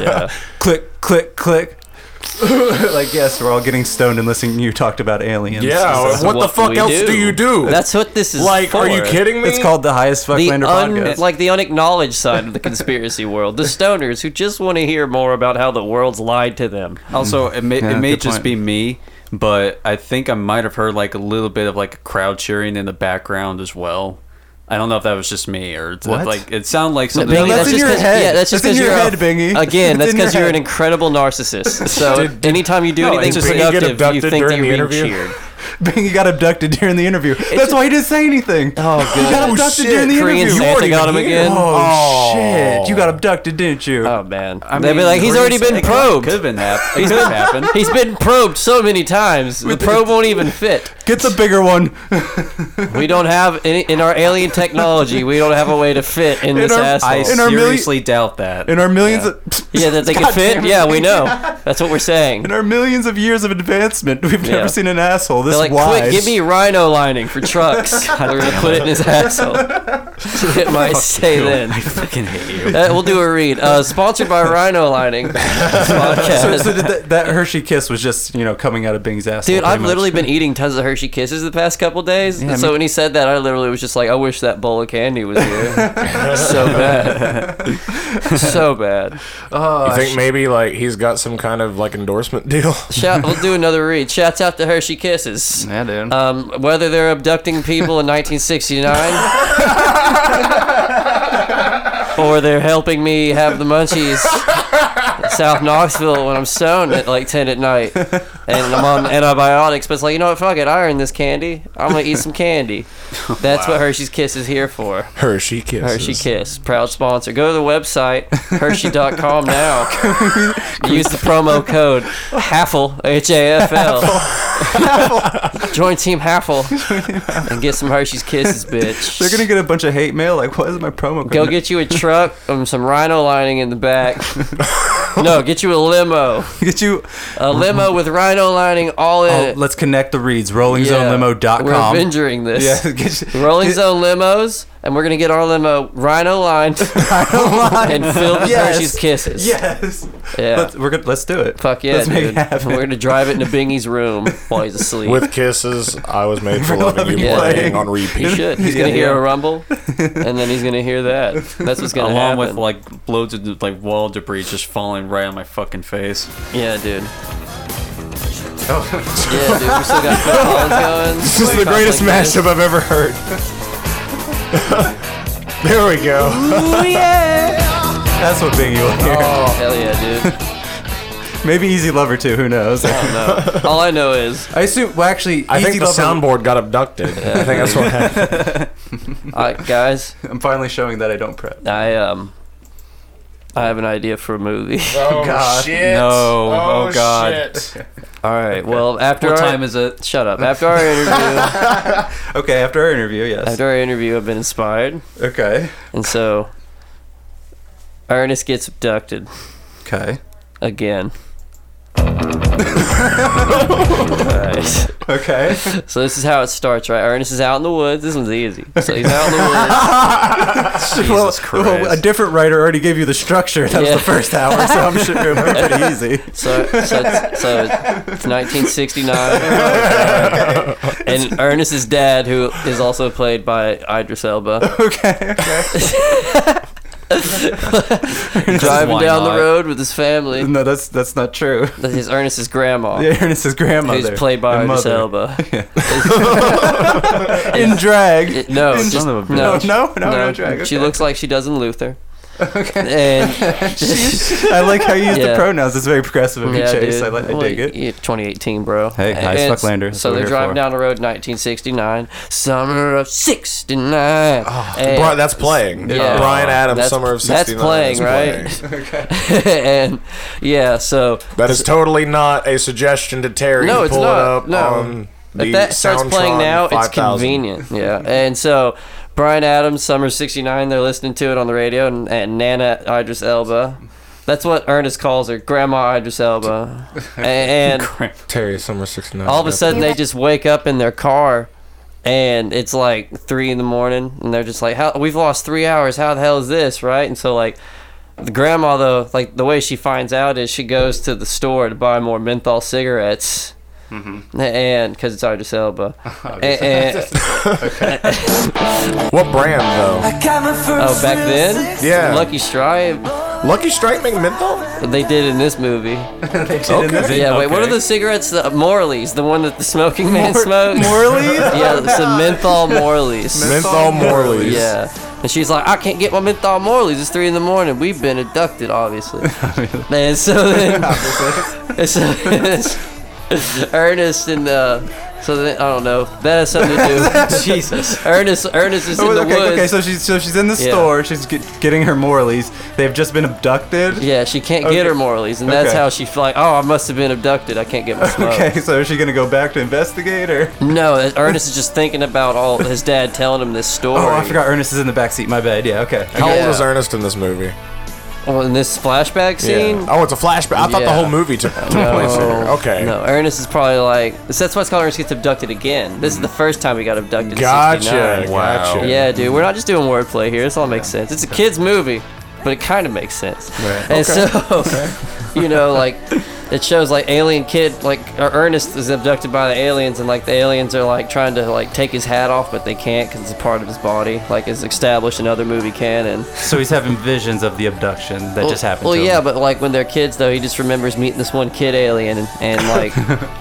[SPEAKER 3] Yeah.
[SPEAKER 5] click, click, click. like yes, we're all getting stoned and listening. to You talked about aliens.
[SPEAKER 2] yeah.
[SPEAKER 5] It's-
[SPEAKER 3] That's
[SPEAKER 2] what, the fuck
[SPEAKER 3] we
[SPEAKER 2] else do. you do?
[SPEAKER 3] That's what this is.
[SPEAKER 2] like, are you
[SPEAKER 3] for.
[SPEAKER 2] kidding me?
[SPEAKER 5] It's called the highest
[SPEAKER 3] The
[SPEAKER 5] fucklander
[SPEAKER 3] un,
[SPEAKER 5] podcast.
[SPEAKER 3] like the unacknowledged side of the conspiracy world, the stoners who just want to hear more about how the world's lied to them.
[SPEAKER 4] Also, it may,
[SPEAKER 5] Yeah,
[SPEAKER 4] it may
[SPEAKER 5] good
[SPEAKER 4] just
[SPEAKER 5] point.
[SPEAKER 4] be me, but I think I might have heard like a little bit of like crowd cheering in the background as well. I don't know if that was just me or it's-
[SPEAKER 5] What?
[SPEAKER 4] like it sounded like something.
[SPEAKER 3] Bingy,
[SPEAKER 5] that's in
[SPEAKER 3] just
[SPEAKER 5] your
[SPEAKER 3] 'cause-
[SPEAKER 5] head.
[SPEAKER 3] Yeah, that's just
[SPEAKER 5] That's in
[SPEAKER 3] because
[SPEAKER 5] your
[SPEAKER 3] you're a-
[SPEAKER 5] head, Bingy.
[SPEAKER 3] Again, that's
[SPEAKER 5] It's in your
[SPEAKER 3] because you're an
[SPEAKER 5] head.
[SPEAKER 3] incredible narcissist. So anytime you do anything
[SPEAKER 4] it's just-
[SPEAKER 2] Did you get
[SPEAKER 3] productive, you
[SPEAKER 2] abducted
[SPEAKER 3] think that
[SPEAKER 2] during
[SPEAKER 3] you're
[SPEAKER 2] the
[SPEAKER 3] being
[SPEAKER 2] interview?
[SPEAKER 3] cheered.
[SPEAKER 5] Bingy got abducted during the interview. That's why he didn't say anything. Oh,
[SPEAKER 3] good.
[SPEAKER 5] You got
[SPEAKER 2] Oh,
[SPEAKER 5] abducted
[SPEAKER 2] shit.
[SPEAKER 5] during the
[SPEAKER 3] Korean
[SPEAKER 5] interview.
[SPEAKER 3] Santa
[SPEAKER 5] You
[SPEAKER 3] got
[SPEAKER 5] weren't
[SPEAKER 3] him
[SPEAKER 5] even
[SPEAKER 3] again.
[SPEAKER 5] here.
[SPEAKER 2] Oh.
[SPEAKER 5] Oh, shit! You got abducted, didn't you?
[SPEAKER 3] Oh man, they'd be like, he's
[SPEAKER 4] Greece-
[SPEAKER 3] already
[SPEAKER 4] it
[SPEAKER 3] been
[SPEAKER 4] could-
[SPEAKER 3] probed.
[SPEAKER 4] Could have been hap- It could have happened.
[SPEAKER 3] He's been probed so many times. The probe won't even fit.
[SPEAKER 5] Get the bigger one.
[SPEAKER 3] We don't have any in our alien technology. We don't have a way to fit in, this
[SPEAKER 5] our-
[SPEAKER 4] I
[SPEAKER 3] asshole.
[SPEAKER 5] In our million-
[SPEAKER 4] seriously doubt that.
[SPEAKER 5] In our millions of
[SPEAKER 3] yeah, that they can
[SPEAKER 5] God
[SPEAKER 3] fit.
[SPEAKER 5] damn it.
[SPEAKER 3] Yeah, we know. That's what we're saying.
[SPEAKER 5] In our millions of years of advancement, we've
[SPEAKER 3] Yeah.
[SPEAKER 5] never seen an asshole this
[SPEAKER 3] They're like,
[SPEAKER 5] wise.
[SPEAKER 3] quick, give me rhino lining for trucks. They're gonna put it in his asshole. It might say then. I fucking hate you. we'll do a read. Uh, sponsored by Rhino Lining
[SPEAKER 5] So,
[SPEAKER 3] podcast.
[SPEAKER 5] so did that, that Hershey kiss was just you know coming out of Bing's asshole.
[SPEAKER 3] Dude,
[SPEAKER 5] pretty
[SPEAKER 3] I've
[SPEAKER 5] much.
[SPEAKER 3] literally been eating tons of Hershey Kisses the past couple days.
[SPEAKER 5] I
[SPEAKER 3] so
[SPEAKER 5] mean-
[SPEAKER 3] when he said that, I literally was just like, I wish that bowl of candy was here. so bad. so bad.
[SPEAKER 2] you think maybe like he's got some kind of like endorsement deal?
[SPEAKER 3] Shout, we'll do another read. Shouts out to Hershey Kisses.
[SPEAKER 5] Yeah, dude.
[SPEAKER 3] Um, whether they're abducting people in 1969 or they're helping me have the munchies in South Knoxville when I'm stoned at like 10 at night and I'm on antibiotics, but it's like, you know what? Fuck it. I earned this candy. I'm going to eat some candy. That's what Hershey's Kiss is here for.
[SPEAKER 2] Hershey kisses.
[SPEAKER 3] Hershey Kiss, proud sponsor. Go to the website, Hershey.com now. Use the promo code HAFL, H A F L. Join Team HAFL and get some Hershey's Kisses, bitch.
[SPEAKER 5] They're gonna get a bunch of hate mail. Like, why is my promo?
[SPEAKER 3] Go
[SPEAKER 5] code-
[SPEAKER 3] get you a truck, um, some rhino lining in the back. No, get you a limo.
[SPEAKER 5] get you.
[SPEAKER 3] A limo with rhino lining all in
[SPEAKER 5] Oh,
[SPEAKER 3] it.
[SPEAKER 5] let's connect the reads.
[SPEAKER 3] Yeah.
[SPEAKER 5] RollingZoneLimo.com.
[SPEAKER 3] We're avenging this.
[SPEAKER 5] Yeah, get you,
[SPEAKER 3] Rolling
[SPEAKER 5] get-
[SPEAKER 3] Zone limos, and we're gonna get our limo rhino lined and filled with
[SPEAKER 5] Yes.
[SPEAKER 3] Hershey's kisses.
[SPEAKER 5] Yes.
[SPEAKER 3] Yeah.
[SPEAKER 5] Let's, we're good. Let's do it.
[SPEAKER 3] Fuck yeah,
[SPEAKER 5] Let's make
[SPEAKER 3] dude.
[SPEAKER 5] it happen.
[SPEAKER 3] We're gonna drive it into Bingy's room while he's asleep.
[SPEAKER 2] With kisses, I was made for loving you
[SPEAKER 3] you
[SPEAKER 2] playing
[SPEAKER 5] playing.
[SPEAKER 2] on
[SPEAKER 3] he
[SPEAKER 2] repeat.
[SPEAKER 3] should. He's
[SPEAKER 5] Yeah,
[SPEAKER 3] gonna hear
[SPEAKER 5] yeah.
[SPEAKER 3] a rumble, and then he's gonna hear that. That's what's gonna happen.
[SPEAKER 4] Along with like loads of like wall debris just falling right on my fucking face.
[SPEAKER 3] yeah, dude. yeah, dude. We still got Collins going.
[SPEAKER 2] This is the greatest mashup I've ever heard. there we go.
[SPEAKER 5] That's what Bingy will hear.
[SPEAKER 3] Oh. Hell yeah, dude.
[SPEAKER 5] Maybe Easy Lover too. Who knows?
[SPEAKER 3] No. All I know is
[SPEAKER 5] I assume. Well, actually,
[SPEAKER 2] I
[SPEAKER 5] Easy
[SPEAKER 2] think the
[SPEAKER 5] Lover.
[SPEAKER 2] soundboard got abducted. I think that's what happened.
[SPEAKER 3] I, guys,
[SPEAKER 5] I'm finally showing that I don't prep.
[SPEAKER 3] I um I have an idea for a movie.
[SPEAKER 2] Oh
[SPEAKER 5] God.
[SPEAKER 2] shit!
[SPEAKER 4] No. Oh, Oh, God.
[SPEAKER 2] Shit.
[SPEAKER 3] All right. Well, after
[SPEAKER 4] What
[SPEAKER 3] our,
[SPEAKER 4] time is it?
[SPEAKER 3] Shut up. After our interview,
[SPEAKER 5] Okay, after our interview, yes.
[SPEAKER 3] after our interview, I've been inspired,
[SPEAKER 5] okay.
[SPEAKER 3] and so Ernest gets abducted
[SPEAKER 5] Okay.
[SPEAKER 3] again. All right.
[SPEAKER 5] Okay.
[SPEAKER 3] So this is how it starts, right? Ernest is out in the woods. This one's easy. So he's out in the woods.
[SPEAKER 4] Jesus Christ.
[SPEAKER 5] a different writer already gave you the structure. That was
[SPEAKER 3] Yeah.
[SPEAKER 5] the first hour, so I'm sure it'll be pretty easy.
[SPEAKER 3] So, so, it's, so it's 1969. and Ernest's dad, who is also played by Idris Elba,
[SPEAKER 5] Okay. Okay.
[SPEAKER 3] driving
[SPEAKER 4] Why
[SPEAKER 3] down
[SPEAKER 4] not?
[SPEAKER 3] the road with his family.
[SPEAKER 5] No, that's that's not true.
[SPEAKER 3] This is Ernest's grandma,
[SPEAKER 5] Yeah, Ernest's grandmother.
[SPEAKER 3] who's played by
[SPEAKER 5] and
[SPEAKER 3] Idris
[SPEAKER 5] mother.
[SPEAKER 3] Elba.
[SPEAKER 5] In drag.
[SPEAKER 3] It- no,
[SPEAKER 5] In-
[SPEAKER 3] just-
[SPEAKER 4] Son of a
[SPEAKER 5] no,
[SPEAKER 3] no,
[SPEAKER 5] no, no, no, drag.
[SPEAKER 3] She
[SPEAKER 5] okay.
[SPEAKER 3] looks like she does in Luther.
[SPEAKER 5] Okay.
[SPEAKER 3] And
[SPEAKER 5] I like how you use
[SPEAKER 3] Yeah.
[SPEAKER 5] the pronouns. It's very progressive of you,
[SPEAKER 3] yeah,
[SPEAKER 5] Chase.
[SPEAKER 3] dude.
[SPEAKER 5] I, like, I
[SPEAKER 3] Well,
[SPEAKER 5] dig it.
[SPEAKER 3] yeah, 2018, bro.
[SPEAKER 5] Hey, hi,
[SPEAKER 3] And it's-
[SPEAKER 5] Spucklander. That's
[SPEAKER 3] So
[SPEAKER 5] what
[SPEAKER 3] they're
[SPEAKER 5] we're
[SPEAKER 3] driving
[SPEAKER 5] for.
[SPEAKER 3] down the road, 1969, summer of 69.
[SPEAKER 5] Oh,
[SPEAKER 3] And-
[SPEAKER 2] Brian, that's playing.
[SPEAKER 3] Eh. Yeah.
[SPEAKER 2] Brian Adams,
[SPEAKER 3] That's-
[SPEAKER 2] summer of
[SPEAKER 3] that's
[SPEAKER 2] 69.
[SPEAKER 3] playing,
[SPEAKER 2] is
[SPEAKER 3] right? and yeah, so
[SPEAKER 2] That is totally not a suggestion to Terry.
[SPEAKER 3] No,
[SPEAKER 2] to
[SPEAKER 3] it's
[SPEAKER 2] pull
[SPEAKER 3] not.
[SPEAKER 2] It up
[SPEAKER 3] No.
[SPEAKER 2] On the
[SPEAKER 3] if that starts playing
[SPEAKER 2] Soundtron
[SPEAKER 3] now, it's
[SPEAKER 2] 5000.
[SPEAKER 3] convenient. Yeah, and so Brian Adams, Summer '69, they're listening to it on the radio, and, and Nana Idris Elba. That's what Ernest calls her, Grandma Idris Elba. A- And
[SPEAKER 2] Terry, summer of 69.
[SPEAKER 3] all of a sudden, they just wake up in their car, and it's like three in the morning, and they're just like, "How we've lost three hours? How the hell is this?" Right? And so like. The grandma though, like the way she finds out is she goes to the store to buy more menthol cigarettes,
[SPEAKER 2] Mm-hmm.
[SPEAKER 3] and because it's Idris Elba, A- and,
[SPEAKER 2] What brand, though?
[SPEAKER 3] Oh, back then?
[SPEAKER 2] Yeah.
[SPEAKER 3] Lucky Strike,
[SPEAKER 2] Lucky Strike make menthol?
[SPEAKER 3] they did in this movie. Yeah,
[SPEAKER 2] Okay.
[SPEAKER 3] wait, what are the cigarettes? The Morley's, the one that the smoking man smoked?
[SPEAKER 5] Morley?
[SPEAKER 3] Yeah, it's the menthol Morley's.
[SPEAKER 2] Menthol Morley's.
[SPEAKER 3] Yeah. And she's like, I can't get my menthol Morley's. It's 3 in the morning. We've been abducted, obviously. and so then. and so, Ernest and. Uh, so then, I don't know. That has something to do. Jesus. Ernest, Ernest is in
[SPEAKER 5] Oh,
[SPEAKER 3] the
[SPEAKER 5] okay,
[SPEAKER 3] woods.
[SPEAKER 5] okay. So she's so she's in the
[SPEAKER 3] Yeah.
[SPEAKER 5] store. She's get, getting her Morleys. They've just been abducted.
[SPEAKER 3] Yeah, she can't
[SPEAKER 5] Okay.
[SPEAKER 3] get her Morley's, and that's
[SPEAKER 5] Okay.
[SPEAKER 3] how she like, oh, I must have been abducted. I can't get my smoke.
[SPEAKER 5] Okay, so is she gonna go back to investigate or?
[SPEAKER 3] No, Ernest is just thinking about all his dad telling him this story.
[SPEAKER 5] Oh, I forgot Ernest is in the back seat. My bad. Yeah. Okay.
[SPEAKER 2] How
[SPEAKER 3] Yeah.
[SPEAKER 2] old is Ernest in this movie?
[SPEAKER 3] Oh, in this flashback scene.
[SPEAKER 2] Yeah. Oh, it's a flashback. I thought the
[SPEAKER 3] Yeah.
[SPEAKER 2] whole movie took took place here. Okay.
[SPEAKER 3] Oh. No, Ernest is probably like that's why it's called Ernest gets abducted again. This is the first time he got abducted. in
[SPEAKER 2] Gotcha.
[SPEAKER 3] 69.
[SPEAKER 2] Gotcha.
[SPEAKER 3] Yeah, dude, we're not just doing wordplay here. This all makes sense. It's a kids' movie, but it kind of makes sense.
[SPEAKER 5] Right.
[SPEAKER 3] And so, you know, like it shows like alien kid, like or Ernest is abducted by the aliens, and like the aliens are like trying to like take his hat off, but they can't because it's a part of his body, like is established in other movie canon.
[SPEAKER 5] So he's having visions of the abduction that just happened.
[SPEAKER 3] Well,
[SPEAKER 5] to
[SPEAKER 3] yeah,
[SPEAKER 5] him.
[SPEAKER 3] but like when they're kids, though, he just remembers meeting this one kid alien and, and like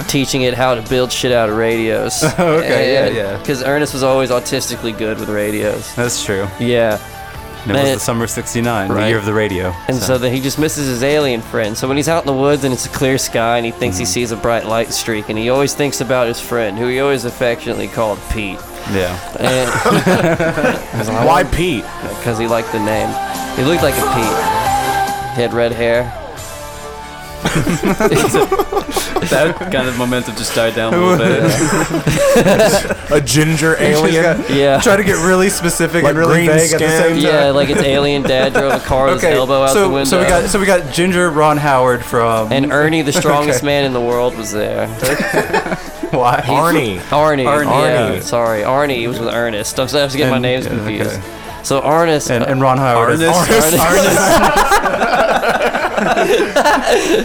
[SPEAKER 3] teaching it how to build shit out of radios.
[SPEAKER 5] okay, yeah, yeah.
[SPEAKER 3] Because Ernest was always autistically good with radios.
[SPEAKER 5] that's true.
[SPEAKER 3] Yeah.
[SPEAKER 5] And it
[SPEAKER 3] Man,
[SPEAKER 5] was
[SPEAKER 3] it-
[SPEAKER 5] the summer of '69,
[SPEAKER 3] Right.
[SPEAKER 5] the year of the radio.
[SPEAKER 3] And so. then he just misses his alien friend. So when he's out in the woods and it's a clear sky and he thinks
[SPEAKER 5] Mm-hmm.
[SPEAKER 3] he sees a bright light streak and he always thinks about his friend, who he always affectionately called Pete.
[SPEAKER 5] yeah.
[SPEAKER 3] Because
[SPEAKER 2] Why Pete?
[SPEAKER 3] he liked the name. He looked like a Pete. He had red hair.
[SPEAKER 4] that kind of momentum just died down a little bit.
[SPEAKER 2] A ginger alien.
[SPEAKER 3] Yeah.
[SPEAKER 5] Try to get really specific
[SPEAKER 2] Like
[SPEAKER 5] and really
[SPEAKER 2] green
[SPEAKER 5] vague at the
[SPEAKER 2] skin.
[SPEAKER 5] same time.
[SPEAKER 3] Yeah, like it's alien dad drove a car with his elbow out
[SPEAKER 5] so,
[SPEAKER 3] the window.
[SPEAKER 5] so we got so we got Ginger Ron Howard from
[SPEAKER 3] and Ernie, the strongest
[SPEAKER 5] Okay.
[SPEAKER 3] man in the world, was there.
[SPEAKER 5] why?
[SPEAKER 2] Arnie.
[SPEAKER 3] Arnie.
[SPEAKER 5] Arnie.
[SPEAKER 3] Yeah,
[SPEAKER 2] Arnie.
[SPEAKER 3] sorry. Arnie he was with Ernest. I was I was getting
[SPEAKER 5] And-
[SPEAKER 3] my names
[SPEAKER 5] yeah,
[SPEAKER 3] confused.
[SPEAKER 5] okay.
[SPEAKER 3] So Arnest.
[SPEAKER 5] and, and Ron Howard. is-
[SPEAKER 4] Arnest.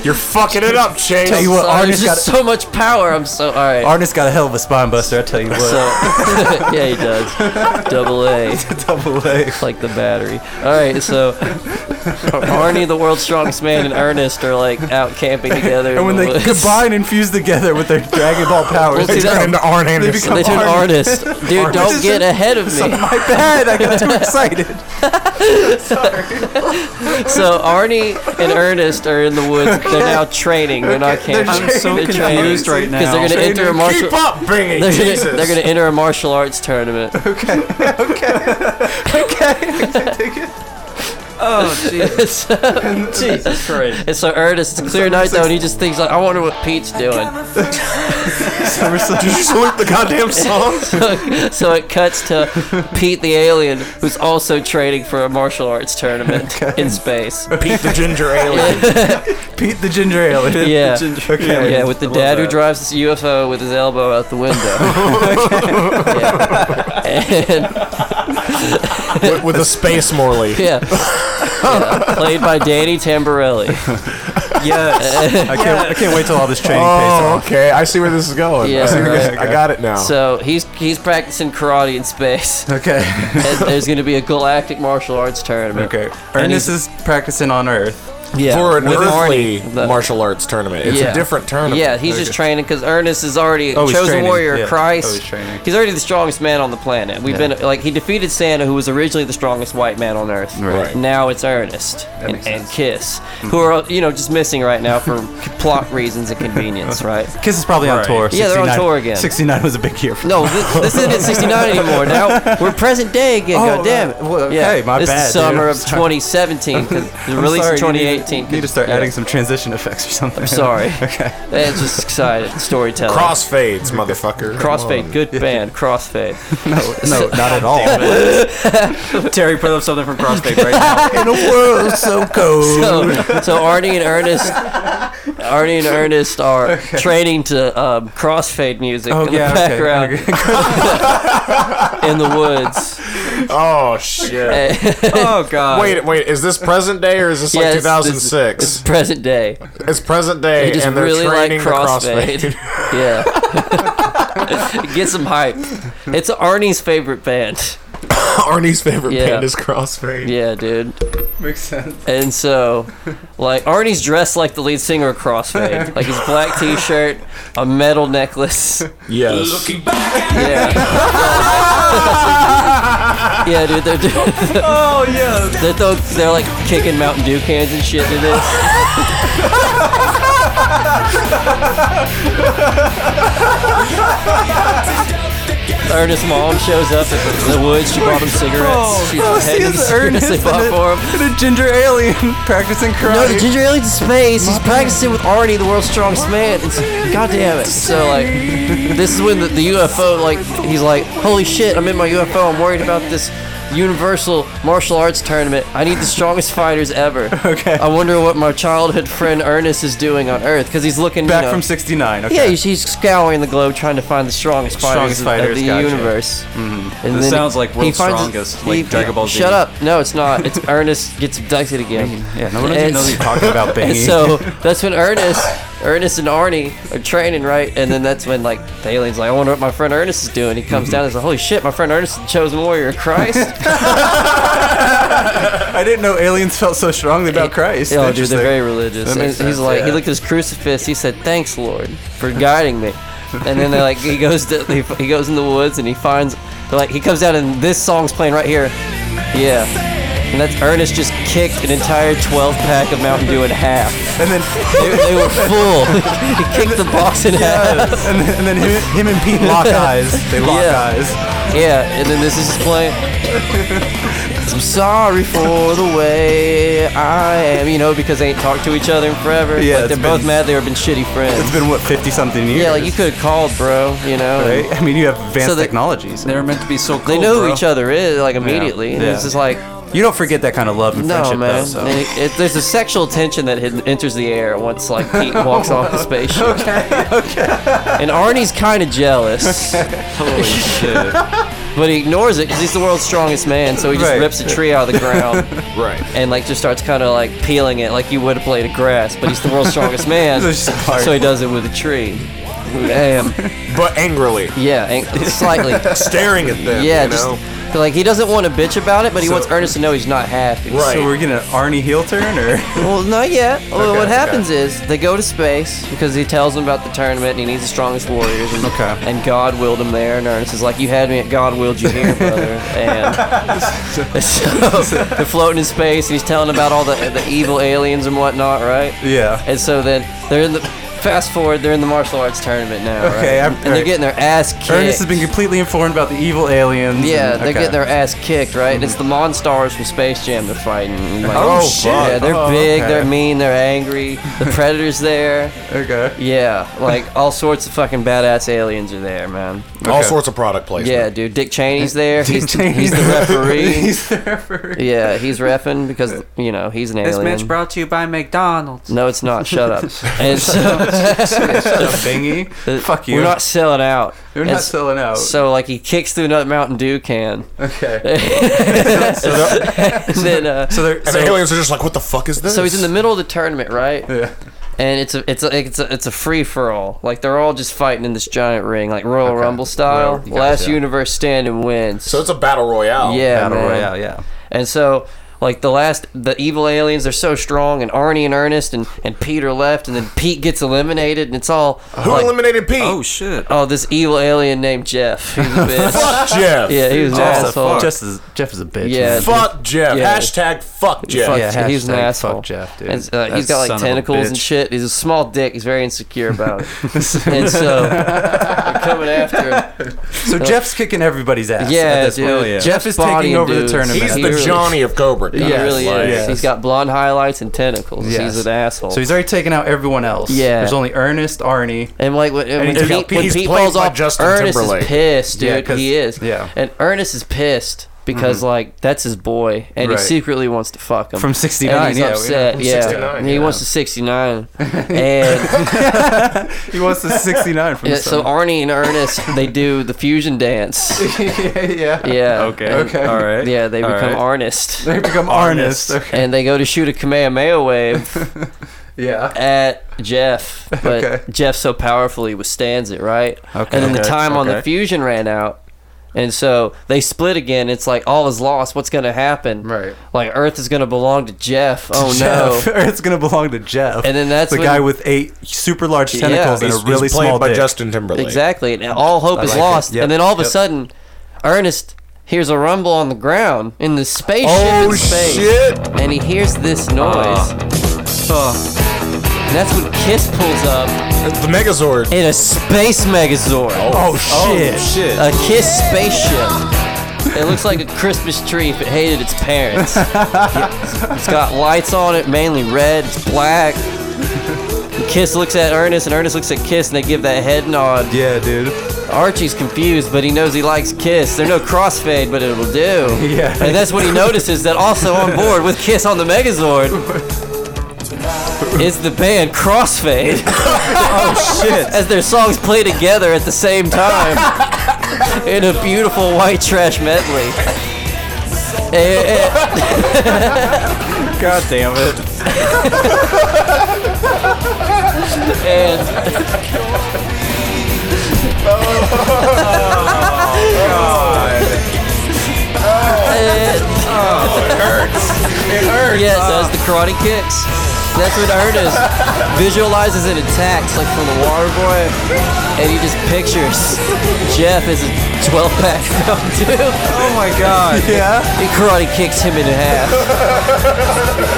[SPEAKER 2] You're fucking it up, Chase.
[SPEAKER 5] Tell you what,
[SPEAKER 3] Sorry, there's
[SPEAKER 5] Arnest got
[SPEAKER 3] just so much power. I'm so all right.
[SPEAKER 5] Arnest got a hell of a spine buster. I tell
[SPEAKER 3] so
[SPEAKER 5] you what.
[SPEAKER 3] yeah, he does. Double A.
[SPEAKER 5] Double A.
[SPEAKER 3] like the battery. All right, so Arnie, the world's strongest man, and Ernest are like out camping together. in
[SPEAKER 5] And when
[SPEAKER 3] the
[SPEAKER 5] they
[SPEAKER 3] woods.
[SPEAKER 5] combine and fuse together with their Dragon Ball powers,
[SPEAKER 3] Well, see,
[SPEAKER 5] it's
[SPEAKER 3] that's-
[SPEAKER 5] like,
[SPEAKER 2] Turn into Arn Anderson.
[SPEAKER 5] become-
[SPEAKER 3] they turn Ernest. Dude, don't get ahead of me.
[SPEAKER 5] my bad. I got too excited.
[SPEAKER 3] So Arnie and Ernest are in the woods. They're now training. They're not camping.
[SPEAKER 4] I'm so
[SPEAKER 3] They're training.
[SPEAKER 4] confused right now.
[SPEAKER 3] Because they're gonna enter a martial.
[SPEAKER 2] Keep up, Bingy.
[SPEAKER 3] They're
[SPEAKER 2] Jesus.
[SPEAKER 3] gonna, they're gonna enter a martial arts tournament.
[SPEAKER 4] oh, Jesus.
[SPEAKER 3] so,
[SPEAKER 4] Jesus Christ.
[SPEAKER 3] and so Ernest, it's a clear night though, and he just thinks like, I wonder what Pete's doing.
[SPEAKER 2] Did you salute the goddamn song?
[SPEAKER 3] so it cuts to Pete the alien, who's also training for a martial arts tournament in space.
[SPEAKER 2] Pete the ginger alien.
[SPEAKER 5] Pete the ginger alien.
[SPEAKER 3] Yeah.
[SPEAKER 5] Okay.
[SPEAKER 3] Yeah, with the
[SPEAKER 4] I love
[SPEAKER 3] dad who
[SPEAKER 4] that. Oh
[SPEAKER 3] drives this UFO with his elbow out the window. Yeah. And
[SPEAKER 2] with, with a space Morley.
[SPEAKER 3] yeah. Yeah, played by Danny Tamborelli.
[SPEAKER 4] Yes.
[SPEAKER 5] I can't. I can't wait till all this training pays
[SPEAKER 2] Oh,
[SPEAKER 5] off.
[SPEAKER 2] okay. I see where this is going.
[SPEAKER 3] Yeah,
[SPEAKER 2] I, see where this-
[SPEAKER 5] right.
[SPEAKER 2] I got it now.
[SPEAKER 3] So he's he's practicing karate in space.
[SPEAKER 5] Okay.
[SPEAKER 3] And there's going to be a galactic martial arts tournament.
[SPEAKER 5] Okay. Ernest is practicing on Earth.
[SPEAKER 3] Yeah,
[SPEAKER 2] for an
[SPEAKER 3] with
[SPEAKER 2] earthly
[SPEAKER 3] Arnie, the-
[SPEAKER 2] martial arts tournament, it's
[SPEAKER 3] Yeah.
[SPEAKER 2] a different tournament.
[SPEAKER 3] Yeah, he's just training because Ernest is already a
[SPEAKER 5] Oh, he's
[SPEAKER 3] chosen
[SPEAKER 5] training,
[SPEAKER 3] warrior,
[SPEAKER 5] yeah.
[SPEAKER 3] Christ.
[SPEAKER 5] Oh, he's training.
[SPEAKER 3] he's already the strongest man on the planet. We've been like he defeated Santa, who was originally the strongest white man on Earth.
[SPEAKER 5] Right.
[SPEAKER 3] Now it's Ernest and, and Kiss,
[SPEAKER 5] Mm-hmm.
[SPEAKER 3] who are you know just missing right now for plot reasons and convenience, right?
[SPEAKER 5] Kiss is probably on
[SPEAKER 4] Right.
[SPEAKER 5] tour.
[SPEAKER 3] Yeah, they're on
[SPEAKER 5] 69
[SPEAKER 3] tour again.
[SPEAKER 5] Sixty-nine was a big year. For
[SPEAKER 3] No, thi- this isn't 69 anymore. Now we're present day again.
[SPEAKER 5] Oh,
[SPEAKER 3] God damn it.
[SPEAKER 5] uh, well, okay, my
[SPEAKER 3] this
[SPEAKER 5] bad,
[SPEAKER 3] is summer
[SPEAKER 5] dude.
[SPEAKER 3] of 2017 because the release
[SPEAKER 5] sorry,
[SPEAKER 3] in
[SPEAKER 5] you
[SPEAKER 3] 2018.
[SPEAKER 5] need- Need to start
[SPEAKER 3] yeah.
[SPEAKER 5] adding some transition effects or something.
[SPEAKER 3] Sorry. Okay. It's just excited storytelling.
[SPEAKER 2] Crossfades, motherfucker.
[SPEAKER 3] Crossfade, good band. Crossfade.
[SPEAKER 5] No, no, not at all.
[SPEAKER 4] Terry, put up something from Crossfade right now.
[SPEAKER 5] In a world so cold.
[SPEAKER 3] So, so Arnie and Ernest, Arnie and Ernest are training to um, crossfade music
[SPEAKER 5] Oh,
[SPEAKER 3] in the
[SPEAKER 5] yeah, okay,
[SPEAKER 3] background in the woods.
[SPEAKER 2] Oh shit.
[SPEAKER 4] Oh, God.
[SPEAKER 2] Wait, wait. Is this present day or is this like
[SPEAKER 3] Yeah, it's- It's,
[SPEAKER 2] 2006?
[SPEAKER 3] it's present day.
[SPEAKER 2] It's, present day,
[SPEAKER 3] They just
[SPEAKER 2] and they're
[SPEAKER 3] really like
[SPEAKER 2] training
[SPEAKER 3] crossfade.
[SPEAKER 2] the crossfade.
[SPEAKER 3] yeah. Get some hype. It's Arnie's favorite band.
[SPEAKER 2] Arnie's favorite
[SPEAKER 3] Yeah.
[SPEAKER 2] band is crossfade.
[SPEAKER 3] Yeah, dude.
[SPEAKER 5] Makes sense.
[SPEAKER 3] And so, like, Arnie's dressed like the lead singer of Crossfade. Like, his black t shirt, a metal necklace.
[SPEAKER 2] Yes.
[SPEAKER 3] Yeah. yeah, dude. They're doing. oh yeah. They're, tho- they're like kicking Mountain Dew cans and shit to this. Ernest's mom shows up at the, the woods. She brought him cigarettes. She's
[SPEAKER 5] Oh, see,
[SPEAKER 3] heading
[SPEAKER 5] it's
[SPEAKER 3] cigarettes
[SPEAKER 5] Ernest
[SPEAKER 3] they
[SPEAKER 5] and
[SPEAKER 3] bought for him.
[SPEAKER 5] a, and a ginger alien practicing
[SPEAKER 3] No, the
[SPEAKER 5] karate.
[SPEAKER 3] ginger alien's in space. He's practicing with Arnie, the world's strongest man. It's god damn it. So like, this is when the, the UFO like he's like, holy shit, I'm in my UFO. I'm worried about this universal martial arts tournament. I need the strongest fighters ever.
[SPEAKER 5] Okay.
[SPEAKER 3] I wonder what my childhood friend Ernest is doing on Earth because he's looking you
[SPEAKER 5] Back
[SPEAKER 3] know-
[SPEAKER 5] from '69. Okay.
[SPEAKER 3] Yeah, he's, he's scouring the globe trying to find the strongest,
[SPEAKER 5] Strongest
[SPEAKER 3] fighters,
[SPEAKER 5] fighters,
[SPEAKER 3] of the
[SPEAKER 5] gotcha.
[SPEAKER 3] universe. Mm-hmm. And
[SPEAKER 4] This
[SPEAKER 3] then
[SPEAKER 4] sounds like
[SPEAKER 3] he
[SPEAKER 4] world's
[SPEAKER 3] finds
[SPEAKER 4] strongest, like Dragon Ball Z.
[SPEAKER 3] Shut up! No, it's not. It's Ernest gets abducted again.
[SPEAKER 5] Yeah, no one
[SPEAKER 3] And-
[SPEAKER 5] even knows you're talking about, Bingy.
[SPEAKER 3] and so that's when Ernest, Ernest and Arnie are training, right? And then that's when like the alien's like, I wonder what my friend Ernest is doing. He comes down and is like, Holy shit, my friend Ernest is the chosen warrior of Christ.
[SPEAKER 5] I didn't know aliens felt so strongly about Christ.
[SPEAKER 3] Oh, dude,
[SPEAKER 5] Interesting.
[SPEAKER 3] they're very religious.
[SPEAKER 5] That
[SPEAKER 3] And
[SPEAKER 5] makes
[SPEAKER 3] he's
[SPEAKER 5] sense,
[SPEAKER 3] like, he
[SPEAKER 5] yeah.
[SPEAKER 3] looked at his crucifix. He said, Thanks, Lord, for guiding me. And then they like he goes to he, he goes in the woods and he finds like he comes down and this song's playing right here, yeah. And that's Ernest just kicked an entire 12 pack of Mountain Dew in half.
[SPEAKER 5] and then,
[SPEAKER 3] They, they were full. he kicked the box in half.
[SPEAKER 5] and then, and then him, him and Pete lock eyes. They lock
[SPEAKER 3] Yeah.
[SPEAKER 5] eyes.
[SPEAKER 3] Yeah, and then this is just playing. I'm sorry for the way I am. You know, because they ain't talked to each other in forever.
[SPEAKER 7] Yeah,
[SPEAKER 3] like,
[SPEAKER 7] it's
[SPEAKER 3] they're both
[SPEAKER 7] been-
[SPEAKER 3] mad they've been shitty
[SPEAKER 7] It's
[SPEAKER 3] friends.
[SPEAKER 7] been what fifty something years.
[SPEAKER 3] yeah, like you could have called, bro. You know. and
[SPEAKER 7] Right? I mean, you have advanced
[SPEAKER 3] So they-
[SPEAKER 7] technologies.
[SPEAKER 4] They're meant to be so cool.
[SPEAKER 3] They know who
[SPEAKER 4] bro.
[SPEAKER 3] each other is like immediately. And
[SPEAKER 7] Yeah.
[SPEAKER 3] It's just like
[SPEAKER 5] You don't forget that kind of love and
[SPEAKER 3] no
[SPEAKER 5] friendship,
[SPEAKER 3] man.
[SPEAKER 5] though. So.
[SPEAKER 3] And it- it- there's a sexual tension that hid- enters the air once like Pete walks off the spaceship. Okay, okay. And Arnie's kind of jealous,
[SPEAKER 4] Holy shit.
[SPEAKER 3] but he ignores it because he's the world's strongest man. So he just
[SPEAKER 7] Right.
[SPEAKER 3] rips a tree out of the ground
[SPEAKER 2] Right.
[SPEAKER 3] and like just starts kind of like peeling it like you would a blade of grass. But he's the world's strongest man,
[SPEAKER 7] It's just hard.
[SPEAKER 3] so he does it with a tree. Damn.
[SPEAKER 2] But angrily.
[SPEAKER 3] Yeah, ang- slightly.
[SPEAKER 2] Staring at them.
[SPEAKER 3] Yeah,
[SPEAKER 2] You
[SPEAKER 3] just
[SPEAKER 2] know?
[SPEAKER 3] like he doesn't want to bitch about it, but he
[SPEAKER 7] So-
[SPEAKER 3] wants Ernest to know he's not happy.
[SPEAKER 2] Right.
[SPEAKER 7] So we're getting an Arnie heel turn, or
[SPEAKER 3] Well, not yet. well,
[SPEAKER 2] Okay,
[SPEAKER 3] what
[SPEAKER 2] okay.
[SPEAKER 3] happens is they go to space because he tells them about the tournament and he needs the strongest warriors. And,
[SPEAKER 5] Okay.
[SPEAKER 3] And God willed him there, and Ernest is like, "You had me at God willed you here, brother." And so they're floating in space, and he's telling about all the the evil aliens and whatnot, right?
[SPEAKER 7] yeah,
[SPEAKER 3] And so then they're in the fast forward. They're in the martial arts tournament now.
[SPEAKER 7] Okay,
[SPEAKER 3] right?
[SPEAKER 7] I'm-
[SPEAKER 3] and they're
[SPEAKER 7] alright.
[SPEAKER 3] getting their ass kicked.
[SPEAKER 5] Ernest has been completely informed about the evil aliens.
[SPEAKER 3] Yeah,
[SPEAKER 5] and-
[SPEAKER 3] they're
[SPEAKER 5] okay.
[SPEAKER 3] getting their ass kicked, right? And it's the Monstars from Space Jam they're fighting. And, like,
[SPEAKER 7] Oh, shit.
[SPEAKER 3] Yeah, they're
[SPEAKER 7] Oh,
[SPEAKER 3] big,
[SPEAKER 7] okay.
[SPEAKER 3] they're mean, they're angry. The Predator's there.
[SPEAKER 7] okay.
[SPEAKER 3] Yeah, like all sorts of fucking badass aliens are there, man.
[SPEAKER 2] All sorts of product placement.
[SPEAKER 3] Yeah, dude, Dick Cheney's there. He's, he's the referee. he's the referee. Yeah, he's refing because you know he's an
[SPEAKER 4] This match
[SPEAKER 3] alien.
[SPEAKER 4] brought to you by McDonald's.
[SPEAKER 3] no, it's not. Shut up. And so,
[SPEAKER 5] thingy. Fuck you.
[SPEAKER 3] Uh, We're not selling out.
[SPEAKER 5] You're not
[SPEAKER 3] And s-
[SPEAKER 5] selling out.
[SPEAKER 3] So like he kicks through another Mountain Dew can.
[SPEAKER 5] okay.
[SPEAKER 3] so then uh,
[SPEAKER 5] So they're
[SPEAKER 2] And
[SPEAKER 5] so,
[SPEAKER 2] the aliens are just like, what the fuck is this?
[SPEAKER 3] So he's in the middle of the tournament, right?
[SPEAKER 5] Yeah.
[SPEAKER 3] And it's a it's a it's a, it's a free for all. Like they're all just fighting in this giant ring, like Royal Rumble style.
[SPEAKER 5] Royal-
[SPEAKER 3] Last
[SPEAKER 5] gotcha.
[SPEAKER 3] universe standing wins.
[SPEAKER 2] So it's a battle royale.
[SPEAKER 3] yeah,
[SPEAKER 5] Battle
[SPEAKER 3] man.
[SPEAKER 5] Royale, yeah.
[SPEAKER 3] And so like the last the evil aliens they're so strong and Arnie and Ernest and, and Peter left and then Pete gets eliminated and it's all
[SPEAKER 2] Who
[SPEAKER 3] like,
[SPEAKER 2] eliminated Pete?
[SPEAKER 4] Oh shit.
[SPEAKER 3] oh this evil alien named Jeff. He's a bitch.
[SPEAKER 2] fuck Jeff.
[SPEAKER 3] yeah, he was an
[SPEAKER 7] Jeff's a
[SPEAKER 3] asshole.
[SPEAKER 7] fuck. Jeff is, Jeff is a bitch.
[SPEAKER 3] Yeah.
[SPEAKER 7] man.
[SPEAKER 2] Fuck Jeff.
[SPEAKER 3] Yeah.
[SPEAKER 2] Hashtag fuck Jeff.
[SPEAKER 3] Fuck,
[SPEAKER 5] Yeah,
[SPEAKER 3] he's an
[SPEAKER 5] hashtag fuck
[SPEAKER 3] asshole.
[SPEAKER 5] Jeff, dude.
[SPEAKER 3] And, uh, he's
[SPEAKER 4] That
[SPEAKER 3] got like
[SPEAKER 4] son of a
[SPEAKER 3] tentacles and
[SPEAKER 4] bitch.
[SPEAKER 3] shit. He's a small dick. He's very insecure about it. and so they're coming after him.
[SPEAKER 5] So Jeff's kicking everybody's ass. at
[SPEAKER 3] Yeah,
[SPEAKER 5] this point.
[SPEAKER 3] dude.
[SPEAKER 4] yeah.
[SPEAKER 5] Jeff is
[SPEAKER 3] Body,
[SPEAKER 5] taking over
[SPEAKER 3] dude.
[SPEAKER 5] the tournament.
[SPEAKER 2] He's
[SPEAKER 3] He
[SPEAKER 2] the
[SPEAKER 3] really-
[SPEAKER 2] Johnny of Cobra. Kai.
[SPEAKER 3] He really
[SPEAKER 2] Like,
[SPEAKER 3] is.
[SPEAKER 5] yes.
[SPEAKER 3] He's got blonde highlights and tentacles. He's an asshole.
[SPEAKER 5] So he's already taken out everyone else.
[SPEAKER 3] Yeah.
[SPEAKER 5] There's only Ernest, Arnie.
[SPEAKER 3] and like when, when,
[SPEAKER 5] he's
[SPEAKER 3] Pete,
[SPEAKER 5] got-
[SPEAKER 3] when
[SPEAKER 2] he's
[SPEAKER 3] Pete
[SPEAKER 2] played
[SPEAKER 3] falls
[SPEAKER 2] by
[SPEAKER 3] off,
[SPEAKER 2] Justin
[SPEAKER 3] Ernest
[SPEAKER 2] Timberlake.
[SPEAKER 3] is pissed,
[SPEAKER 5] Yeah,
[SPEAKER 3] dude.
[SPEAKER 5] 'cause-
[SPEAKER 3] he is.
[SPEAKER 5] yeah.
[SPEAKER 3] And Ernest is pissed because like that's his boy, and
[SPEAKER 5] Right.
[SPEAKER 3] he secretly wants to fuck him
[SPEAKER 5] From 69,
[SPEAKER 3] And he's
[SPEAKER 5] yeah, we-
[SPEAKER 3] upset.
[SPEAKER 5] from
[SPEAKER 3] Yeah,
[SPEAKER 2] 69,
[SPEAKER 3] And he
[SPEAKER 2] yeah.
[SPEAKER 3] wants to sixty nine, and
[SPEAKER 5] He wants the 69 from
[SPEAKER 3] Yeah,
[SPEAKER 5] the
[SPEAKER 3] so Arnie and Ernest, they do the fusion dance.
[SPEAKER 5] yeah.
[SPEAKER 3] Yeah.
[SPEAKER 4] Okay.
[SPEAKER 3] And-
[SPEAKER 5] Okay.
[SPEAKER 4] All right.
[SPEAKER 3] Yeah, they
[SPEAKER 4] All
[SPEAKER 3] become
[SPEAKER 4] right.
[SPEAKER 3] Arnest.
[SPEAKER 5] They become Arnest. Okay.
[SPEAKER 3] And they go to shoot a Kamehameha wave
[SPEAKER 5] Yeah.
[SPEAKER 3] at Jeff. But
[SPEAKER 5] Okay.
[SPEAKER 3] Jeff so powerfully withstands it, right?
[SPEAKER 5] Okay.
[SPEAKER 3] And then the
[SPEAKER 5] Okay.
[SPEAKER 3] time on the
[SPEAKER 4] Okay.
[SPEAKER 3] fusion ran out. And so they split again. It's like all is lost. What's going to happen?
[SPEAKER 5] Right.
[SPEAKER 3] Like Earth is going to belong to Jeff. Oh
[SPEAKER 5] Jeff.
[SPEAKER 3] no.
[SPEAKER 5] It's gonna belong to Jeff.
[SPEAKER 3] And then that's
[SPEAKER 5] the
[SPEAKER 3] when-
[SPEAKER 5] guy with eight super large tentacles
[SPEAKER 3] Yeah.
[SPEAKER 5] and
[SPEAKER 2] he's,
[SPEAKER 5] a really
[SPEAKER 2] he's played
[SPEAKER 5] small
[SPEAKER 2] by
[SPEAKER 5] dick.
[SPEAKER 2] Justin Timberlake.
[SPEAKER 3] Exactly. And all hope is
[SPEAKER 5] like it.
[SPEAKER 3] lost.
[SPEAKER 5] Yep.
[SPEAKER 3] And then all of a
[SPEAKER 5] Yep.
[SPEAKER 3] sudden, Ernest hears a rumble on the ground in the spaceship
[SPEAKER 2] Oh
[SPEAKER 3] in space.
[SPEAKER 2] shit!
[SPEAKER 3] and he hears this noise.
[SPEAKER 5] Ah.
[SPEAKER 3] And that's when Kiss pulls up
[SPEAKER 2] It's the Megazord.
[SPEAKER 3] in a space megazord.
[SPEAKER 5] Oh shit.
[SPEAKER 4] Shit.
[SPEAKER 3] A Kiss spaceship. It looks like a Christmas tree if it hated its parents. it's got lights on it, mainly red, it's black. And Kiss looks at Ernest, and Ernest looks at Kiss, and they give that head nod.
[SPEAKER 5] Yeah, dude.
[SPEAKER 3] Archie's confused, but he knows he likes Kiss. They're no crossfade, but it'll do.
[SPEAKER 5] Yeah.
[SPEAKER 3] And that's when he notices that also on board with Kiss on the Megazord is the band Crossfade. oh shit. As their songs play together at the same time in a beautiful white trash medley. And- and-
[SPEAKER 7] God damn it.
[SPEAKER 3] and Oh, Oh, And- Yeah, Oh, it Uh. does the karate kicks. That's what Ernest visualizes and attacks, like from the water boy. And he just pictures Jeff as a 12 pack Mountain Dew. Oh my god.
[SPEAKER 5] Yeah.
[SPEAKER 3] He karate kicks him in half.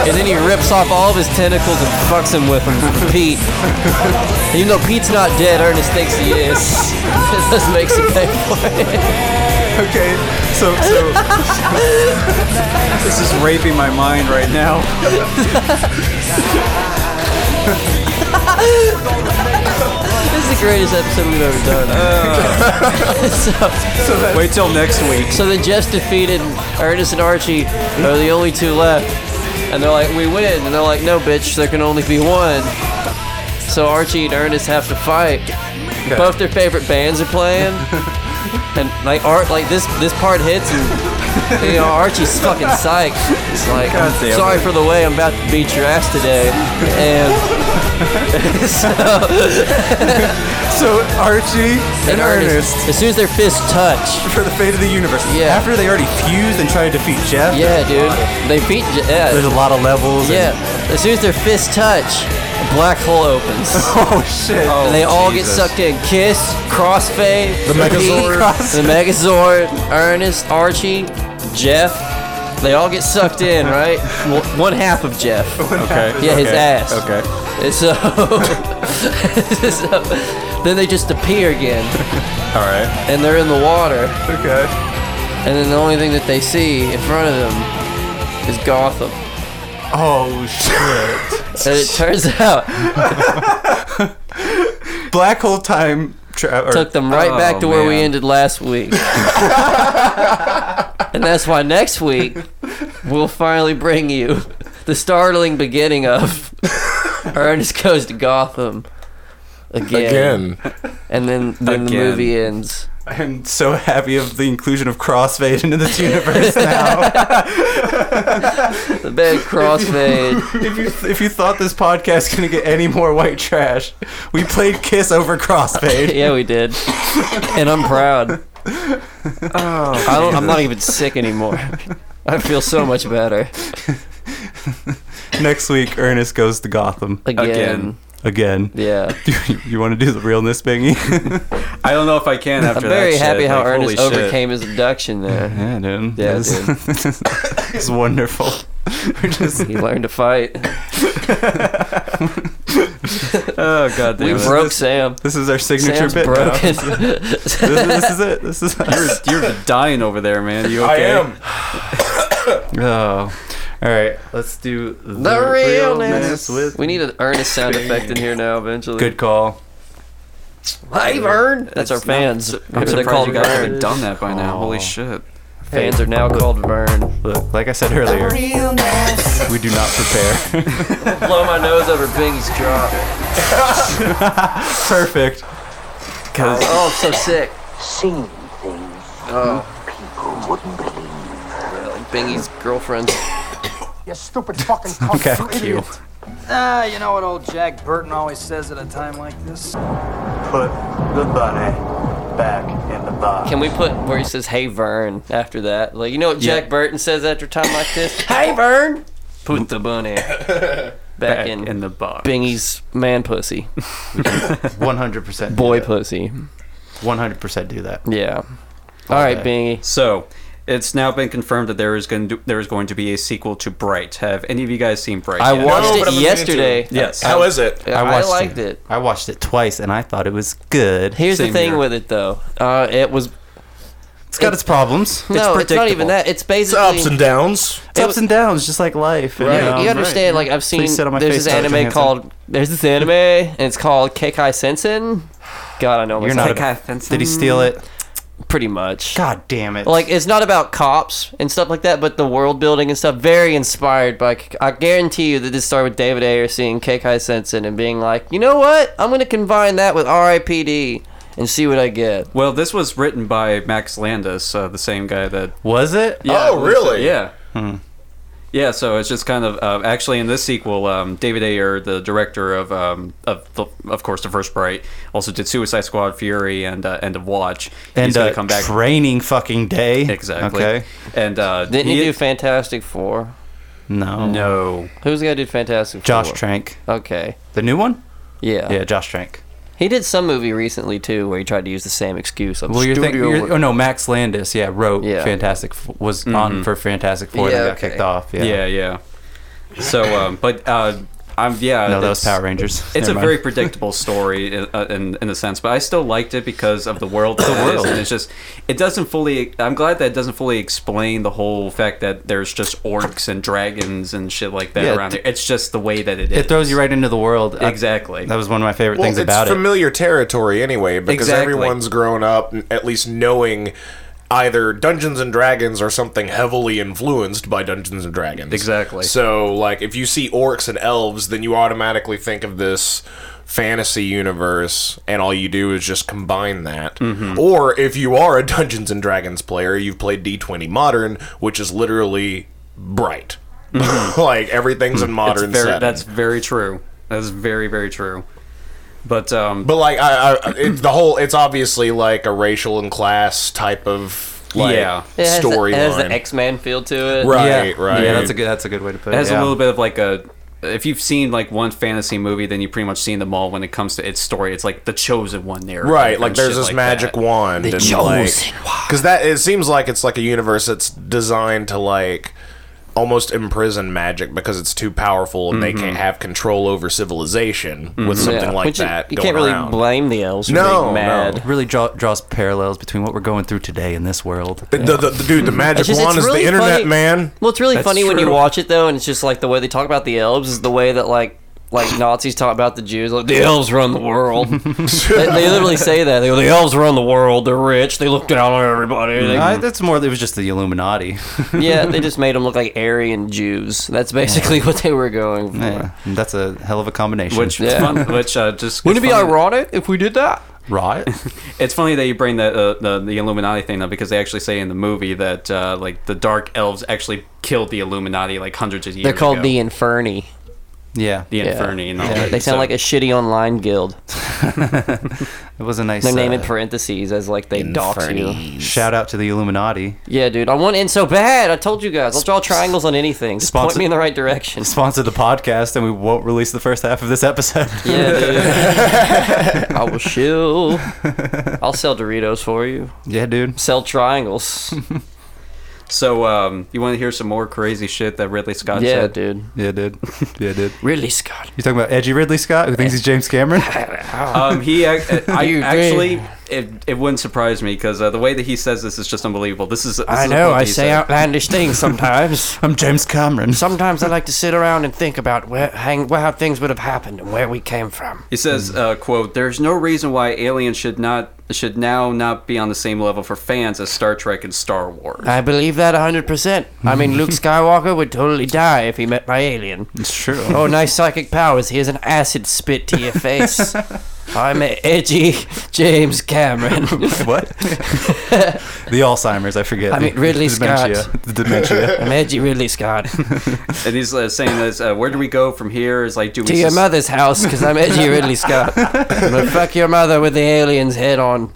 [SPEAKER 3] and then he rips off all of his tentacles and fucks him with them for Pete. Even though Pete's not dead, Ernest thinks he is. this makes him pay for it.
[SPEAKER 7] okay, so so this is raping my mind right now.
[SPEAKER 3] This is the greatest episode we've ever done. so,
[SPEAKER 7] Wait till next week.
[SPEAKER 3] so then Jeff's defeated Ernest and Archie are the only two left, and they're like, "We win," and they're like, "No, bitch, there can only be one." So Archie and Ernest have to fight. Both their favorite bands are playing, and like Art, like this this part hits, and you know Archie's fucking psyched. It's like, I'm
[SPEAKER 7] God damn
[SPEAKER 3] sorry for the way I'm about to beat your ass today, and so.
[SPEAKER 7] So Archie and,
[SPEAKER 3] and
[SPEAKER 7] Ernest,
[SPEAKER 3] Ernest. As soon as their fists touch,
[SPEAKER 7] for the fate of the universe.
[SPEAKER 3] Yeah.
[SPEAKER 7] After they already fused and tried to defeat Jeff,
[SPEAKER 3] yeah, dude, they beat. J-
[SPEAKER 7] there's a
[SPEAKER 3] Yeah,
[SPEAKER 7] lot of levels.
[SPEAKER 3] yeah.
[SPEAKER 7] And,
[SPEAKER 3] As soon as their fists touch, a black hole opens,
[SPEAKER 7] oh shit.
[SPEAKER 3] and they all get sucked in. Kiss, Crossfade, the
[SPEAKER 2] Megazord.
[SPEAKER 3] the Megazord, Ernest, Archie, Jeff. They all get sucked in, right? One- One half of Jeff.
[SPEAKER 7] Okay.
[SPEAKER 3] Yeah, his
[SPEAKER 7] okay,
[SPEAKER 3] ass.
[SPEAKER 7] Okay.
[SPEAKER 3] And so, so then they just appear again,
[SPEAKER 7] All right.
[SPEAKER 3] and they're in the water.
[SPEAKER 7] Okay.
[SPEAKER 3] And then the only thing that they see in front of them is Gotham.
[SPEAKER 7] Oh shit.
[SPEAKER 3] And it turns out
[SPEAKER 7] Black hole time. Tra- or-
[SPEAKER 3] took them right back
[SPEAKER 4] Oh,
[SPEAKER 3] to where we
[SPEAKER 4] man.
[SPEAKER 3] ended last week. and that's why next week we'll finally bring you the startling beginning of Ernest Goes to Gotham again.
[SPEAKER 2] Again.
[SPEAKER 3] And then, then the
[SPEAKER 4] Again.
[SPEAKER 3] movie ends.
[SPEAKER 7] I'm so happy of the inclusion of Crossfade into this universe now.
[SPEAKER 3] The bad crossfade.
[SPEAKER 7] if you if you thought this podcast gonna get any more white trash, we played Kiss over Crossfade.
[SPEAKER 3] yeah, we did. And I'm proud.
[SPEAKER 4] Oh,
[SPEAKER 3] I don't, I'm not even sick anymore. I feel so much better.
[SPEAKER 7] Next week, Ernest goes to Gotham
[SPEAKER 3] Again.
[SPEAKER 4] Again.
[SPEAKER 7] again.
[SPEAKER 3] Yeah.
[SPEAKER 7] You, you want to do the realness thingy?
[SPEAKER 4] I don't know if I can after
[SPEAKER 3] I'm very
[SPEAKER 4] that
[SPEAKER 3] happy
[SPEAKER 4] shit.
[SPEAKER 3] how
[SPEAKER 4] Like, holy
[SPEAKER 3] Ernest
[SPEAKER 4] shit.
[SPEAKER 3] overcame his abduction there.
[SPEAKER 7] yeah, dude.
[SPEAKER 3] Yeah,
[SPEAKER 7] This-
[SPEAKER 3] dude.
[SPEAKER 7] It's wonderful. We're just
[SPEAKER 3] He learned to fight.
[SPEAKER 4] Oh god
[SPEAKER 3] We
[SPEAKER 4] damn it.
[SPEAKER 3] broke Sam.
[SPEAKER 7] this is our signature
[SPEAKER 3] Sam's
[SPEAKER 7] bit. now.
[SPEAKER 3] broken.
[SPEAKER 7] This, this is it. This is us.
[SPEAKER 4] You're dying over there, man. You okay?
[SPEAKER 2] I am.
[SPEAKER 7] Oh. All right, let's do the,
[SPEAKER 3] the realness.
[SPEAKER 7] with
[SPEAKER 3] We need an Ernest sound effect in here now. Eventually.
[SPEAKER 7] good call.
[SPEAKER 3] Live Ern. That's our
[SPEAKER 4] It's not-
[SPEAKER 3] fans.
[SPEAKER 4] I'm
[SPEAKER 3] they're
[SPEAKER 4] surprised
[SPEAKER 3] called
[SPEAKER 4] you guys
[SPEAKER 3] Vern.
[SPEAKER 4] haven't done that by now. Holy
[SPEAKER 7] Aw.
[SPEAKER 4] shit.
[SPEAKER 3] Fans are now called Vern.
[SPEAKER 7] Look, like I said earlier, we do not prepare.
[SPEAKER 3] Blow my nose over Bingy's drop.
[SPEAKER 7] Perfect.
[SPEAKER 3] Oh, I'm so sick. Oh.
[SPEAKER 8] seen things people wouldn't believe.
[SPEAKER 3] Yeah, like Bingy's girlfriend.
[SPEAKER 9] You stupid fucking cunt,
[SPEAKER 7] Okay,
[SPEAKER 9] you
[SPEAKER 7] cute.
[SPEAKER 9] idiot. Ah, you know what old Jack Burton always says at a time like this?
[SPEAKER 8] Put the bunny back in the box.
[SPEAKER 3] Can we put where he says "Hey Vern" after that? Like you know what Jack Burton says after a time like this? Hey Vern. Put the bunny back,
[SPEAKER 4] Back
[SPEAKER 3] in.
[SPEAKER 4] in the box.
[SPEAKER 3] Bingy's man pussy,
[SPEAKER 5] 100%
[SPEAKER 3] boy pussy.
[SPEAKER 5] 100% do that.
[SPEAKER 3] Yeah. All right, Bingy.
[SPEAKER 4] So, it's now been confirmed that there is going to there is going to be a sequel to Bright. Have any of you guys seen Bright?
[SPEAKER 3] I
[SPEAKER 4] yet?
[SPEAKER 3] watched
[SPEAKER 2] but I'm
[SPEAKER 3] it
[SPEAKER 2] looking into
[SPEAKER 3] yesterday.
[SPEAKER 2] it.
[SPEAKER 4] Yes.
[SPEAKER 2] How is it?
[SPEAKER 3] I, liked it.
[SPEAKER 5] I watched it twice and I thought it was good.
[SPEAKER 3] Here's the
[SPEAKER 4] Same
[SPEAKER 3] thing
[SPEAKER 4] here.
[SPEAKER 3] with it though. Uh, it was
[SPEAKER 5] It's got its problems. It's
[SPEAKER 3] no, it's not even that.
[SPEAKER 2] It's
[SPEAKER 3] It's basically
[SPEAKER 2] ups and downs.
[SPEAKER 5] ups and downs, just like life.
[SPEAKER 3] You-
[SPEAKER 5] Right.
[SPEAKER 3] You, understand? Like I've seen.
[SPEAKER 5] Please sit on my
[SPEAKER 3] There's
[SPEAKER 5] face,
[SPEAKER 3] this
[SPEAKER 5] Scarlett
[SPEAKER 3] anime
[SPEAKER 5] Johansson.
[SPEAKER 3] called. There's this anime, and it's called Kekai Sensen. God, I know.
[SPEAKER 5] You're
[SPEAKER 3] myself.
[SPEAKER 5] not. A, did he steal it?
[SPEAKER 3] pretty much.
[SPEAKER 5] God damn it!
[SPEAKER 3] Like it's not about cops and stuff like that, but the world building and stuff. Very inspired by. I guarantee you that this started with David Ayer seeing Kekai Sensen and being like, you know what? I'm gonna combine that with R.I.P.D. and see what I get.
[SPEAKER 4] Well, this was written by Max Landis, uh, the same guy that.
[SPEAKER 5] was it?
[SPEAKER 4] Yeah,
[SPEAKER 2] Oh,
[SPEAKER 4] it was-
[SPEAKER 2] really?
[SPEAKER 4] Yeah.
[SPEAKER 5] Hmm.
[SPEAKER 4] Yeah, so it's just kind of uh, actually in this sequel, um, David Ayer, the director of um, of the, of course the first Bright, also did Suicide Squad, Fury, and uh, End of Watch.
[SPEAKER 5] And
[SPEAKER 4] He's gonna
[SPEAKER 5] uh,
[SPEAKER 4] come back
[SPEAKER 5] training fucking day.
[SPEAKER 4] exactly.
[SPEAKER 5] Okay.
[SPEAKER 4] And uh,
[SPEAKER 3] Didn't he, do Fantastic Four?
[SPEAKER 5] No.
[SPEAKER 4] no?
[SPEAKER 3] Who's gonna do Fantastic
[SPEAKER 5] Josh
[SPEAKER 3] Four?
[SPEAKER 5] Trank,
[SPEAKER 3] Okay.
[SPEAKER 5] the new one.
[SPEAKER 3] Yeah.
[SPEAKER 5] Yeah, Josh Trank.
[SPEAKER 3] He did some movie recently too where he tried to use the same excuse. Of
[SPEAKER 5] Well, you're thinking.
[SPEAKER 3] studio
[SPEAKER 5] You're,
[SPEAKER 3] work.
[SPEAKER 5] oh no, Max Landis. Yeah, Mm-hmm. wrote
[SPEAKER 3] Yeah.
[SPEAKER 5] Fantastic. F- Was on for Fantastic Four.
[SPEAKER 3] Yeah,
[SPEAKER 5] and got
[SPEAKER 3] okay.
[SPEAKER 5] kicked off. Yeah.
[SPEAKER 4] Yeah, yeah. So, um, but uh, I'm yeah.
[SPEAKER 5] No, that was
[SPEAKER 4] it's-
[SPEAKER 5] Power Rangers.
[SPEAKER 4] It's
[SPEAKER 5] Never
[SPEAKER 4] a
[SPEAKER 5] mind.
[SPEAKER 4] very predictable story in, uh, in in a sense, but I still liked it because of the world. the world, and it's just it doesn't fully. I'm glad that it doesn't fully explain the whole fact that there's just orcs and dragons and shit like that
[SPEAKER 5] Yeah,
[SPEAKER 4] around
[SPEAKER 5] it-
[SPEAKER 4] there. It's just the way that it is.
[SPEAKER 5] It throws you right into the world. I-
[SPEAKER 4] Exactly.
[SPEAKER 5] that was one of my favorite
[SPEAKER 2] Well,
[SPEAKER 5] things
[SPEAKER 2] it's
[SPEAKER 5] about it.
[SPEAKER 2] familiar territory anyway because
[SPEAKER 4] Exactly.
[SPEAKER 2] everyone's grown up n- at least knowing either Dungeons and Dragons or something heavily influenced by Dungeons and Dragons.
[SPEAKER 4] Exactly.
[SPEAKER 2] So, like, if you see orcs and elves, then you automatically think of this fantasy universe, and all you do is just combine that.
[SPEAKER 4] Mm-hmm.
[SPEAKER 2] Or if you are a Dungeons and Dragons player, you've played D20 Modern, which is literally bright. like everything's in
[SPEAKER 4] Mm-hmm. It's
[SPEAKER 2] modern.
[SPEAKER 4] very-
[SPEAKER 2] setting.
[SPEAKER 4] that's very true. That's very very true. But um,
[SPEAKER 2] But like, I, I it, the whole it's obviously like a racial and class type of like
[SPEAKER 4] Yeah.
[SPEAKER 3] It has the- It has the
[SPEAKER 2] storyline.
[SPEAKER 3] X Men feel to it.
[SPEAKER 2] right, right.
[SPEAKER 5] Yeah, that's a good. That's a good way to put it.
[SPEAKER 4] It has
[SPEAKER 5] yeah.
[SPEAKER 4] a little bit of like a. If you've seen like one fantasy movie, then you've pretty much seen them all when it comes to its story. It's like the chosen one there.
[SPEAKER 2] Right, like there's this magic wand, and like because that it seems like it's like a universe that's designed to like almost imprison magic because it's too powerful and
[SPEAKER 5] Mm-hmm.
[SPEAKER 2] they can't have control over civilization with something like
[SPEAKER 3] Which you-
[SPEAKER 2] that.
[SPEAKER 3] You,
[SPEAKER 2] going
[SPEAKER 3] can't really
[SPEAKER 2] around.
[SPEAKER 3] blame the elves for
[SPEAKER 2] No,
[SPEAKER 3] being mad.
[SPEAKER 2] no.
[SPEAKER 5] really draw, draws parallels between what we're going through today in this world.
[SPEAKER 2] The, the, the, the- dude, the magic
[SPEAKER 3] just-
[SPEAKER 2] wand is the internet,
[SPEAKER 3] funny.
[SPEAKER 2] man.
[SPEAKER 3] Well, it's really funny when you
[SPEAKER 4] true.
[SPEAKER 3] watch it though, and it's just like the way they talk about the elves is the way that like like Nazis talk about the Jews. Like the elves run the world. they, they literally say that. They go, the elves run the world. They're rich. They look down on everybody. They-
[SPEAKER 5] I, that's more. It was just the Illuminati.
[SPEAKER 3] yeah, they just made them look like Aryan Jews. That's basically what they were going for.
[SPEAKER 5] Yeah, that's a hell of a combination.
[SPEAKER 4] Which
[SPEAKER 3] Yeah.
[SPEAKER 4] fun, which uh, just
[SPEAKER 3] Wouldn't it
[SPEAKER 4] it's
[SPEAKER 3] be
[SPEAKER 4] funny-
[SPEAKER 3] ironic if we did that?
[SPEAKER 5] right?
[SPEAKER 4] It's funny that you bring the, uh, the the Illuminati thing up because they actually say in the movie that uh, like the Dark Elves actually killed the Illuminati like hundreds of years.
[SPEAKER 3] They're called
[SPEAKER 4] ago.
[SPEAKER 3] the Inferni.
[SPEAKER 5] yeah.
[SPEAKER 4] the
[SPEAKER 3] Yeah.
[SPEAKER 4] Inferni. And all
[SPEAKER 3] Yeah,
[SPEAKER 4] that,
[SPEAKER 3] they sound
[SPEAKER 4] so-
[SPEAKER 3] like a shitty online guild.
[SPEAKER 5] It was a nice.
[SPEAKER 3] They're
[SPEAKER 5] uh,
[SPEAKER 3] naming parentheses as like they dox you.
[SPEAKER 5] Shout out to the Illuminati.
[SPEAKER 3] Yeah, dude, I want in so bad. I told you guys, I'll draw triangles on anything. Just point
[SPEAKER 5] Sponsor-
[SPEAKER 3] me in the right direction.
[SPEAKER 5] Sponsored the podcast, and we won't release the first half of this episode.
[SPEAKER 3] Yeah, dude. I will shill. I'll sell Doritos for you.
[SPEAKER 5] yeah, dude.
[SPEAKER 3] Sell triangles.
[SPEAKER 4] So um, you want to hear some more crazy shit that Ridley Scott
[SPEAKER 3] yeah,
[SPEAKER 4] said?
[SPEAKER 3] dude.
[SPEAKER 5] Yeah, dude. Yeah, dude.
[SPEAKER 3] Really, Scott?
[SPEAKER 5] You talking about edgy Ridley Scott, who thinks he's James Cameron?
[SPEAKER 4] Um, he ac- I
[SPEAKER 3] You did.
[SPEAKER 4] actually it, it wouldn't surprise me because uh, the way that he says this is just unbelievable. This is this is what he said.
[SPEAKER 3] outlandish things sometimes.
[SPEAKER 5] I'm James Cameron.
[SPEAKER 3] sometimes I like to sit around and think about where, hang, where how things would have happened and where we came from.
[SPEAKER 4] He says, uh, "quote There's no reason why aliens should not should now not be on the same level for fans as Star Trek and Star Wars."
[SPEAKER 3] I believe that 100%. I mean, Luke Skywalker would totally die if he met my alien.
[SPEAKER 5] It's true.
[SPEAKER 3] Oh, nice psychic powers. Here's an acid spit to your face. I'm E- edgy James Cameron.
[SPEAKER 5] what? the Alzheimer's, I forget.
[SPEAKER 3] I mean, Ridley Scott.
[SPEAKER 5] The dementia.
[SPEAKER 3] I'm edgy Ridley Scott.
[SPEAKER 4] And he's uh, saying this, uh, "Where do we go from here? Is like do we
[SPEAKER 3] To your
[SPEAKER 4] sus-
[SPEAKER 3] mother's house, because I'm edgy Ridley Scott. I'm gonna fuck your mother with the alien's head on.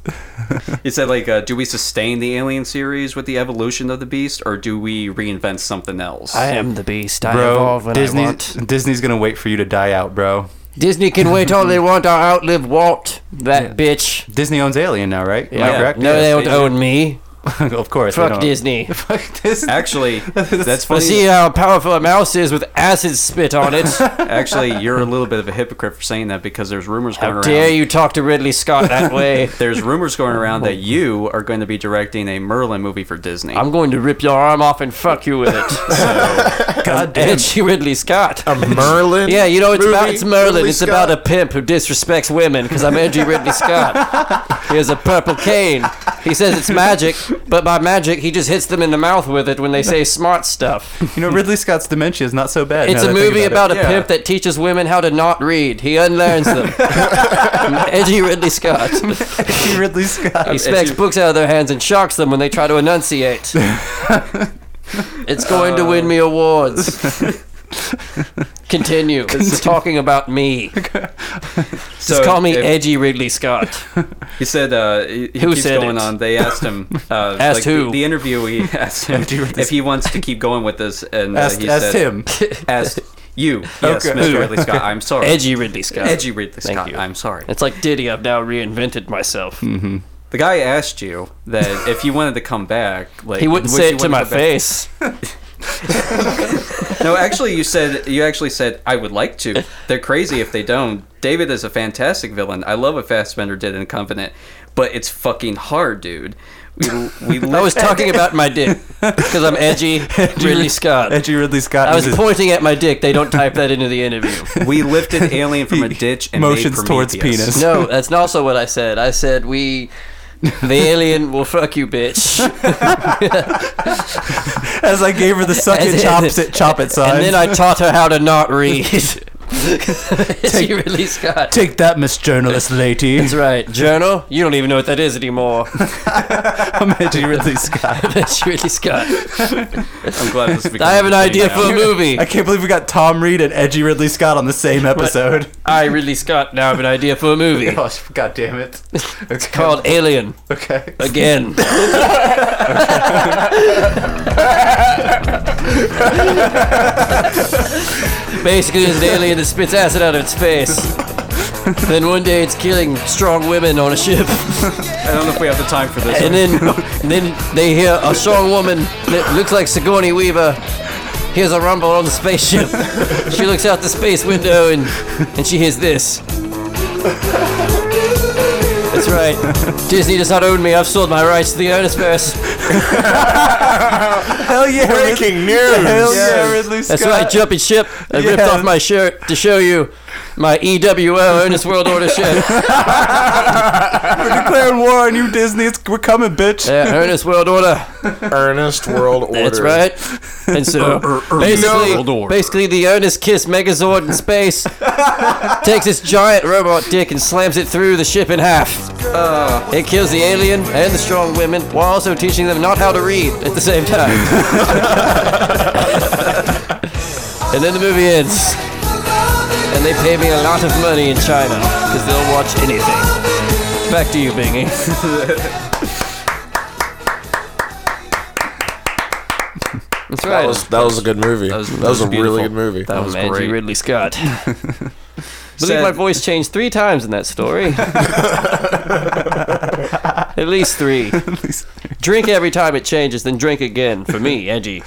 [SPEAKER 4] He said like uh, do we sustain the alien series with the evolution of the beast or do we reinvent something else?"
[SPEAKER 3] I am the beast. I evolve
[SPEAKER 5] Bro,
[SPEAKER 3] when I
[SPEAKER 5] Disney's,
[SPEAKER 3] want.
[SPEAKER 5] Disney's going to wait for you to die out, bro.
[SPEAKER 3] Disney can wait all they want. I'll outlive Walt. That bitch.
[SPEAKER 5] Disney owns Alien now, right? Am I
[SPEAKER 4] Yeah.
[SPEAKER 5] correct?
[SPEAKER 3] No,
[SPEAKER 4] Yes,
[SPEAKER 3] they don't
[SPEAKER 4] they do.
[SPEAKER 3] own me.
[SPEAKER 5] of course. they
[SPEAKER 3] Fuck
[SPEAKER 5] don't.
[SPEAKER 3] Disney.
[SPEAKER 5] Fuck Disney.
[SPEAKER 4] Actually, that's
[SPEAKER 3] I
[SPEAKER 4] funny.
[SPEAKER 3] see how powerful a mouse is with acid spit on it.
[SPEAKER 4] Actually, you're a little bit of a hypocrite for saying that because there's rumors going
[SPEAKER 3] How
[SPEAKER 4] around.
[SPEAKER 3] dare you talk to Ridley Scott that way?
[SPEAKER 4] There's rumors going around that you are going to be directing a Merlin movie for Disney.
[SPEAKER 3] I'm going to rip your arm off and fuck you with it.
[SPEAKER 5] God damn.
[SPEAKER 3] Edgy Ridley Scott.
[SPEAKER 2] Merlin.
[SPEAKER 3] Yeah, you know what it's about
[SPEAKER 2] movie?
[SPEAKER 3] it's Merlin.
[SPEAKER 2] Ridley
[SPEAKER 3] it's about a
[SPEAKER 2] Scott?
[SPEAKER 3] pimp who disrespects women because I'm Edgy Ridley Scott. He has a purple cane. He says it's magic, but by magic he just hits them in the mouth with it when they say smart stuff.
[SPEAKER 5] You know, Ridley Scott's dementia is not so bad.
[SPEAKER 3] It's
[SPEAKER 5] now
[SPEAKER 3] a
[SPEAKER 5] that I think
[SPEAKER 3] movie
[SPEAKER 5] about
[SPEAKER 3] about,
[SPEAKER 5] it.
[SPEAKER 3] a pimp that teaches women how to not read. He unlearns them. Edgy Ridley Scott.
[SPEAKER 5] Edgy Ridley Scott.
[SPEAKER 3] He smacks books out of their hands and shocks them when they try to enunciate. it's going to win me awards. Continue. This is talking about me.
[SPEAKER 4] So
[SPEAKER 3] Just call me
[SPEAKER 4] if-
[SPEAKER 3] edgy Ridley Scott.
[SPEAKER 4] He said, uh, he he
[SPEAKER 3] Who
[SPEAKER 4] keeps
[SPEAKER 3] said
[SPEAKER 4] going
[SPEAKER 3] it?
[SPEAKER 4] on. They asked him, uh,
[SPEAKER 3] Asked
[SPEAKER 4] like,
[SPEAKER 3] who?
[SPEAKER 4] The, the interviewee asked him if he wants to keep going with this, and uh,
[SPEAKER 5] Asked,
[SPEAKER 4] he
[SPEAKER 5] asked
[SPEAKER 4] said,
[SPEAKER 5] him.
[SPEAKER 4] asked you, yes,
[SPEAKER 5] Okay.
[SPEAKER 4] Mr. Ridley Scott. I'm sorry,
[SPEAKER 3] edgy Ridley Scott.
[SPEAKER 4] edgy Ridley
[SPEAKER 3] Thank
[SPEAKER 4] Scott.
[SPEAKER 3] you.
[SPEAKER 4] I'm sorry.
[SPEAKER 3] It's like Diddy. I've now reinvented myself.
[SPEAKER 4] The guy asked you that if you wanted to come back, like
[SPEAKER 3] He wouldn't
[SPEAKER 4] would
[SPEAKER 3] say
[SPEAKER 4] you
[SPEAKER 3] it to
[SPEAKER 4] want
[SPEAKER 3] my
[SPEAKER 4] come back?
[SPEAKER 3] face.
[SPEAKER 4] No, actually, you said you actually said I would like to. They're crazy if they don't. David is a fantastic villain. I love what Fassbender did in Covenant, but it's fucking hard, dude. We, we
[SPEAKER 3] I
[SPEAKER 4] li-
[SPEAKER 3] was talking about my dick because I'm edgy, Ridley Scott.
[SPEAKER 5] Edgy Ridley Scott.
[SPEAKER 3] I was
[SPEAKER 5] uses
[SPEAKER 3] pointing at my dick. They don't type that into the interview.
[SPEAKER 4] we lifted Alien from a ditch and
[SPEAKER 5] motions
[SPEAKER 4] made
[SPEAKER 5] towards
[SPEAKER 4] Prometheus.
[SPEAKER 5] penis.
[SPEAKER 3] No, that's not also what I said. I said we, the alien will fuck you, bitch.
[SPEAKER 5] As I gave her the suck
[SPEAKER 3] And
[SPEAKER 5] it,
[SPEAKER 3] then-
[SPEAKER 5] chops it, chop it sign.
[SPEAKER 3] And then I taught her how to not read. she really Scott.
[SPEAKER 5] take that, Miss Journalist Lady.
[SPEAKER 3] That's right. Journal? You don't even know what that is anymore.
[SPEAKER 5] I'm Edgy Ridley Scott.
[SPEAKER 3] That's really Scott.
[SPEAKER 4] I'm glad this. is
[SPEAKER 3] I have an
[SPEAKER 4] becoming a
[SPEAKER 3] idea
[SPEAKER 4] thing
[SPEAKER 3] for a
[SPEAKER 4] now.
[SPEAKER 3] movie.
[SPEAKER 5] I can't believe we got Tom Reed and Edgy Ridley Scott on the same episode.
[SPEAKER 3] I really Scott now have an idea for a movie.
[SPEAKER 5] Gosh, God damn it. It's
[SPEAKER 3] Called Alien
[SPEAKER 5] Okay.
[SPEAKER 3] again. Basically, it's an alien that spits acid out of its face. then one day it's killing strong women on a ship.
[SPEAKER 4] I don't know if we have the time for this.
[SPEAKER 3] and then and then they hear a strong woman that looks like Sigourney Weaver hears a rumble on the spaceship. she looks out the space window and and she hears this. That's right. Disney does not own me. I've sold my rights to the Ernest Bears.
[SPEAKER 5] Hell yeah. Rid-
[SPEAKER 10] Breaking news.
[SPEAKER 5] Hell yeah, Ridley Scott.
[SPEAKER 3] That's right. Jumping ship. I ripped
[SPEAKER 5] Yeah.
[SPEAKER 3] off my shirt to show you my EWO Ernest World Order shirt.
[SPEAKER 5] We're declaring war on you, Disney. It's, we're coming, bitch.
[SPEAKER 3] Yeah, Ernest World Order.
[SPEAKER 2] Earnest World Order.
[SPEAKER 3] That's right. And so basically, basically the Ernest Kiss Megazord in space takes its giant robot dick and slams it through the ship in half. it kills the alien and the strong women while also teaching them not how to read at the same time. and then the movie ends. And they pay me a lot of money in China because they'll watch anything. Back to you, Bingy. That's right.
[SPEAKER 2] That was that was a good movie. That was, a
[SPEAKER 4] beautiful.
[SPEAKER 2] really good movie.
[SPEAKER 3] That
[SPEAKER 4] was
[SPEAKER 3] was Angie
[SPEAKER 4] great.
[SPEAKER 3] Ridley Scott. I believe
[SPEAKER 4] Said-
[SPEAKER 3] my voice changed three times in that story. At least three. Drink every time it changes, then drink again for me, Angie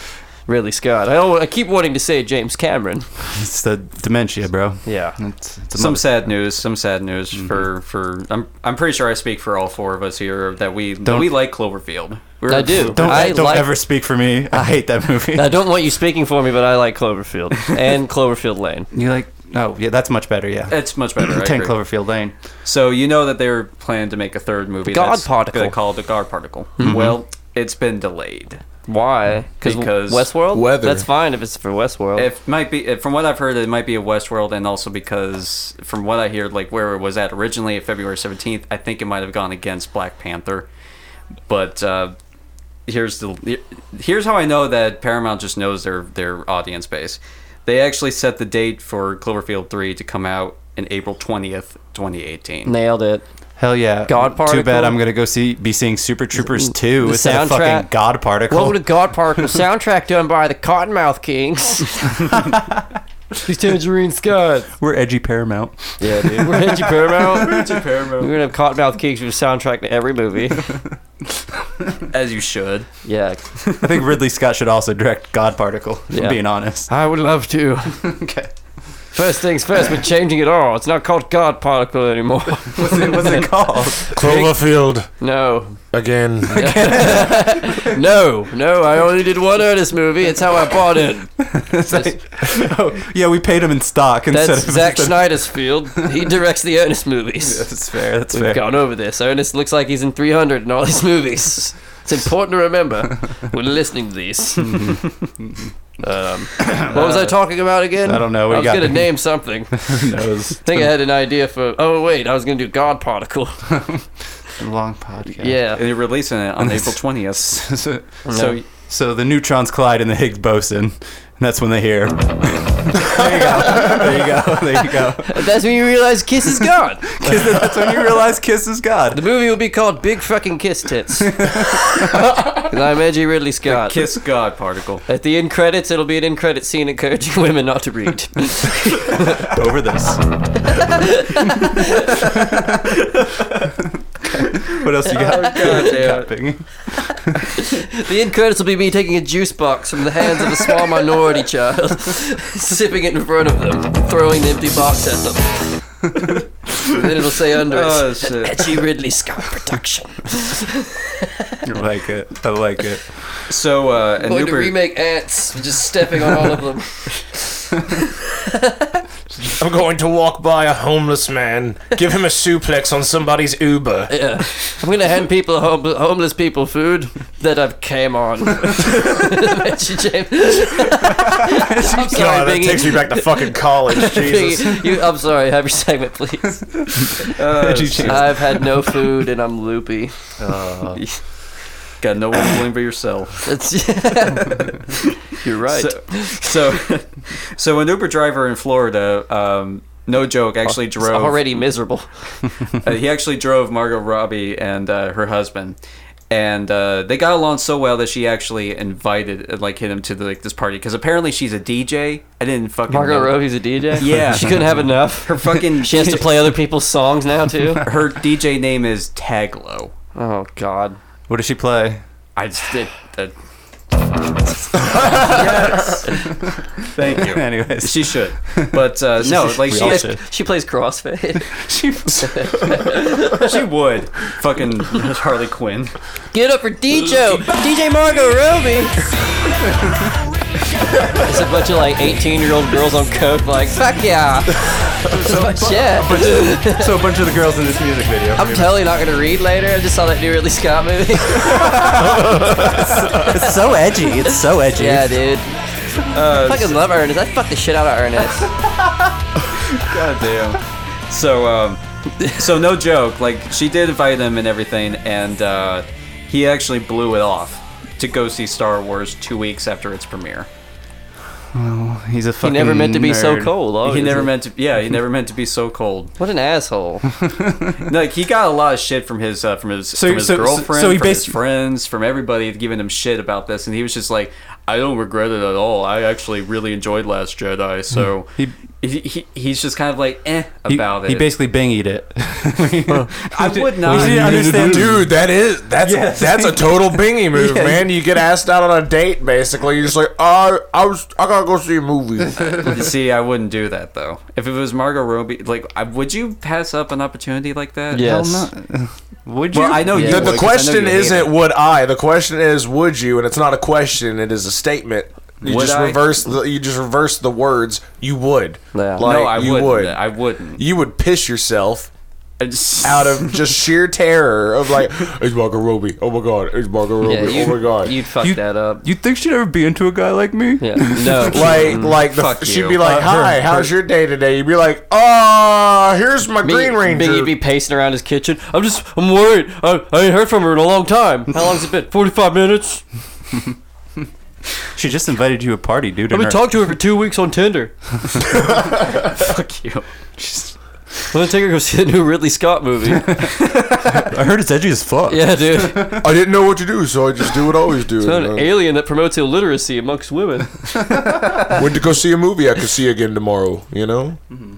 [SPEAKER 3] Ridley Scott. I, al- I keep wanting to say James Cameron.
[SPEAKER 5] It's the dementia, bro.
[SPEAKER 3] Yeah.
[SPEAKER 5] It's, it's a
[SPEAKER 4] some
[SPEAKER 5] mother-
[SPEAKER 4] sad news. Some sad news
[SPEAKER 3] Mm-hmm.
[SPEAKER 4] for for. I'm I'm pretty sure I speak for all four of us here that we that
[SPEAKER 5] Don't-
[SPEAKER 4] we like Cloverfield. We're,
[SPEAKER 3] I do.
[SPEAKER 5] don't
[SPEAKER 3] I
[SPEAKER 5] don't
[SPEAKER 3] like-
[SPEAKER 5] ever speak for me. I hate that movie.
[SPEAKER 3] I don't want you speaking for me, but I like Cloverfield and Cloverfield Lane.
[SPEAKER 5] you like? Oh, yeah, that's much better. Yeah.
[SPEAKER 4] It's much better. I
[SPEAKER 5] Ten
[SPEAKER 4] agree.
[SPEAKER 5] Cloverfield Lane.
[SPEAKER 4] So you know that they were planning to make a third movie.
[SPEAKER 3] God
[SPEAKER 4] that's
[SPEAKER 3] Particle. Mm-hmm.
[SPEAKER 4] gonna call it the God Particle. Well, it's been delayed.
[SPEAKER 3] Why? Because
[SPEAKER 4] Because
[SPEAKER 3] Westworld?
[SPEAKER 2] weather.
[SPEAKER 3] That's fine if it's for Westworld.
[SPEAKER 4] It might be eh, from what I've heard. It might be a Westworld, and also because from what I hear, like where it was at originally, February seventeenth. I think it might have gone against Black Panther, but. Uh, Here's the here's how I know that Paramount just knows their their audience base. They actually set the date for Cloverfield 3 to come out in April 20th, 2018.
[SPEAKER 3] Nailed it.
[SPEAKER 5] Hell yeah.
[SPEAKER 3] God
[SPEAKER 5] Too
[SPEAKER 3] Particle.
[SPEAKER 5] bad I'm gonna go see be seeing Super Troopers two
[SPEAKER 3] the
[SPEAKER 5] instead of fucking
[SPEAKER 3] soundtrack.
[SPEAKER 5] God Particle.
[SPEAKER 3] Welcome to God Park, with soundtrack done by the Cottonmouth Kings. These Tangerine Scott.
[SPEAKER 5] We're edgy Paramount.
[SPEAKER 3] Yeah, dude. We're Edgy Paramount. We're gonna have Cottonmouth Kings with soundtrack to every movie.
[SPEAKER 4] As you should.
[SPEAKER 3] Yeah.
[SPEAKER 5] I think Ridley Scott should also direct God Particle. If
[SPEAKER 3] Yeah.
[SPEAKER 5] I'm being honest.
[SPEAKER 3] I would love to.
[SPEAKER 5] Okay.
[SPEAKER 3] First things first, we're changing it all. It's not called God Particle anymore.
[SPEAKER 5] What's it, what's it called?
[SPEAKER 2] Cloverfield
[SPEAKER 3] No.
[SPEAKER 2] again.
[SPEAKER 3] No. No, I only did one Ernest movie. It's how I bought it.
[SPEAKER 5] It's like- oh, yeah, we paid him in stock instead
[SPEAKER 3] That's
[SPEAKER 5] of
[SPEAKER 3] Zack Snyder's field. He directs the Ernest movies.
[SPEAKER 5] That's fair. That's
[SPEAKER 3] We've
[SPEAKER 5] fair.
[SPEAKER 3] gone over this. Ernest looks like he's in 300 in all these movies. It's important to remember when listening to these. um, what was I talking about again?
[SPEAKER 5] I don't know.
[SPEAKER 3] I
[SPEAKER 5] We
[SPEAKER 3] was
[SPEAKER 5] got-
[SPEAKER 3] going to name something. I
[SPEAKER 5] Who knows?
[SPEAKER 3] think I had an idea for. Oh, wait. I was going to do God Particle.
[SPEAKER 5] Long podcast.
[SPEAKER 3] Yeah.
[SPEAKER 4] And they're releasing it on April 20th.
[SPEAKER 5] so, so, so the neutrons collide in the Higgs boson, and that's when they hear. there you go. There you go. There you go.
[SPEAKER 3] That's when you realize Kiss is God.
[SPEAKER 5] 'Cause that's when you realize Kiss is
[SPEAKER 3] The
[SPEAKER 5] God.
[SPEAKER 3] movie will be called Big Fucking Kiss Tits. 'Cause I'm Edgy Ridley Scott.
[SPEAKER 4] Kiss God Particle.
[SPEAKER 3] At the end credits, it'll be an end credit scene encouraging women not to read.
[SPEAKER 5] Over this. what else you got?
[SPEAKER 4] Oh,
[SPEAKER 3] God damn it.
[SPEAKER 5] Bing?
[SPEAKER 3] The end credits will be me taking a juice box from the hands of a small minority child, sipping it in front of them, throwing the empty box at them. and then it'll say under
[SPEAKER 4] Oh,
[SPEAKER 3] it,
[SPEAKER 4] shit.
[SPEAKER 3] Etchy Ridley Scott production.
[SPEAKER 7] I like it. I like it.
[SPEAKER 4] So uh, and
[SPEAKER 3] Going to
[SPEAKER 4] Uber-
[SPEAKER 3] remake ants, just stepping on all of them.
[SPEAKER 2] I'm going to walk by a homeless man, give him a suplex on somebody's Uber.
[SPEAKER 3] Yeah. I'm gonna hand people hom- homeless people food that I've came on. Mention James. I'm sorry,
[SPEAKER 2] God, that
[SPEAKER 3] Bingy.
[SPEAKER 2] takes me back to fucking college. Jesus.
[SPEAKER 3] Bingy, you- I'm sorry. Have your segment, please. I've had no food and I'm loopy.
[SPEAKER 4] got no one to blame but yourself.
[SPEAKER 3] That's You're right.
[SPEAKER 4] So, so, so an Uber driver in Florida, um, no joke, actually
[SPEAKER 3] Oh, it's
[SPEAKER 4] drove.
[SPEAKER 3] already miserable.
[SPEAKER 4] uh, he actually drove Margot Robbie and uh, her husband, and uh, they got along so well that she actually invited uh, like him to the, like this party because apparently she's a DJ. I didn't fucking
[SPEAKER 3] Margot
[SPEAKER 4] know.
[SPEAKER 3] Robbie's a DJ.
[SPEAKER 4] Yeah.
[SPEAKER 3] she couldn't have enough.
[SPEAKER 4] Her fucking
[SPEAKER 3] She has to play other people's songs now too.
[SPEAKER 4] Her DJ name is Taglo.
[SPEAKER 3] Oh God.
[SPEAKER 7] What does she play?
[SPEAKER 4] I just did. Uh, yes. Thank you.
[SPEAKER 7] Anyways,
[SPEAKER 4] She should, but uh, no,
[SPEAKER 7] We
[SPEAKER 4] like she
[SPEAKER 7] all
[SPEAKER 4] has,
[SPEAKER 7] should.
[SPEAKER 3] She plays CrossFit.
[SPEAKER 4] she would fucking Harley Quinn.
[SPEAKER 3] Get up for DJ, DJ Margot Robbie. it's a bunch of like 18 year old girls on coke, like fuck yeah. Shit.
[SPEAKER 7] so a bunch of the girls in this music video.
[SPEAKER 3] I'm totally not gonna read later. I just saw that new Ridley Scott movie.
[SPEAKER 7] it's so edgy. It's so edgy.
[SPEAKER 3] yeah, dude. I fucking love Ernest. I fuck the shit out of Ernest.
[SPEAKER 4] God damn. So, um, so no joke. Like she did invite him and everything, and uh, he actually blew it off to go see Star Wars two weeks after its premiere.
[SPEAKER 7] He's a
[SPEAKER 3] He
[SPEAKER 7] fucking.
[SPEAKER 3] never meant to be so
[SPEAKER 7] nerd.
[SPEAKER 3] cold. Oh,
[SPEAKER 4] he
[SPEAKER 3] is
[SPEAKER 4] never
[SPEAKER 3] it?
[SPEAKER 4] meant to. Yeah, he never meant to be so cold.
[SPEAKER 3] What an asshole.
[SPEAKER 4] Like he got a lot of shit from his uh, from his from his
[SPEAKER 7] so- so-
[SPEAKER 4] girlfriend,
[SPEAKER 7] so he
[SPEAKER 4] from his
[SPEAKER 7] basi-
[SPEAKER 4] friends, from everybody giving him shit about this, and he was just like, "I don't regret it at all. I actually really enjoyed Last Jedi." So he,
[SPEAKER 7] Hmm. He-
[SPEAKER 4] he, he's just kind of like eh
[SPEAKER 7] He,
[SPEAKER 4] about it.
[SPEAKER 7] he basically bangied it.
[SPEAKER 4] I would not.
[SPEAKER 7] He didn't understand.
[SPEAKER 2] Dude, that is that's
[SPEAKER 7] Yes.
[SPEAKER 2] that's a total bingy move,
[SPEAKER 7] Yeah.
[SPEAKER 2] man. You get asked out on a date, basically. You're just like, I, I was, I gotta go see a movie.
[SPEAKER 4] You See, I wouldn't do that though. If it was Margot Robbie, like, I, would you pass up an opportunity like that?
[SPEAKER 3] Yes.
[SPEAKER 7] Would you?
[SPEAKER 4] Well, I know you.
[SPEAKER 2] the,
[SPEAKER 4] would, 'cause I
[SPEAKER 2] the
[SPEAKER 4] know
[SPEAKER 2] question
[SPEAKER 4] you hate
[SPEAKER 2] isn't
[SPEAKER 4] it.
[SPEAKER 2] would I. The question is would you, and it's not a question. It is a statement. You
[SPEAKER 4] Would
[SPEAKER 2] just
[SPEAKER 4] I?
[SPEAKER 2] reverse the you just reverse the words. You would.
[SPEAKER 3] Yeah.
[SPEAKER 2] Like,
[SPEAKER 4] No, I
[SPEAKER 2] you
[SPEAKER 4] wouldn't.
[SPEAKER 2] would.
[SPEAKER 4] I wouldn't.
[SPEAKER 2] you would piss yourself
[SPEAKER 4] I just-
[SPEAKER 2] out of just sheer terror of like it's Margot Robbie. Oh my god, it's Margot Robbie.
[SPEAKER 3] Yeah, you,
[SPEAKER 2] oh my god.
[SPEAKER 3] You'd fuck
[SPEAKER 7] You-
[SPEAKER 3] that up.
[SPEAKER 7] You think she'd ever be into a guy like me?
[SPEAKER 3] Yeah. No.
[SPEAKER 2] like like the,
[SPEAKER 4] Mm, fuck
[SPEAKER 2] she'd
[SPEAKER 4] you.
[SPEAKER 2] be like,
[SPEAKER 7] Uh, her-
[SPEAKER 2] "Hi, how's your day today?" You'd be like, "Ah, here's my Green Ranger."
[SPEAKER 3] Biggie be pacing around his kitchen. I'm just, I'm worried. I, I ain't heard from her in a long time. How long's it been? 45 minutes.
[SPEAKER 7] She just invited you to a party, dude. and
[SPEAKER 3] I've been
[SPEAKER 7] her-
[SPEAKER 3] talking to her for two weeks on Tinder.
[SPEAKER 4] fuck you.
[SPEAKER 3] I'm gonna take her to go see the new Ridley Scott movie.
[SPEAKER 7] I heard it's edgy as fuck.
[SPEAKER 3] yeah, dude. It's
[SPEAKER 2] I didn't know what to do, so I just do what I always do. Uh,
[SPEAKER 3] about
[SPEAKER 2] you
[SPEAKER 3] an
[SPEAKER 2] know.
[SPEAKER 3] alien that promotes illiteracy amongst women.
[SPEAKER 2] Went to go see a movie I could see again tomorrow. You know,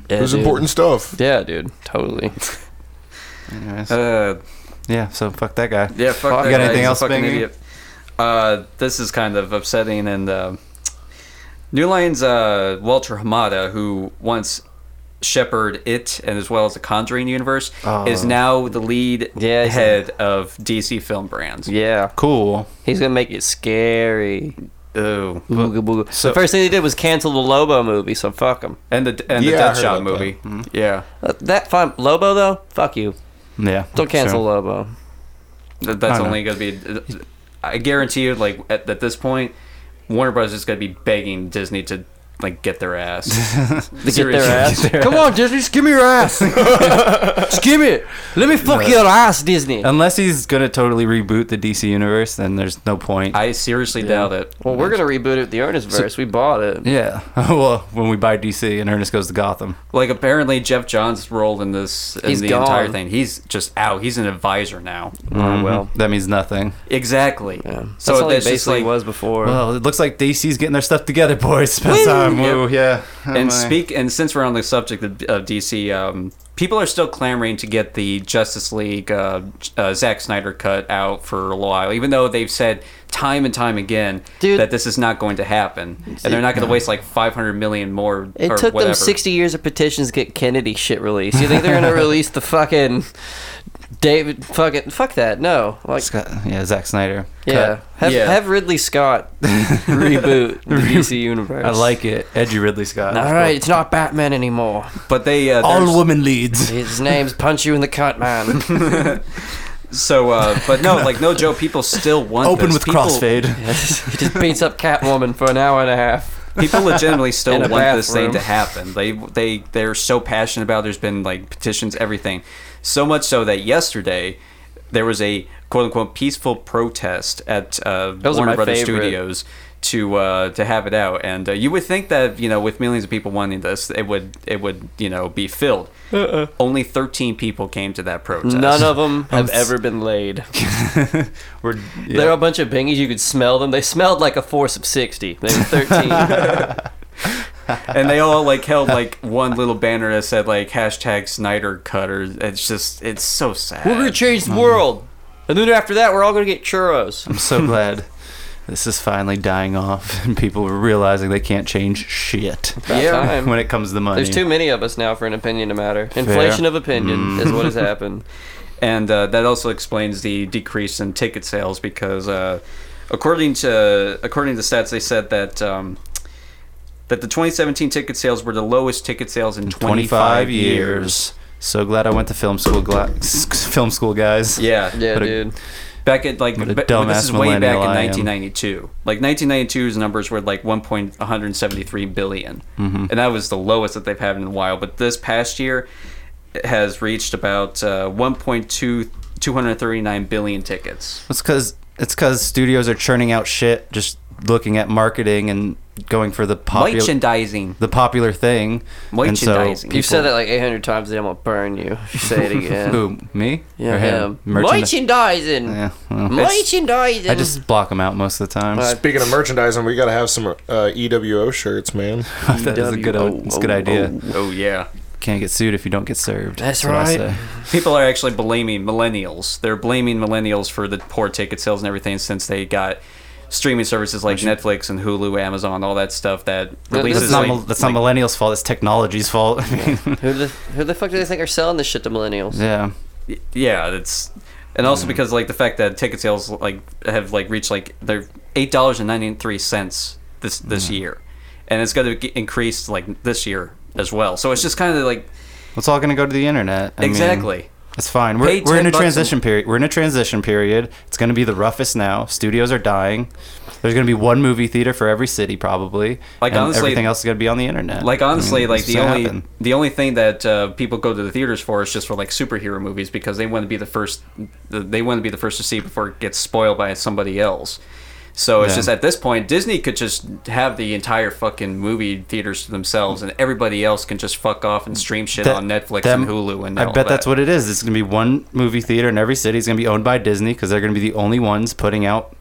[SPEAKER 3] Yeah,
[SPEAKER 2] it was
[SPEAKER 3] dude.
[SPEAKER 2] important stuff.
[SPEAKER 3] Yeah, dude. Totally.
[SPEAKER 4] Uh,
[SPEAKER 7] Yeah. So fuck that guy.
[SPEAKER 4] Yeah, fuck
[SPEAKER 7] You
[SPEAKER 4] that
[SPEAKER 7] got
[SPEAKER 4] guy.
[SPEAKER 7] anything
[SPEAKER 4] He's a
[SPEAKER 7] else,
[SPEAKER 4] fucking
[SPEAKER 7] Bingy?
[SPEAKER 4] idiot. Uh, this is kind of upsetting. And uh, New Line's uh, Walter Hamada, who once shepherded it and as well as the Conjuring universe, is now the lead
[SPEAKER 3] Yeah, he's a-
[SPEAKER 4] head of DC Film Brands.
[SPEAKER 3] Yeah.
[SPEAKER 7] Cool.
[SPEAKER 3] He's gonna make it scary.
[SPEAKER 4] Ooh.
[SPEAKER 3] Booga booga.
[SPEAKER 4] so-
[SPEAKER 3] the first thing they did was cancel the Lobo movie, so fuck him.
[SPEAKER 4] And the and
[SPEAKER 2] Yeah, I heard
[SPEAKER 4] the Deadshot
[SPEAKER 2] about
[SPEAKER 4] movie. Yeah,
[SPEAKER 3] That fine. Lobo though, fuck you.
[SPEAKER 7] Yeah.
[SPEAKER 3] Don't cancel Lobo.
[SPEAKER 4] Th- that's
[SPEAKER 7] I know.
[SPEAKER 4] only going to be. I guarantee you, like at, at this point, Warner Bros is going to be begging Disney to like get their ass.
[SPEAKER 3] To get
[SPEAKER 4] Seriously.
[SPEAKER 3] their ass. Come on, Disney, just give me your ass. just give me it. Let me fuck your ass, Disney.
[SPEAKER 5] Um,
[SPEAKER 7] Unless he's gonna totally reboot the DC universe, then there's no point.
[SPEAKER 4] I seriously doubt it.
[SPEAKER 3] Well, we're gonna reboot it. The Ernest verse. we bought it.
[SPEAKER 7] yeah. well, when we buy DC and Ernest goes to Gotham.
[SPEAKER 4] Like apparently Jeff Johns' role in this in
[SPEAKER 3] He's
[SPEAKER 4] the
[SPEAKER 3] gone.
[SPEAKER 4] entire thing. He's just out. He's an advisor now.
[SPEAKER 3] Oh well.
[SPEAKER 7] That means nothing.
[SPEAKER 4] Exactly.
[SPEAKER 3] So that's all
[SPEAKER 4] So
[SPEAKER 3] he
[SPEAKER 4] that's just
[SPEAKER 3] basically
[SPEAKER 4] like
[SPEAKER 3] was before.
[SPEAKER 7] Well, it looks like DC's getting their stuff together, boys. Spend time.
[SPEAKER 4] Yep.
[SPEAKER 7] Woo, yeah. Oh,
[SPEAKER 4] and
[SPEAKER 7] my.
[SPEAKER 4] speak and since we're on the subject of, of DC, um, people are still clamoring to get the Justice League uh, uh, Zack Snyder cut out for a while, even though they've said time and time again
[SPEAKER 3] Dude.
[SPEAKER 4] that this is not going to happen, and they're not going to waste like 500 million more.
[SPEAKER 3] It
[SPEAKER 4] or
[SPEAKER 3] took
[SPEAKER 4] whatever.
[SPEAKER 3] them 60 years of petitions to get Kennedy shit released. You think they're going to release the fucking David fucking fuck that. No. Like
[SPEAKER 5] Scott, yeah, Zack Snyder.
[SPEAKER 3] yeah.
[SPEAKER 5] Cut.
[SPEAKER 3] Have,
[SPEAKER 4] Yeah.
[SPEAKER 3] have Ridley Scott reboot the DC universe.
[SPEAKER 5] I like it. Edgy Ridley Scott.
[SPEAKER 3] All right, it's not Batman anymore.
[SPEAKER 4] But they uh, there's-
[SPEAKER 5] All woman leads.
[SPEAKER 3] His name's Punch You in the Cunt Man.
[SPEAKER 4] so uh, but no, like no Joe, people still want
[SPEAKER 5] Open
[SPEAKER 4] this.
[SPEAKER 5] with
[SPEAKER 4] People-
[SPEAKER 5] crossfade.
[SPEAKER 3] he just beats up Catwoman for an hour and a half.
[SPEAKER 4] people legitimately still
[SPEAKER 3] In a
[SPEAKER 4] want this thing
[SPEAKER 3] bathroom.
[SPEAKER 4] to happen. They they they're so passionate about. it. There's been like petitions, everything, so much so that yesterday there was a quote unquote peaceful protest at uh,
[SPEAKER 3] Those are
[SPEAKER 4] Warner
[SPEAKER 3] my
[SPEAKER 4] Brothers
[SPEAKER 3] favorite.
[SPEAKER 4] Studios to uh, to have it out. And uh, you would think that you know with millions of people wanting this, it would it would you know be filled. Only 13 people came to that protest.
[SPEAKER 3] Uh-uh. None of them have ever been laid.
[SPEAKER 5] We're, yeah.
[SPEAKER 3] They're a bunch of bingies. You could smell them. They smelled like a force of 60. They were 13.
[SPEAKER 4] and they all like held like one little banner that said like hashtag Snyder Cutter. It's just it's so sad.
[SPEAKER 3] we're going to change the world. And then after that, we're all going to get churros.
[SPEAKER 5] I'm so glad this is finally dying off and people are realizing they can't change shit
[SPEAKER 3] Yeah. Time.
[SPEAKER 5] when it comes to money.
[SPEAKER 3] There's too many of us now for an opinion to matter. Inflation of opinion
[SPEAKER 5] Mm.
[SPEAKER 3] is what has happened.
[SPEAKER 4] and uh, that also explains the decrease in ticket sales because uh, according to according to stats they said that um, that the 2017 ticket sales were the lowest ticket sales in 25,
[SPEAKER 5] 25
[SPEAKER 4] years.
[SPEAKER 5] years. So glad I went to film school, gla- film school guys.
[SPEAKER 4] Yeah,
[SPEAKER 3] Yeah,
[SPEAKER 5] But it-
[SPEAKER 3] dude.
[SPEAKER 4] Back at like
[SPEAKER 5] What a
[SPEAKER 4] ba-
[SPEAKER 5] dumbass
[SPEAKER 4] this is way back in
[SPEAKER 5] millennial I am.
[SPEAKER 4] 1992. Like 1992's numbers were like 1.173 billion,
[SPEAKER 5] Mm-hmm.
[SPEAKER 4] and that was the lowest that they've had in a while. But this past year it has reached about uh, 1.239 billion tickets.
[SPEAKER 5] It's because it's because studios are churning out shit, just looking at marketing and going for the popular
[SPEAKER 4] Merchandising.
[SPEAKER 5] the popular thing. And so
[SPEAKER 4] Merchandising.
[SPEAKER 3] You've said that like 800 times today. I'm going to burn you. if you Say it again.
[SPEAKER 5] Who me?
[SPEAKER 3] Yeah,
[SPEAKER 5] Or
[SPEAKER 3] him.
[SPEAKER 5] Merchandi-
[SPEAKER 3] Merchandising.
[SPEAKER 5] Yeah, well,
[SPEAKER 3] Merchandising.
[SPEAKER 5] I just block them out most of the time.
[SPEAKER 3] Right.
[SPEAKER 2] Speaking of merchandising, we got to have some uh, EWO shirts, man.
[SPEAKER 5] that is a good,
[SPEAKER 3] EWO.
[SPEAKER 5] it's a good idea.
[SPEAKER 4] Oh yeah,
[SPEAKER 5] Can't get sued if you don't get served.
[SPEAKER 3] That's
[SPEAKER 5] what I
[SPEAKER 3] right.
[SPEAKER 5] say.
[SPEAKER 4] people are actually blaming millennials. They're blaming millennials for the poor ticket sales and everything since they got streaming services like Netflix and Hulu, Amazon, all that stuff that
[SPEAKER 3] This
[SPEAKER 5] That's
[SPEAKER 4] releases.
[SPEAKER 3] is
[SPEAKER 5] not,
[SPEAKER 4] like-
[SPEAKER 5] mil- that's not millennials' fault. It's technology's fault. I mean,
[SPEAKER 3] Who the, who the fuck do they think are selling this shit to millennials?
[SPEAKER 5] yeah.
[SPEAKER 4] yeah, it's and also because like the fact that ticket sales like have like reached like they're eight dollars and ninety three cents this this year, and it's going to increase like this year as well. So it's just kind of like
[SPEAKER 5] It's all going to go to the internet. I mean,
[SPEAKER 4] exactly.
[SPEAKER 5] it's fine.
[SPEAKER 4] Pay
[SPEAKER 5] We're, we're
[SPEAKER 4] 10
[SPEAKER 5] in a
[SPEAKER 4] bucks
[SPEAKER 5] transition period. We're in a transition period. It's going to be the roughest now. Studios are dying. There's going to be one movie theater for every city, probably.
[SPEAKER 4] Like,
[SPEAKER 5] and
[SPEAKER 4] honestly-
[SPEAKER 5] everything else is going to be on the internet.
[SPEAKER 4] Like honestly,
[SPEAKER 5] I mean,
[SPEAKER 4] like
[SPEAKER 5] this is
[SPEAKER 4] the
[SPEAKER 5] gonna
[SPEAKER 4] only
[SPEAKER 5] happen.
[SPEAKER 4] the only thing that uh, people go to the theaters for is just for like superhero movies because they want to be the first. They want to be the first to see before it gets spoiled by somebody else. So it's
[SPEAKER 5] Yeah.
[SPEAKER 4] just at this point, Disney could just have the entire fucking movie theaters to themselves, and everybody else can just fuck off and stream shit on Netflix
[SPEAKER 5] that-
[SPEAKER 4] and Hulu. And
[SPEAKER 5] I
[SPEAKER 4] all
[SPEAKER 5] bet
[SPEAKER 4] that.
[SPEAKER 5] that's what it is. It's going to be one movie theater in every city. It's going to be owned by Disney because they're going to be the only ones putting out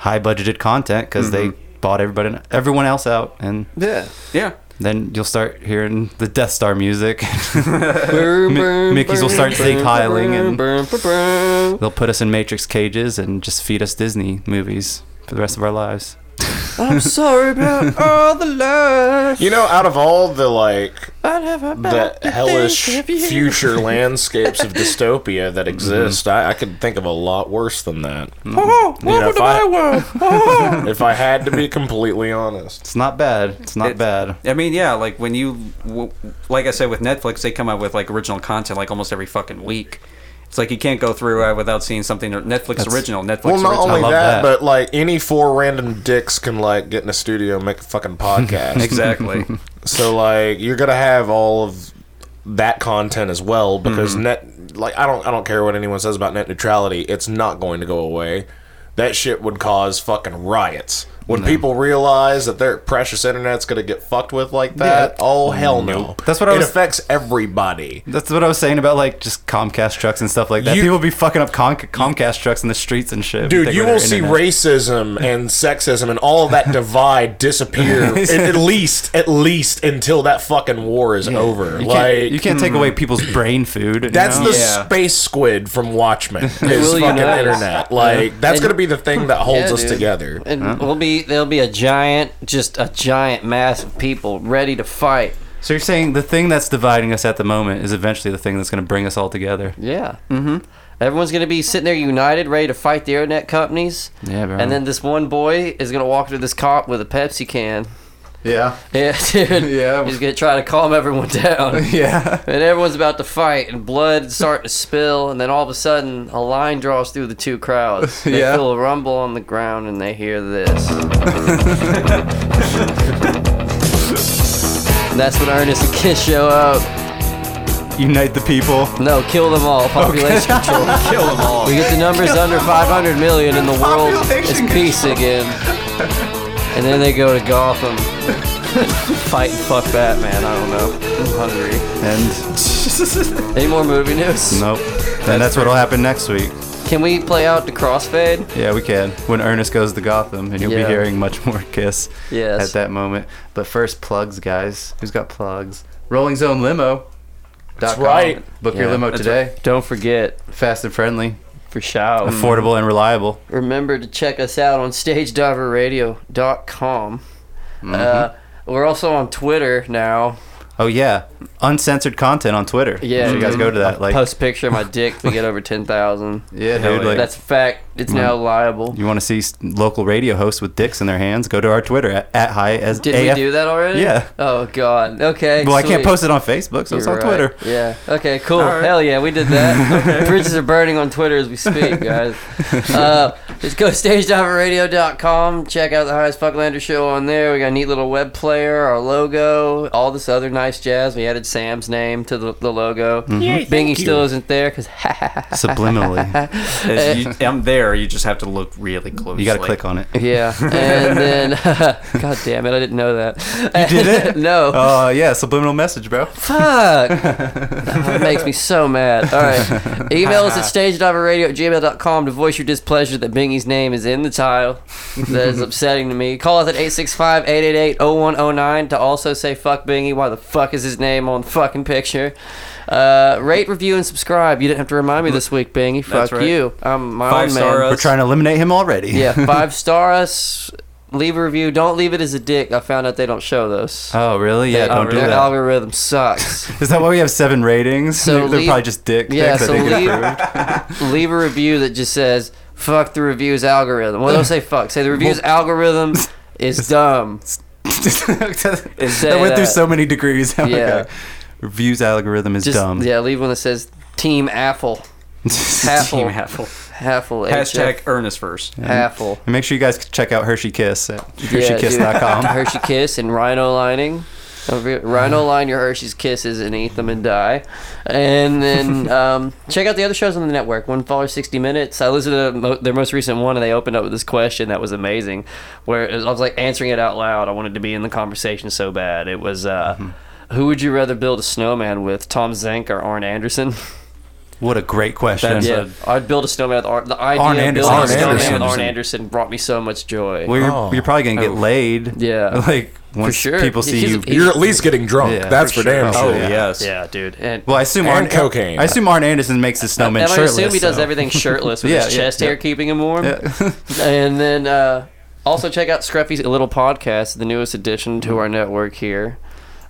[SPEAKER 5] high budgeted content because they
[SPEAKER 4] Mm-hmm.
[SPEAKER 5] bought everybody everyone else out and
[SPEAKER 3] Yeah.
[SPEAKER 4] Yeah.
[SPEAKER 5] then you'll start hearing the Death Star music.
[SPEAKER 3] Mi-
[SPEAKER 5] Mickeys will start sighiling and-
[SPEAKER 3] and.
[SPEAKER 5] They'll put us in matrix cages and just feed us Disney movies for the rest of our lives.
[SPEAKER 3] I'm sorry about all the love.
[SPEAKER 2] You know, out of all the like
[SPEAKER 3] I never
[SPEAKER 2] the
[SPEAKER 3] meant to
[SPEAKER 2] hellish
[SPEAKER 3] think of you.
[SPEAKER 2] future landscapes of dystopia
[SPEAKER 4] Mm-hmm.
[SPEAKER 2] that exist, I, I could think of a lot worse than that. Mm.
[SPEAKER 3] Oh, welcome
[SPEAKER 2] if
[SPEAKER 3] to
[SPEAKER 2] I-
[SPEAKER 3] my world. Oh.
[SPEAKER 2] If I had to be completely honest,
[SPEAKER 5] It's not bad. It's not
[SPEAKER 4] It's-
[SPEAKER 5] bad.
[SPEAKER 4] I mean, yeah, like when you, w- like I said, with Netflix, they come out with like original content like almost every fucking week. It's like you can't go through uh, without seeing something or- Netflix original. Netflix
[SPEAKER 2] well, not
[SPEAKER 4] original.
[SPEAKER 2] only
[SPEAKER 5] love
[SPEAKER 2] that,
[SPEAKER 5] that.
[SPEAKER 2] but like any four random dicks can like get in a studio and make a fucking podcast.
[SPEAKER 4] Exactly.
[SPEAKER 2] so like you're gonna have all of that content as well because
[SPEAKER 5] Mm-hmm.
[SPEAKER 2] net like I don't I don't care what anyone says about net neutrality, it's not going to go away. That shit would cause fucking riots. When people realize that their precious internet's going to get fucked with like that, oh hell no!
[SPEAKER 5] That's what I
[SPEAKER 2] It
[SPEAKER 5] was-
[SPEAKER 2] affects everybody.
[SPEAKER 5] That's what I was saying about like just Comcast trucks and stuff like that.
[SPEAKER 2] You-
[SPEAKER 5] People be fucking up Con- Comcast trucks in the streets and shit.
[SPEAKER 2] Dude,
[SPEAKER 5] Take
[SPEAKER 2] you
[SPEAKER 5] away
[SPEAKER 2] will
[SPEAKER 5] their
[SPEAKER 2] see
[SPEAKER 5] internet.
[SPEAKER 2] racism and sexism and all that divide disappear at, at least, at least until that fucking war is over.
[SPEAKER 5] You
[SPEAKER 2] like mm.
[SPEAKER 5] can't, you can't take away people's brain food. you
[SPEAKER 2] That's
[SPEAKER 5] know?
[SPEAKER 2] the
[SPEAKER 4] Yeah.
[SPEAKER 2] space squid from Watchmen. Is
[SPEAKER 3] will
[SPEAKER 2] fucking
[SPEAKER 3] unite.
[SPEAKER 2] internet. Like that's
[SPEAKER 3] And-
[SPEAKER 2] gonna be the thing that holds
[SPEAKER 3] Yeah,
[SPEAKER 2] us
[SPEAKER 3] dude.
[SPEAKER 2] together.
[SPEAKER 3] And we'll be there'll be a giant, just a giant mass of people ready to fight.
[SPEAKER 5] So you're saying the thing that's dividing us at the moment is eventually the thing that's going to bring us all together.
[SPEAKER 3] Yeah. Mm-hmm. Everyone's gonna be sitting there united, ready to fight the internet companies.
[SPEAKER 5] Yeah, bro.
[SPEAKER 3] And then this one boy is gonna walk to this cop with a Pepsi can.
[SPEAKER 7] Yeah.
[SPEAKER 3] Yeah, dude.
[SPEAKER 7] Yeah.
[SPEAKER 3] He's gonna try to calm everyone down.
[SPEAKER 7] Yeah.
[SPEAKER 3] And everyone's about to fight, and blood's starting to spill, and then all of a sudden, a line draws through the two crowds. They
[SPEAKER 7] Yeah.
[SPEAKER 3] feel a rumble on the ground, and they hear this. And That's when Ernest and Kiss show up.
[SPEAKER 7] Unite the people.
[SPEAKER 3] No, kill them all. Population control.
[SPEAKER 4] Kill them all.
[SPEAKER 3] We get the numbers under 500 million, and the world is
[SPEAKER 7] Population
[SPEAKER 3] peace again. And then they go to Gotham. Fight and fuck Batman. I don't know. I'm hungry.
[SPEAKER 5] And
[SPEAKER 3] Any more movie news?
[SPEAKER 5] nope. and that's what'll happen next week.
[SPEAKER 3] Can we play out the crossfade?
[SPEAKER 5] Yeah, we can. When Ernest goes to Gotham, and you'll
[SPEAKER 3] Yeah.
[SPEAKER 5] be hearing much more Kiss
[SPEAKER 3] Yes.
[SPEAKER 5] at that moment. But first, plugs, guys. Who's got plugs? Rolling Zone Limo. That's
[SPEAKER 2] right.
[SPEAKER 5] Book your
[SPEAKER 3] Yeah.
[SPEAKER 5] limo
[SPEAKER 3] That's
[SPEAKER 5] today.
[SPEAKER 3] Don't forget
[SPEAKER 5] Fast and friendly,
[SPEAKER 3] for shout.
[SPEAKER 5] affordable and reliable.
[SPEAKER 3] Remember to check us out on stagediverradio.com.
[SPEAKER 5] Mm-hmm.
[SPEAKER 3] Uh, we're also on Twitter now.
[SPEAKER 5] Oh yeah, uncensored content on Twitter.
[SPEAKER 3] Yeah,
[SPEAKER 5] you should guys
[SPEAKER 3] dude.
[SPEAKER 5] go to that. Like,
[SPEAKER 3] Post a picture of my dick. We get over 10,000.
[SPEAKER 5] yeah, dude. Like, Mm-hmm.
[SPEAKER 3] That's a fact. It's now liable.
[SPEAKER 5] you want to see s- local radio hosts with dicks in their hands? Go to our Twitter at, at high as
[SPEAKER 3] Did
[SPEAKER 5] AF.
[SPEAKER 3] we do that already?
[SPEAKER 5] Yeah.
[SPEAKER 3] Oh, God. Okay.
[SPEAKER 5] Well, I can't
[SPEAKER 3] sweet.
[SPEAKER 5] post it on Facebook, so it's
[SPEAKER 3] You're
[SPEAKER 5] on
[SPEAKER 3] right.
[SPEAKER 5] Twitter.
[SPEAKER 3] Yeah. Okay, cool. Hell yeah, we did that. Bridges are burning on Twitter as we speak, guys. uh, just go to stagediverradio.com. Check out the Highest Fucklander show on there. We got a neat little web player, our logo, all this other nice jazz. We added Sam's name to the, the logo.
[SPEAKER 5] Mm-hmm.
[SPEAKER 3] Bingy still isn't there because
[SPEAKER 5] Subliminally,
[SPEAKER 4] As you- I'm there. You just have to look really close.
[SPEAKER 5] you got to click on it.
[SPEAKER 3] Yeah, and then God damn it, I didn't know that. You
[SPEAKER 5] did it?
[SPEAKER 3] no.
[SPEAKER 5] Oh yeah, subliminal message, bro.
[SPEAKER 3] Fuck! that makes me so mad. All right. Email us at stagediverradio at gmail.com to voice your displeasure that Bingy's name is in the tile. That is upsetting to me. Call us at 865 888 0109 to also say fuck Bingy. Why the fuck is his name on the fucking picture? Uh, rate, review, and subscribe. You didn't have to remind me this week, Bingy. Fuck
[SPEAKER 4] That's right.
[SPEAKER 3] you. I'm my
[SPEAKER 4] Five
[SPEAKER 3] own Oh, man.
[SPEAKER 4] star us.
[SPEAKER 5] We're trying to eliminate him already.
[SPEAKER 3] Yeah, five star us. Leave a review. Don't leave it as a dick. I found out they don't show those.
[SPEAKER 4] Uh,
[SPEAKER 5] Oh really? Yeah.
[SPEAKER 3] They-
[SPEAKER 5] don't do
[SPEAKER 3] their
[SPEAKER 5] that.
[SPEAKER 3] algorithm sucks.
[SPEAKER 5] Is that why we have seven ratings?
[SPEAKER 3] Oh, So
[SPEAKER 5] they're, they're
[SPEAKER 3] leave-
[SPEAKER 5] probably just dick.
[SPEAKER 3] Yeah,
[SPEAKER 5] pics that
[SPEAKER 3] so
[SPEAKER 5] they can
[SPEAKER 3] leave,
[SPEAKER 5] approve.
[SPEAKER 3] leave a review that just says "fuck the reviews algorithm." Well, don't say "fuck." Say the reviews algorithm is dumb. Say
[SPEAKER 5] I went through
[SPEAKER 3] that.
[SPEAKER 5] so many degrees. I'm like,
[SPEAKER 3] Yeah.
[SPEAKER 5] uh, Reviews algorithm is
[SPEAKER 3] Just
[SPEAKER 5] dumb.
[SPEAKER 3] yeah, leave one that says "team Apple." Apple.
[SPEAKER 4] Team Apple.
[SPEAKER 3] Haffle.
[SPEAKER 4] Hashtag Ernest first.
[SPEAKER 3] Haffle.
[SPEAKER 5] And make sure you guys check out Hershey Kiss at
[SPEAKER 3] Yeah, dude.
[SPEAKER 5] HersheyKiss.com.
[SPEAKER 3] Hershey Kiss and Rhino lining. Over here- Rhino
[SPEAKER 5] Mm-hmm.
[SPEAKER 3] line your Hershey's kisses and eat them and die, and then um, check out the other shows on the network. One Follower sixty minutes. I listened to mo- their most recent one, and they opened up with this question that was amazing. Where it was, I was like answering it out loud. I wanted to be in the conversation so bad. It was, uh,
[SPEAKER 5] Mm-hmm.
[SPEAKER 3] who would you rather build a snowman with, Tom Zank or Arn Anderson?
[SPEAKER 5] what a great question.
[SPEAKER 3] yeah, I'd build a snowman with Arn. The idea
[SPEAKER 5] Arn
[SPEAKER 3] of building a
[SPEAKER 5] Anderson.
[SPEAKER 3] snowman
[SPEAKER 5] Arn
[SPEAKER 3] with Arn
[SPEAKER 5] Anderson.
[SPEAKER 3] Anderson brought me so much joy.
[SPEAKER 5] Well, you're,
[SPEAKER 2] Oh.
[SPEAKER 5] you're probably going to get laid.
[SPEAKER 3] Oh. Yeah.
[SPEAKER 5] Like, once
[SPEAKER 3] sure.
[SPEAKER 5] people see
[SPEAKER 3] He's-
[SPEAKER 5] you.
[SPEAKER 3] he's-
[SPEAKER 2] You're at least getting drunk.
[SPEAKER 5] Yeah,
[SPEAKER 2] That's
[SPEAKER 5] for
[SPEAKER 2] for,
[SPEAKER 5] sure.
[SPEAKER 2] damn
[SPEAKER 5] Oh,
[SPEAKER 2] sure.
[SPEAKER 5] yeah.
[SPEAKER 4] Yes.
[SPEAKER 3] yeah, dude. And
[SPEAKER 5] well, I assume
[SPEAKER 2] And
[SPEAKER 5] Arn,
[SPEAKER 2] cocaine.
[SPEAKER 5] I assume Arn Anderson makes the snowman
[SPEAKER 3] and I
[SPEAKER 5] shirtless.
[SPEAKER 3] assume he does
[SPEAKER 5] so-
[SPEAKER 3] everything shirtless with
[SPEAKER 5] Yeah,
[SPEAKER 3] his
[SPEAKER 5] yeah,
[SPEAKER 3] chest
[SPEAKER 5] yeah.
[SPEAKER 3] hair keeping him warm.
[SPEAKER 5] Yeah.
[SPEAKER 3] And then uh, also check out Scruffy's Little Podcast, the newest addition to our network here.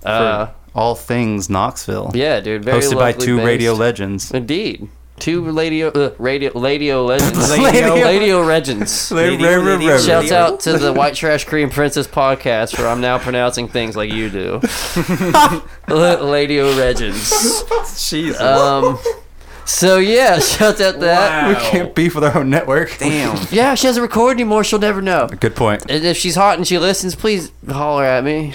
[SPEAKER 3] Uh,
[SPEAKER 5] All things Knoxville.
[SPEAKER 3] yeah, dude. Very
[SPEAKER 5] Hosted by
[SPEAKER 3] locally
[SPEAKER 5] two
[SPEAKER 3] based.
[SPEAKER 5] radio legends.
[SPEAKER 3] Indeed. Two radio, uh, radio, radio legends.
[SPEAKER 5] Radio-
[SPEAKER 3] radio legends. Shouts
[SPEAKER 5] Shouts
[SPEAKER 3] out to the White Trash Cream Princess podcast, where I'm now pronouncing things like you do. Radio legends.
[SPEAKER 4] Jesus.
[SPEAKER 3] Um, so yeah, shout out that.
[SPEAKER 5] We can't beef with our own network.
[SPEAKER 4] Damn.
[SPEAKER 3] Yeah, if she doesn't record anymore. She'll never know.
[SPEAKER 5] Good point.
[SPEAKER 3] And if she's hot and she listens, please holler at me.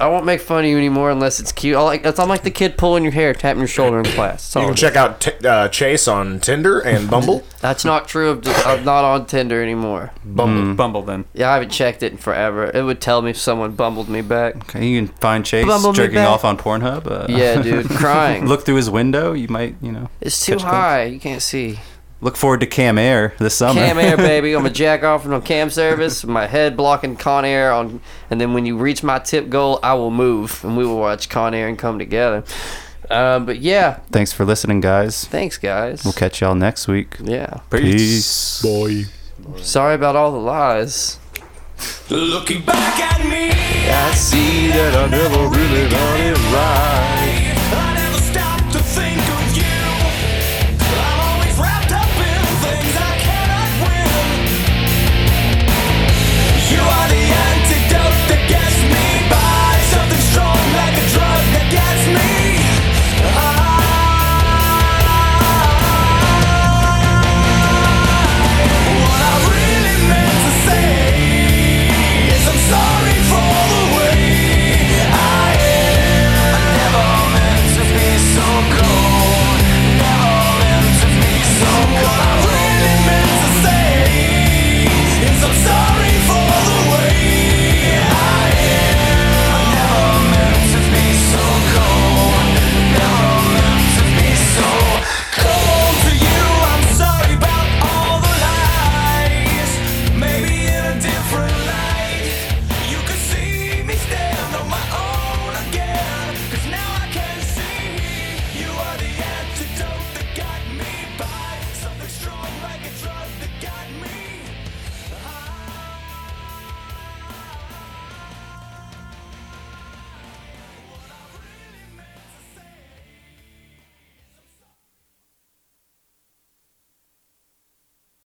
[SPEAKER 3] I won't make fun of you anymore unless it's cute. I like that's I'm like the kid pulling your hair, tapping your shoulder in class. That's
[SPEAKER 2] You
[SPEAKER 3] all
[SPEAKER 2] can
[SPEAKER 3] it
[SPEAKER 2] check out t- uh, Chase on Tinder and Bumble.
[SPEAKER 3] That's not true. I'm, just, I'm not on Tinder anymore.
[SPEAKER 4] Bumble, Bumble then.
[SPEAKER 3] Yeah, I haven't checked it in forever. It would tell me if someone bumbled me back.
[SPEAKER 5] Okay, you can find Chase
[SPEAKER 3] Bumble me
[SPEAKER 5] jerking
[SPEAKER 3] back.
[SPEAKER 5] off on Pornhub. Uh,
[SPEAKER 3] Yeah, dude, crying.
[SPEAKER 5] look through his window. You might, you know,
[SPEAKER 3] It's too
[SPEAKER 5] catch a glimpse.
[SPEAKER 3] high. You can't see.
[SPEAKER 5] Look forward to Cam Air this summer.
[SPEAKER 3] Cam Air, baby. I'm a jack off on Cam Service. My head blocking Con Air on, and then when you reach my tip goal, I will move, and we will watch Con Air and come together. Um, but yeah,
[SPEAKER 5] Thanks for listening, guys.
[SPEAKER 3] thanks guys.
[SPEAKER 5] We'll catch y'all next week.
[SPEAKER 3] Yeah.
[SPEAKER 5] Peace.
[SPEAKER 7] Boy.
[SPEAKER 3] Sorry about all the lies.
[SPEAKER 11] Looking back at me,
[SPEAKER 3] I see that I never really got it right.
[SPEAKER 11] I never stopped to think